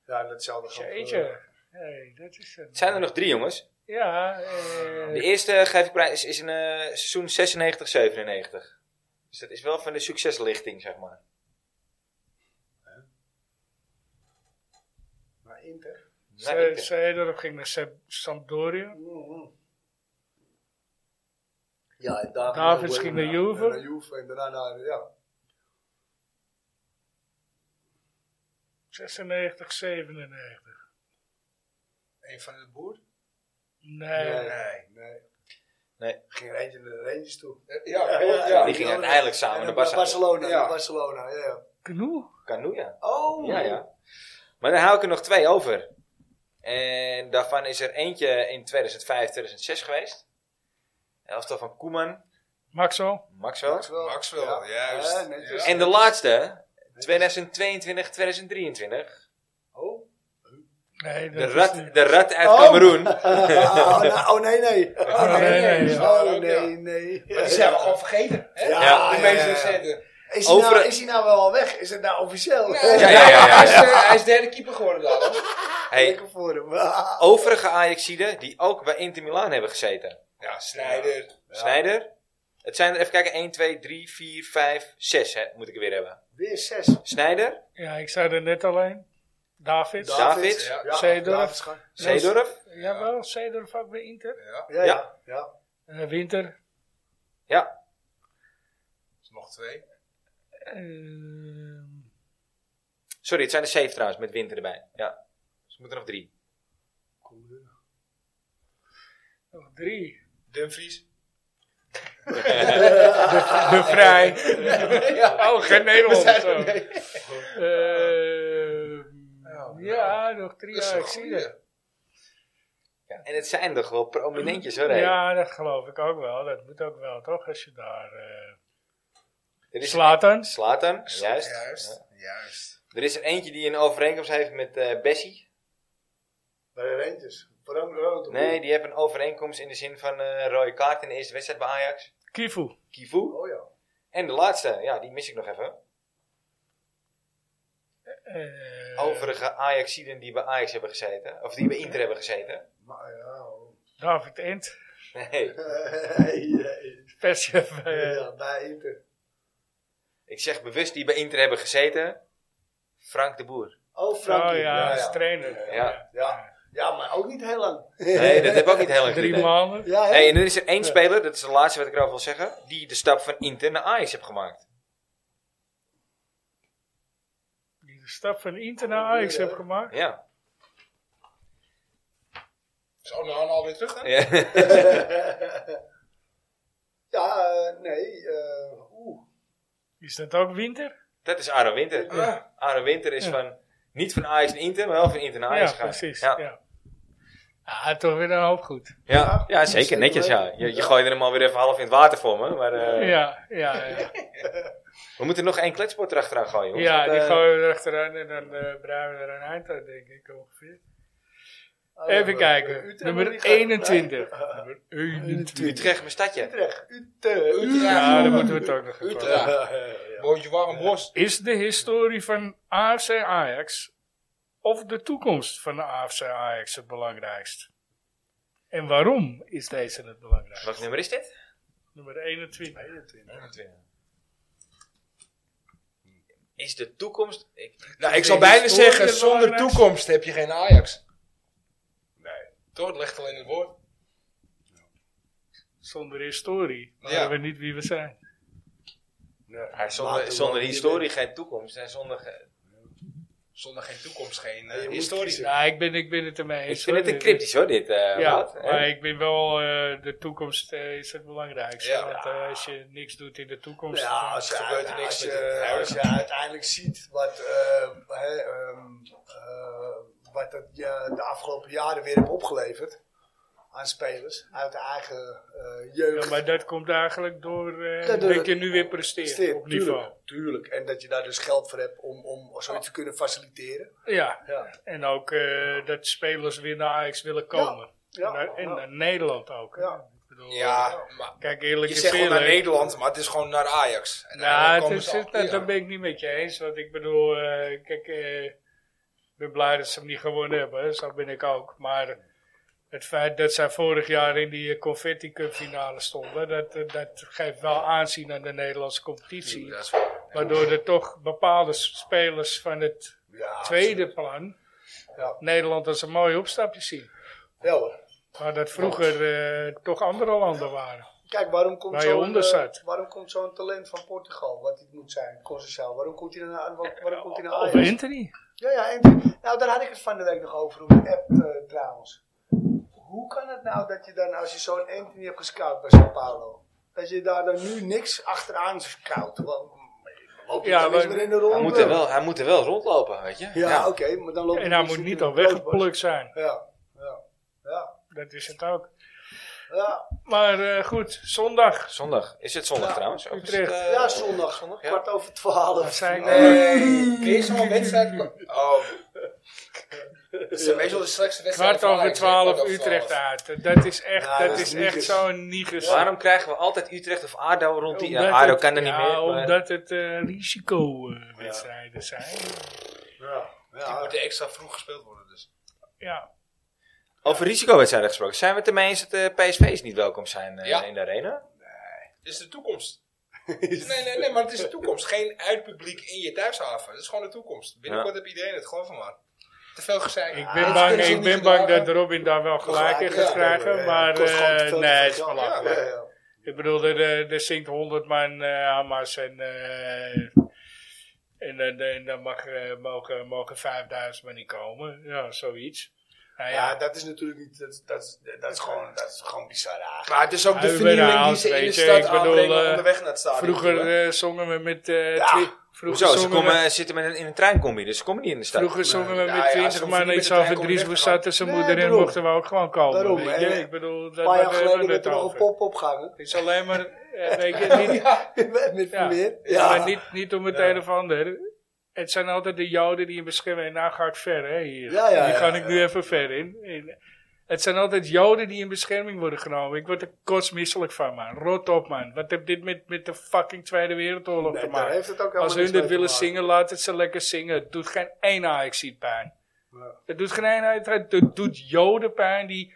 ja. en datzelfde geldt voor- Jeetje. Hey, dat is een... Het zijn er nog drie, jongens. Ja, eh, De eerste geef ik prijs is een eh, seizoen 96-97. Dus dat is wel van de succeslichting, zeg maar. Maar Inter. Naar Ze- Inter. Seedorf ging naar Sam- Sampdoria. Mhm. Ja, en David, Davids ging naar ja, Juve. en Naar Juve en daarna naar, ja. 96, 97. Eén van de boer? Nee. Nee. Nee. Nee. Ging er eentje naar de Rangers toe. Ja, Ja, ja, ja. die ja. ging uiteindelijk samen En naar dan Barcelona. Barcelona, Ja. naar Barcelona, ja, ja. Genoeg. Canoe, ja. Oh! Ja, ja. Maar dan hou ik er nog twee over. En daarvan is er eentje in 2005, 2006 geweest. Elftal van Koeman, Maxwell. Maxwell. Maxwell. Maxwell, juist. Ja, netjes. En de laatste, 2022, 2023. Oh. Nee, De dat is rat, niet- de rat uit Oh. Cameroen. Ah, nou, oh, nee, nee. Oh, nee, nee, nee, nee. ja. Oh, nee, nee. Maar die zijn we gewoon vergeten. Hè? Ja, Ja, die ja, meest ja. recente. Is hij, nou, Over- is hij nou wel al weg? Is het nou officieel? Ja, ja, ja, ja. Hij, is, eh, hij is derde keeper geworden daar. hoor. Hey, Lekker voor hem. Ah. overige Ajaxiden die ook bij Inter Milaan hebben gezeten. Ja, Snijder. Snijder. Het zijn er, even kijken, 1, 2, 3, 4, 5, 6 hè, moet ik er weer hebben. Weer zes. Snijder, Ja, ik zei er net alleen. David. Da- Davids. David Zeedorf. Zeedorf. Jawel, Seedorf ook bij Inter. Ja, Ja, ja. ja. Eh, Winter. Ja, dus nog twee. Ehm, sorry, het zijn er 7 trouwens, met Winter erbij. Ja, dus we moeten nog 3. nog drie. Dumfries. De Vrij. Oh, geen Nederlander. zo. nee. Ehm, ja, nog Dat drie. is Ja, een ik zie goeie. het. Ja, en het zijn toch wel prominentjes hoor. hè? Ja, dat geloof ik ook wel. Dat moet ook wel, toch? Als je daar... eh Er is Slatan. Slatan, juist. Juist. Juist. Er is er eentje die een overeenkomst heeft met eh, Bessie. Bij de Rangers. Waarom rood? Nee, die heeft een overeenkomst in de zin van eh, rode kaart in de eerste wedstrijd bij Ajax. Kivu. Kivu. Oh ja. En de laatste, ja, die mis ik nog even. Eh, overige Ajaxiden die bij Ajax hebben gezeten. Of die bij Inter hebben gezeten. Maar ja, oh. David Ent, Nee. perschef. eh, ja, bij Inter. Ik zeg bewust die bij Inter hebben gezeten. Frank de Boer. Oh, Frankie. oh ja, ja, als ja. trainer. Ja. Ja. Ja, maar ook niet heel lang. Nee, dat heb ik ook niet heel erg Drie gedaan. maanden. Ja, hè? Hey, en er is er één speler, dat is de laatste wat ik erover wil zeggen, die de stap van Inter naar Ajax heeft gemaakt. Die de stap van Inter naar Ajax heeft gemaakt. Ja. Is Onaana alweer terug dan? Ja. ja, eh, nee. eh Oeh. Is dat ook Winter? Dat is Aaron Winter. Ja. Aaron Winter is Ja. van, niet van Ajax naar Inter, maar wel van Inter naar Ajax Ja, gegaan. precies. Ja, Ja. Ah, toch weer een hoop goed. Ja. Ja, zeker. Zeker Netjes, ja. weten. Je, je gooide hem alweer even half in het water voor me. Maar eh, Ja, ja, ja. we moeten nog één kletspot erachteraan gooien. jongens. Ja, Want, die eh, gooien we erachteraan en dan eh breien we er een eind aan, denk ik ongeveer. Ah, Oh, Even eh, kijken. Utrecht Nummer nog niet gehad. 21. Nee. Nummer 21. Utrecht, mijn stadje. Utrecht. Utrecht. Utrecht. Ja, daar moeten we het ook nog even over hebben. Utrecht. Boontje warm bos. Is de historie van AFC Ajax of de toekomst van de AFC Ajax het belangrijkst? En waarom is deze het belangrijkst? Wat nummer is dit? Nummer 21. Is de toekomst... Ik, Nou, ik is zal de bijna historie zeggen, het zonder belangrijkste. toekomst heb je geen Ajax. Nee. Toch? Het legt alleen het woord. Zonder historie Ja. waren we niet wie we zijn. hij zonder, zonder historie geen toekomst. En zonder... ge- Zonder geen toekomst, geen je eh, moet historie. kiezen. Ja, Nou, ik ben, ik ben het ermee Ik eens. vind hoor. het een cryptisch hoor, dit. eh, Ja, Wout, hè? maar ik ben wel, eh, de toekomst eh, is het belangrijkste. Ja. Want eh, als je niks doet in de toekomst. eh, Ja, dan- als je, Er gebeurt er niks als, met je, dit. als je uiteindelijk ziet wat, eh, hè, ehm, eh, wat het je de afgelopen jaren weer heeft opgeleverd aan spelers uit de eigen eh, jeugd. Ja, maar dat komt eigenlijk door eh Ja, door- dat je nu weer presteert Steert, op tuurlijk, niveau. Tuurlijk. En dat je daar dus geld voor hebt om, om zoiets te kunnen faciliteren. Ja, Ja. en ook eh, dat spelers weer naar Ajax willen komen. Ja, en naar, en ja. naar Nederland ook. hè. Ja. Ik bedoel, Ja, maar Kijk, eerlijk je is zegt gewoon naar eerlijk. Nederland, maar het is gewoon naar Ajax. En Nou, dan het komen is, ze het- al- dat, ja. ben ik niet met je eens. Want ik bedoel, eh, kijk, eh, ik ben blij dat ze hem niet gewonnen hebben. hè, Zo ben ik ook. Maar het feit dat zij vorig jaar in die eh, Confetti Cup finale stonden, dat, eh, dat geeft wel aanzien aan de Nederlandse competitie. Dat is waar. Waardoor er toch bepaalde s- spelers van het Ja, tweede plan Ja. Nederland als een mooi opstapje zien. Ja, hoor. Waar dat vroeger eh, toch andere landen waren. Kijk, waarom Waar komt je zo'n onder eh, zat. waarom komt zo'n talent van Portugal, wat hij moet zijn, Conceição, waarom komt hij naar, wa- waarom komt hij naar Of Ajax? Anthony. Ja, ja, en, nou daar had ik het van de week nog over op de app eh, trouwens. Hoe kan het nou dat je dan, als je zo'n Anthony hebt gescout bij Sao Paulo, dat je daar dan nu niks achteraan scout? Want, loop je Ja, dan eens maar- weer in de Hij ronde? eh, moet, er wel, hij moet er wel rondlopen, weet je? Ja, oké, maar dan loopt En hij hij dus moet niet in al de doos, weggeplukt zijn. Bas. Ja, ja, ja, Dat is het ook. ja. Maar eh, goed, zondag. Zondag. Is het zondag Ja, trouwens? Of is Utrecht. het, eh, Ja, zondag, ja. kwart over twaalf. Dat zijn Nee, er is zo'n wedstrijd. Oh. Het Dus is een beetje de slechtste wedstrijd. kwart van over Ajax, hè, kwart twaalf over Utrecht 12. uit. Dat is echt, Ja, dat dat is is echt niegus. zo'n niegus. Dus Waarom krijgen we altijd Utrecht of ADO rond die... Omdat Ja, ADO het- kan er niet ja, meer. maar- Omdat het eh, risicowedstrijden zijn. Ja, Die ja. moeten extra vroeg gespeeld worden dus. Ja. Over risicowedstrijden gesproken. Zijn we het ermee eens dat eh, PSV's niet welkom zijn eh, Ja. in de arena? Dit is de toekomst. nee, nee, nee, maar het is de toekomst. Geen uitpubliek in je thuishaven. Dat is gewoon de toekomst. Binnenkort heb iedereen het, geloof me maar. Te veel gezeik. Ah. Ik Dat ben, kunnen bang, ze ik niet ben bang dragen. dat Robin daar wel gelijk in gaat Ja, krijgen. ja, maar kost gewoon te eh, veel nee, te het is veel geld. belachelijk. Ja, ja, ja. Ik bedoel, er, eh, er zingt 100 man eh Hamas en, eh, en, dan- en dan mag, eh, mogen, mogen 5000 man niet komen. Ja, zoiets. Nou ja, Ja, dat is natuurlijk niet. Dat, is- dat, is- dat, is, gewoon, dat is gewoon bizar eigenlijk. Maar het is ook de Hij vernieuwing die überhaupt, ze in de weet je, stad ik bedoel, aanbrengen eh, onderweg naar het stadion. vroeger toe, hè. eh, zongen we met... eh, Ja, twi- Hoezo? vroeger Ze zongen komen, we, eh, zitten met een, in een treincombi, dus ze komen niet in de stad. vroeger zongen we ja, met ja, 20 ze hoeven niet man met iets de trein over komen Dries weg te gaan. Boussat en zijn Nee, moeder en daarom. mochten we ook gewoon komen. Daarom, weet je? en, eh, Ik bedoel, Een dat paar jaar daar hebben geleden we werd het er nog een over. pop opgehangen. Het is alleen maar... eh, weet je, niet, Met met Ja. meer. Maar niet, niet om het een of ander. Het zijn altijd de Joden die je beschermen. En nou ga ik ver, hè, hier. Ja, ja, Hier ja, ga ik ja. nu even ver in. En Het zijn altijd joden die in bescherming worden genomen. Ik word er kotsmisselijk van, man. Rot op, man. Wat heeft dit met, met de fucking Tweede Wereldoorlog te Nee, daar maken? heeft het ook helemaal Als hun niks dit mee te willen maken. zingen, laat het ze lekker zingen. Het doet geen ene Ajaxiet pijn. Ja. Het doet geen ene Ajaxiet- Het doet joden pijn die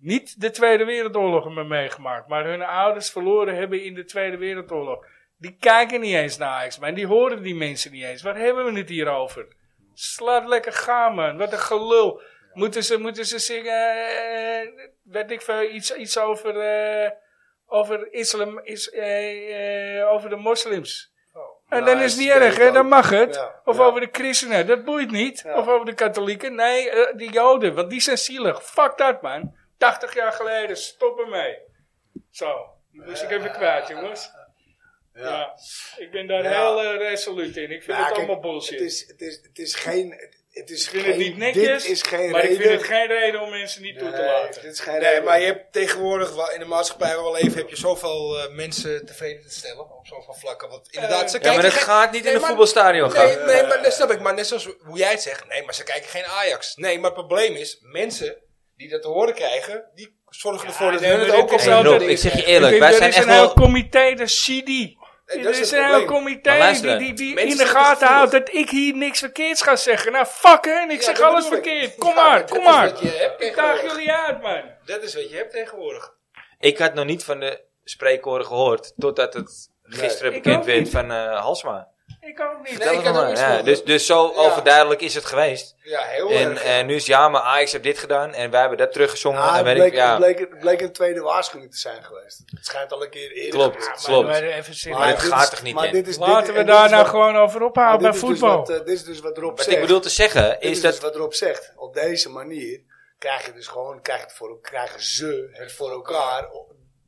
niet de Tweede Wereldoorlog hebben meegemaakt. Maar hun ouders verloren hebben in de Tweede Wereldoorlog. Die kijken niet eens naar Ajax, man. Die horen die mensen niet eens. Waar hebben we het hier over? Slaat lekker gaan, man. Wat een gelul. Moeten ze, moeten ze zingen, eh, weet ik veel, iets, iets over, eh, over islam, is, eh, eh, over de moslims. En dan Nou, is het niet is erg, beter hè? Dan ook. mag het. Ja, Of ja. over de christenen, dat boeit niet. Ja. Of over de katholieken. Nee, eh, die joden, want die zijn zielig. Fuck dat, man. 80 jaar geleden, stop ermee. Zo, die moest ik even kwijt, jongens. Ja. Ik ben daar Ja. heel eh, resoluut in. Ik vind Ja, het kijk, allemaal bullshit. Het is, het is, het is geen... het- Het is ik vind geen, het niet netjes, Dit is geen maar reden. ik vind het geen reden om mensen niet toe te Nee, laten. dit is geen Nee, eh, reden. maar je hebt tegenwoordig wel- in de maatschappij waar we leven, heb je zoveel eh, mensen tevreden te stellen op zoveel vlakken. Want inderdaad, ze Eh, Ja, kijken maar dat geen- gaat niet Nee, in een maar- voetbalstadion gaan. Nee, nee, maar dat snap ik. Maar net zoals hoe jij het zegt, nee, maar ze kijken geen Ajax. Nee, maar het probleem is, mensen die dat te horen krijgen, die zorgen ervoor dat nee, hun het maar ook dit op is Hey, zo'n altijd- Rob, ding ik zeg je Ik eerlijk, vind, wij er zijn is een echt heel wel... comité, de CD. dat Er is is het een heel probleem. Maar comité luister, die, die, die mensen in de zijn gaten gevoelig. houdt dat ik hier niks verkeerds ga zeggen. Nou, fuck hun, ik Ja, zeg dat alles bedoel ik. verkeerd. Kom Ja, maar, dat kom is maar. wat je hebt Ik tegenwoordig. daag jullie uit, man. Dat is wat je hebt tegenwoordig. Ah, Ik had nog niet van de spreekkoren gehoord, totdat het gisteren Ik ook bekend werd niet. van eh, Halsma. Ik ook niet. Nee, ik Vertel het had nog ook maar. iets Ja, van dus, dus zo Ja. overduidelijk is het geweest. Ja, heel En erg. eh, nu is ja, maar Ajax heeft dit gedaan en wij hebben dat teruggezongen. Ah, en het, weet bleek, ik, ja, het, bleek, het bleek een tweede waarschuwing te zijn geweest. Het schijnt al een keer eerder Klopt, gebeurd te zijn. klopt. Maar even serieus. Maar het dit gaat is- toch niet maar in? dit is- dit- Laten we en dit daar is nou wat- gewoon over maar ophouden bij dit is dus voetbal. wat, eh, dit is dus wat Rob Wat zegt. ik bedoel te zeggen Dit is dus dat... wat Rob zegt. Op deze manier krijg je dus gewoon, krijg je het voor, krijgen ze het voor elkaar.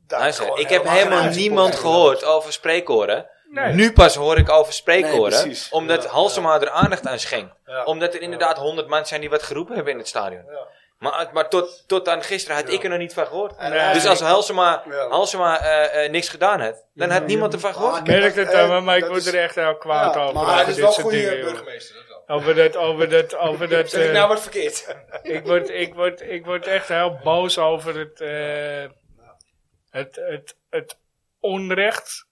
Dat Luister, gewoon ik heb helemaal helemaal geen niemand uitspot. gehoord over spreekkoren. Nee. Nu pas hoor ik over Nee, spreekkoren. precies. omdat Ja, Halsema er aandacht aan schenkt. Ja. Omdat er inderdaad honderd man zijn die wat geroepen hebben in het stadion. Ja. Maar, eh, maar tot, tot aan gisteren had Ja. ik er nog niet van gehoord. En Nee. hij- Dus als Halsema, Ja. Halsema eh, eh, niks gedaan had, dan had niemand ervan gehoord. Ik merk het eh, aan me, maar ik dat word is- er echt heel kwaad Ja, over. maar over Maar het is dit wel een soort goede dingen, joh. burgemeester, dat wel. Over dat, over dat, over dat... Zeg ik eh, nou wat verkeerd? ik, word, ik, word, ik word echt heel boos over het, eh, het, het, het onrecht.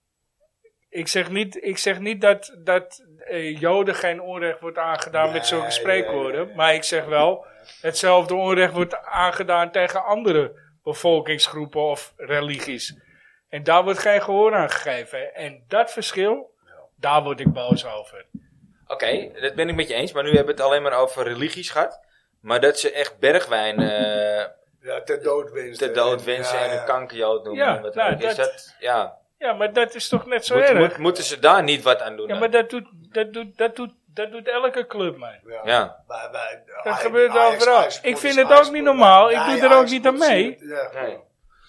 Ik zeg niet, ik zeg niet dat, dat eh, Joden geen onrecht wordt aangedaan met zulke Nee, spreekwoorden. nee, nee. Maar ik zeg wel, hetzelfde onrecht wordt aangedaan tegen andere bevolkingsgroepen of religies. En daar wordt geen gehoor aan gegeven. En dat verschil, daar word ik boos over. Oké, dat ben ik met je eens. Maar nu hebben we het alleen maar over religies gehad. Maar dat ze echt bergwijn eh Ja, ter eh, dood wensen. te Eh, dood wensen en een kankerjood noemen. Ja, en wat nou, dan ook is dat- dat, ja. Ja, maar dat is toch net zo Moet- erg? moet- moeten ze daar niet wat aan doen? Ja, dan? maar dat doet, dat doet, dat doet, dat doet elke club, man. ja. Dat gebeurt overal. Ik vind het ook niet normaal. Ik doe er ook niet aan mee. Nee.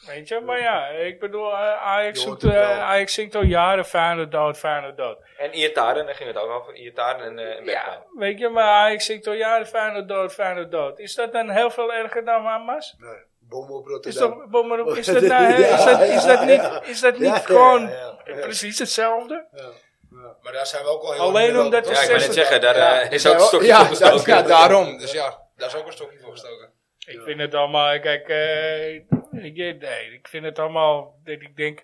Weet je, maar ja, ik bedoel, eh, Ajax, Je hoort zoekt, het wel. eh, Ajax zingt al jaren Feyenoord dood, Feyenoord dood. En Iertaren, daar ging het ook over. Iertaren en, eh en Bergwijn. Weet je, maar Ajax zingt al jaren Feyenoord dood, Feyenoord dood. Is dat dan heel veel erger dan Hamas? Bom op Is, Rotterdam. toch, bom maar op, is dat nou, hè, is dat, is dat niet, is dat Ja, niet ja, gewoon ja, ja. precies hetzelfde? Maar daar zijn we ook al heel Alleen lang omdat mee we Ja, ik bezig, wil toch? net zeggen, zestig- daar eh, is ook een Ja, stokje ja, voor gestoken. dat- Ja, daarom. Dus ja, daar is ook een stokje voor gestoken. Ik vind het allemaal, kijk, eh, je- nee, ik vind het allemaal, dat ik denk,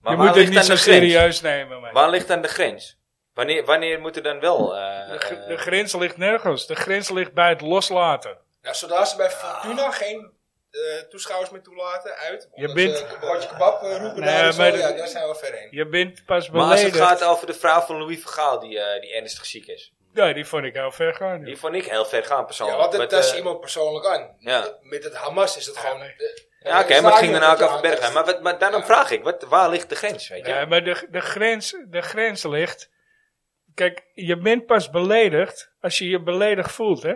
Maar waar je moet ligt het dan niet zo de grens? serieus nemen, man. Waar ligt dan de grens? Wanneer, wanneer moet er dan wel... eh, De, gr- de eh, grens ligt nergens. De grens ligt bij het loslaten. Nou, zodra ze bij Fortuna geen eh, toeschouwers meer toelaten uit. omdat bent- ze een broodje kebab eh, roepen Nee, daar en zo, maar- ja, daar zijn we ver heen. Je bent pas maar als beledigd. het gaat over de vrouw van Louis Vergaal, die, eh, die ernstig ziek is. Nee, die vond ik heel ver gaan. joh. Die vond ik heel ver gaan Ja, persoonlijk. want dat Met, tast eh, iemand persoonlijk aan. Ja. Met het Hamas is het gewoon... nee. eh, Ja, oké, het maar het stadion ging dan ook dat je over Bergwijn. Maar, aantast. wat, maar daarom Ja. vraag ik, wat, waar ligt de grens? Weet je? Ja, maar de, de, grens, de grens ligt... Kijk, je bent pas beledigd als je je beledigd voelt, hè?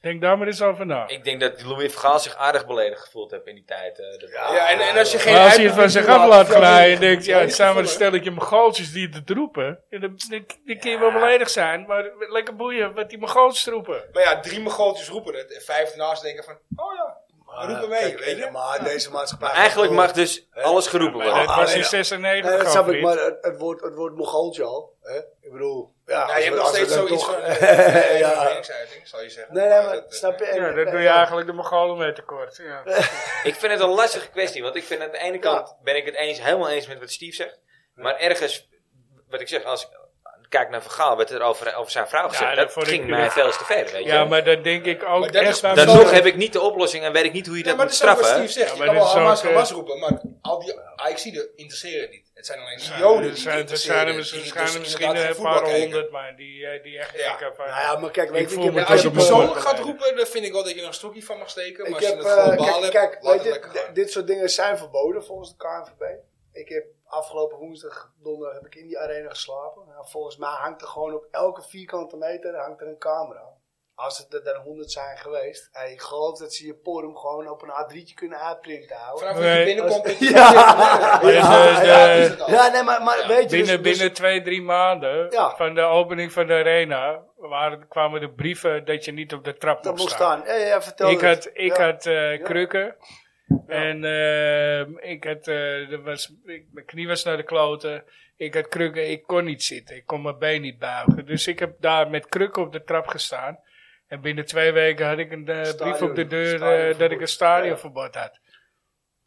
Denk daar maar eens over na. Ik denk dat Louis Vergaal zich aardig beledigd gevoeld heeft in die tijd. eh, dat- Ja, en, en als je geen Maar als je het uitdaging van zich toelaat, af laat ja, dan- glijden en denkt, ja, dan het is zijn maar een gevoel, hè? stelletje mogoltjes die het roepen. Ja, dan, dan, dan kun je wel beledigd zijn, maar lekker boeien wat die mogoltjes roepen. Maar ja, drie mogootjes roepen het en vijf daarnaast denken van... Oh ja, roep hem mee, Kijk, weet je? Maar deze maatschappij... Maar eigenlijk gaat door. mag dus alles geroepen Maar worden. dat was nee, in ja. 96 Nee, dat Eh, snap ik, favoriet. maar het, het wordt, het wordt Mongooltje al. Hè? Ik bedoel... Ja, Ja, als je hebt we- nog als we steeds dan zoiets toch- van... eh, Ja. meningsuiting, zal je zeggen. Nee, nee, maar dat, eh, snap je? En- Ja, dat en- doe je eigenlijk de Mongolen mee tekort. Ja. Ik vind het een lastige kwestie, want ik vind aan de ene kant ben ik het eens, helemaal eens met wat Steve zegt. Maar ergens, wat ik zeg, als ik kijk naar Vergaal, werd er over, over zijn vrouw gezegd. dat dat vond ik- ging mij veel te ver, weet je. ja, maar dat denk ik ook Maar dat is- echt aan Dan dat Mongolen. nog heb ik niet de oplossing en weet ik niet hoe je Ja, dat maar moet dat is ook wat straffen. hè? Steve zegt. Ja, Je maar dit kan wel is Hamas, ook, eh, Hamas roepen, maar al die ah, Ajaxiden interesseren het niet. Het zijn alleen die Ja, Joden er die zijn, er interesseren. zijn er die misschien, dus zijn er misschien inderdaad een geen voetbal paar kijken. honderd, maar die, eh, die echt Ja. denken van... Nou ja, maar kijk, Ik weet je, voel ik heb- eh, me Ja, als Dat is je een persoonlijk moeilijke gaat reden. roepen, dan vind ik wel dat je er een stokje van mag steken. Maar Ik als je heb, het eh, globaal kijk, hebt, kijk, weet laat het je, lekker d- gaan. dit soort dingen zijn verboden volgens de KNVB. Ik heb afgelopen woensdag, donderdag, heb ik in die arena geslapen. Nou, volgens mij hangt er gewoon op elke vierkante meter hangt er een camera. Als het er dan 100 zijn geweest, en ik geloof dat ze je porm gewoon op een A3'tje kunnen uitprinten houden. Vanaf dat je Nee. binnenkomt... dat je- Ja. Maar Ja, de- ja, de- is het al. Ja, nee, maar, maar Ja. weet je... dus- Binnen, dus- binnen twee, drie maanden Ja. van de opening van de arena waren, kwamen de brieven dat je niet op de trap Dat mocht moest staan. staan. Ja, ja, vertel Ik het. had, ik Ja. had eh, krukken. En ehm, ik had, eh, er was, ik, mijn knie was naar de kloten. Ik had krukken, ik kon niet zitten. Ik kon mijn been niet buigen. Dus ik heb daar met krukken op de trap gestaan. En binnen twee weken had ik een eh, brief op de Stadion- deur eh, dat ik stadionverbod. een stadionverbod had.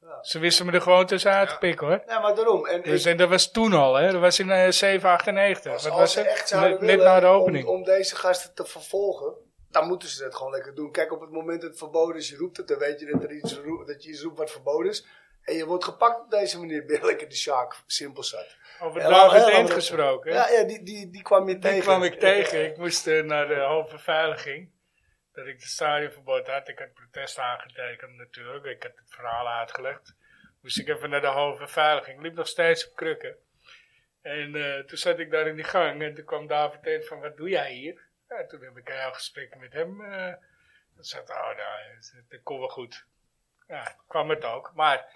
Ja. Ze wisten me er gewoon tussenuit te pikken hoor. Nee, maar daarom. En Dus, ik- en dat was toen al, hè? Dat was in eh, 798. Als, Wat als was ze het? echt zouden net, willen net na de opening. Om, om deze gasten te vervolgen, dan moeten ze dat gewoon lekker doen. Kijk, op het moment dat het verboden is, je roept het, dan weet je dat, er iets roept, dat je iets roept wat verboden is. En je wordt gepakt op deze manier. Ben je lekker de Sjaak, simpel zat. Over Ja, David ja, Eend maar- gesproken. Ja, ja die, die, die kwam je Die tegen. kwam ik tegen. Ik moest eh, naar de hoofdbeveiliging. Dat ik de stadionverbod had. Ik had protest aangetekend natuurlijk. Ik had het verhaal uitgelegd. Moest ik even naar de hoofdbeveiliging. Ik liep nog steeds op krukken. En eh, toen zat ik daar in die gang. En toen kwam David Eend van, wat doe jij hier? Ja, toen heb ik een heel gesprek met hem. eh toen zei hij, oh nou, dat komt wel goed. Ja, kwam het ook. Maar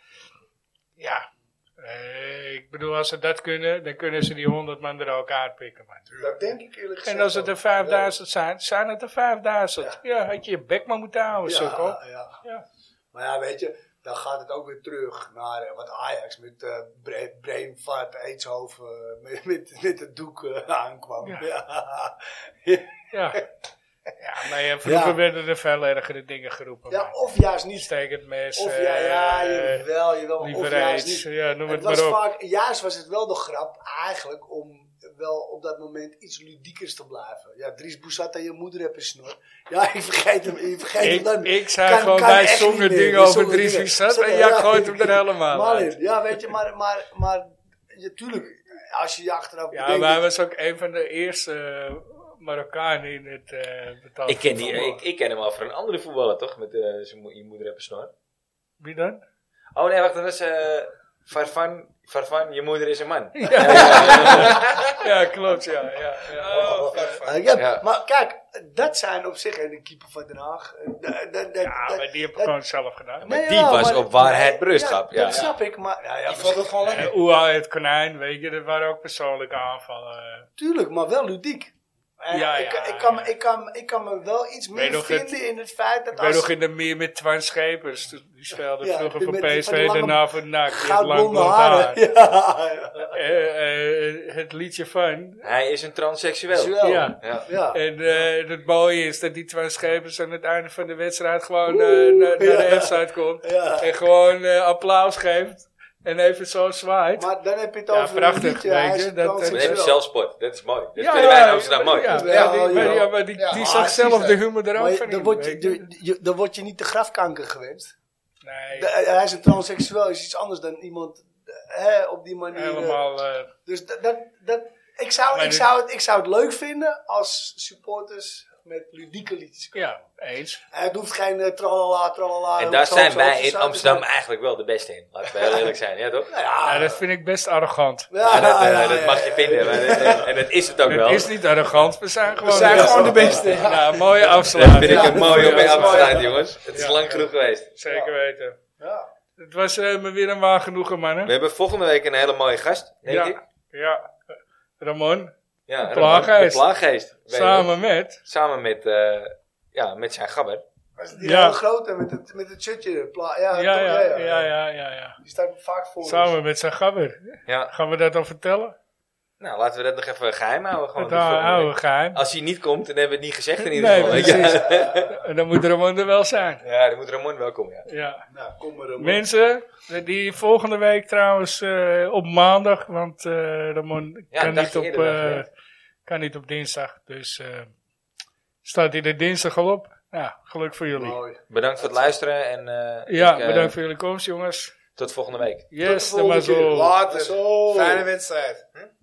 ja, eh, ik bedoel, als ze dat kunnen, dan kunnen ze die 100 man er ook uitpikken. Man. Dat denk ik eerlijk gezegd. En als het ook. er 5000 zijn, zijn het er 5000. Ja, had je je bek maar moeten houden, Ja, sukkel. ja, ja. Ja. Maar ja, weet je, dan gaat het ook weer terug naar eh, wat Ajax met eh Bre- Breemvaart, Eetshoven, eh, met, met, met het doek eh, aankwam. Ja. Ja. Ja. ja, maar ja, vroeger Ja. werden er veel ergere dingen geroepen. ja, man. of juist niet Steek het mes, Of ja, ja, eh, jawel, jawel. Of liever juist aids. niet. Ja, noem Het het, was maar op. vaak, juist was het wel de grap eigenlijk om wel op dat moment iets ludiekers te blijven. Ja, Dries Boussat en je moeder hebben snor. Ja, ik vergeet hem, ik vergeet hem Ik, dan. ik zei Kan- gewoon, kan wij echt zongen niet meer. dingen We over zongen Dries dingen. Guzat en Zongen, jij ja. gooit hem er helemaal Maar uit. in, ja, weet je, maar, maar, maar ja, tuurlijk, als je je achteraf Ja, bedenkt- maar hij was ook een van de eerste eh, Marokkanen in het eh betaald Ik ken, die, voetbal. ik, ik ken hem al voor een andere voetballer, toch? Met eh, zijn mo- je moeder heeft een snor. Wie dan? Oh nee, wacht, dat was eh Farfan. Farfan, je moeder is een man. Ja, klopt, ja. ja, ja. Ah, ja, Ja. Maar kijk, dat zijn op zich, en de keeper van Den Haag. eh, dat- dat- dat- Ja, dat- maar die heb ik dat- gewoon zelf gedaan. Maar Nee, die ja, was maar- op waarheid berust gehad, ja. dat snap ik, maar... Ja, ja, Die vond het gewoon lekker. Eh, Oeha, het konijn, weet je, dat waren ook persoonlijke aanvallen. eh. Tuurlijk, maar wel ludiek. En Ja, ik, ja, ik, kan, ja. Ik, kan, ik kan me wel iets Weet meer nog het- vinden in het feit dat Ik ben als nog in de meer met Twan Schepers. Toen- Die speelde Ja, vroeger die voor met- die van PSV, die lange- daarna voor NAC. Die had lang goudblonde blond haren... haar. Ja, ja. Eh, eh, Het liedje van. Hij is een transseksueel. Zowel. Ja. Ja. Ja. En eh, het mooie is dat die Twan Schepers aan het einde van de wedstrijd gewoon eh, na- naar de ja. website komt. Ja. En gewoon eh, applaus geeft. En even zo zwaait. Maar dan heb je het Ja, over een prachtig, liedje, weet hij je, is dat- Maar dan heb je transseksueel. zelfsport. Dat is mooi. Dat vinden wij in Amsterdam maar- mooi. Ja, Wel, ja, die- maar jawel. ja, maar die, Ja, die maar zag precies, zelf hè. de humor er ook Maar van je- dan in, word je- weet je. je- je- Dan word je niet de grafkanker gewenst. Nee, De- Hij is een transseksueel, is iets anders dan iemand eh, hè, op die manier... eh, helemaal... eh, Dus dat, dat, dat, ik, zou, Maar ik, dit- zou het, ik zou het leuk vinden als supporters met ludieke liedjes komen. ja, eens. Eh, Het hoeft geen eh, tralala, tralala. En daar zo, zijn zo, wij zo, in zo, Amsterdam zo. eigenlijk wel de beste in. Laten we heel eerlijk zijn, ja toch? Nou ja, Ja, dat vind ik best arrogant. ja, Ja, dat, eh, ja, dat ja, mag ja, je ja. vinden. maar dat- en dat is het ook wel. Het is niet arrogant, we zijn gewoon, zijn gewoon de beste. Ja, mooie Dat afsluiting. vind ik een mooie om mee Ja, af te sluiten, jongens. Het is lang genoeg geweest. Zeker weten. Ja. Het was eh, me weer een waar genoegen, We mannen. hebben volgende week een hele mooie gast, denk ja. ik. Ja. Ramon, Ja, Ramon, plaaggeest. De plaaggeest. Weet je wel. samen met... Samen met, eh, ja, met zijn gabber. Was die Ja. hele grote met het, met het shirtje? Pla ja, Ja, toch? ja, ja, ja, ja, ja, Die staat vaak voor. Samen met zijn gabber. Ja. Gaan we dat dan vertellen? Nou, laten we dat nog even geheim houden. Gewoon Het tot volgende oude week. geheim. Als hij niet komt, dan hebben we het niet gezegd in ieder Nee, geval. weet je. precies. En dan moet Ramon er wel zijn. Ja, dan moet Ramon wel komen, ja. Ja. Nou, kom maar. Ramon. Mensen, die volgende week trouwens eh, op maandag, want eh Ramon Ja, een kan, niet dagje op, eerder, eh, dagje kan niet op dinsdag. Dus eh, staat hij er dinsdag al op. Ja, geluk voor jullie. Mooi. Bedankt voor het luisteren en eh, Ja, ik, eh, bedankt voor jullie komst jongens. tot volgende week. Yes, volgende dat was keer. all. Later. Zo. Fijne wedstrijd. Hm?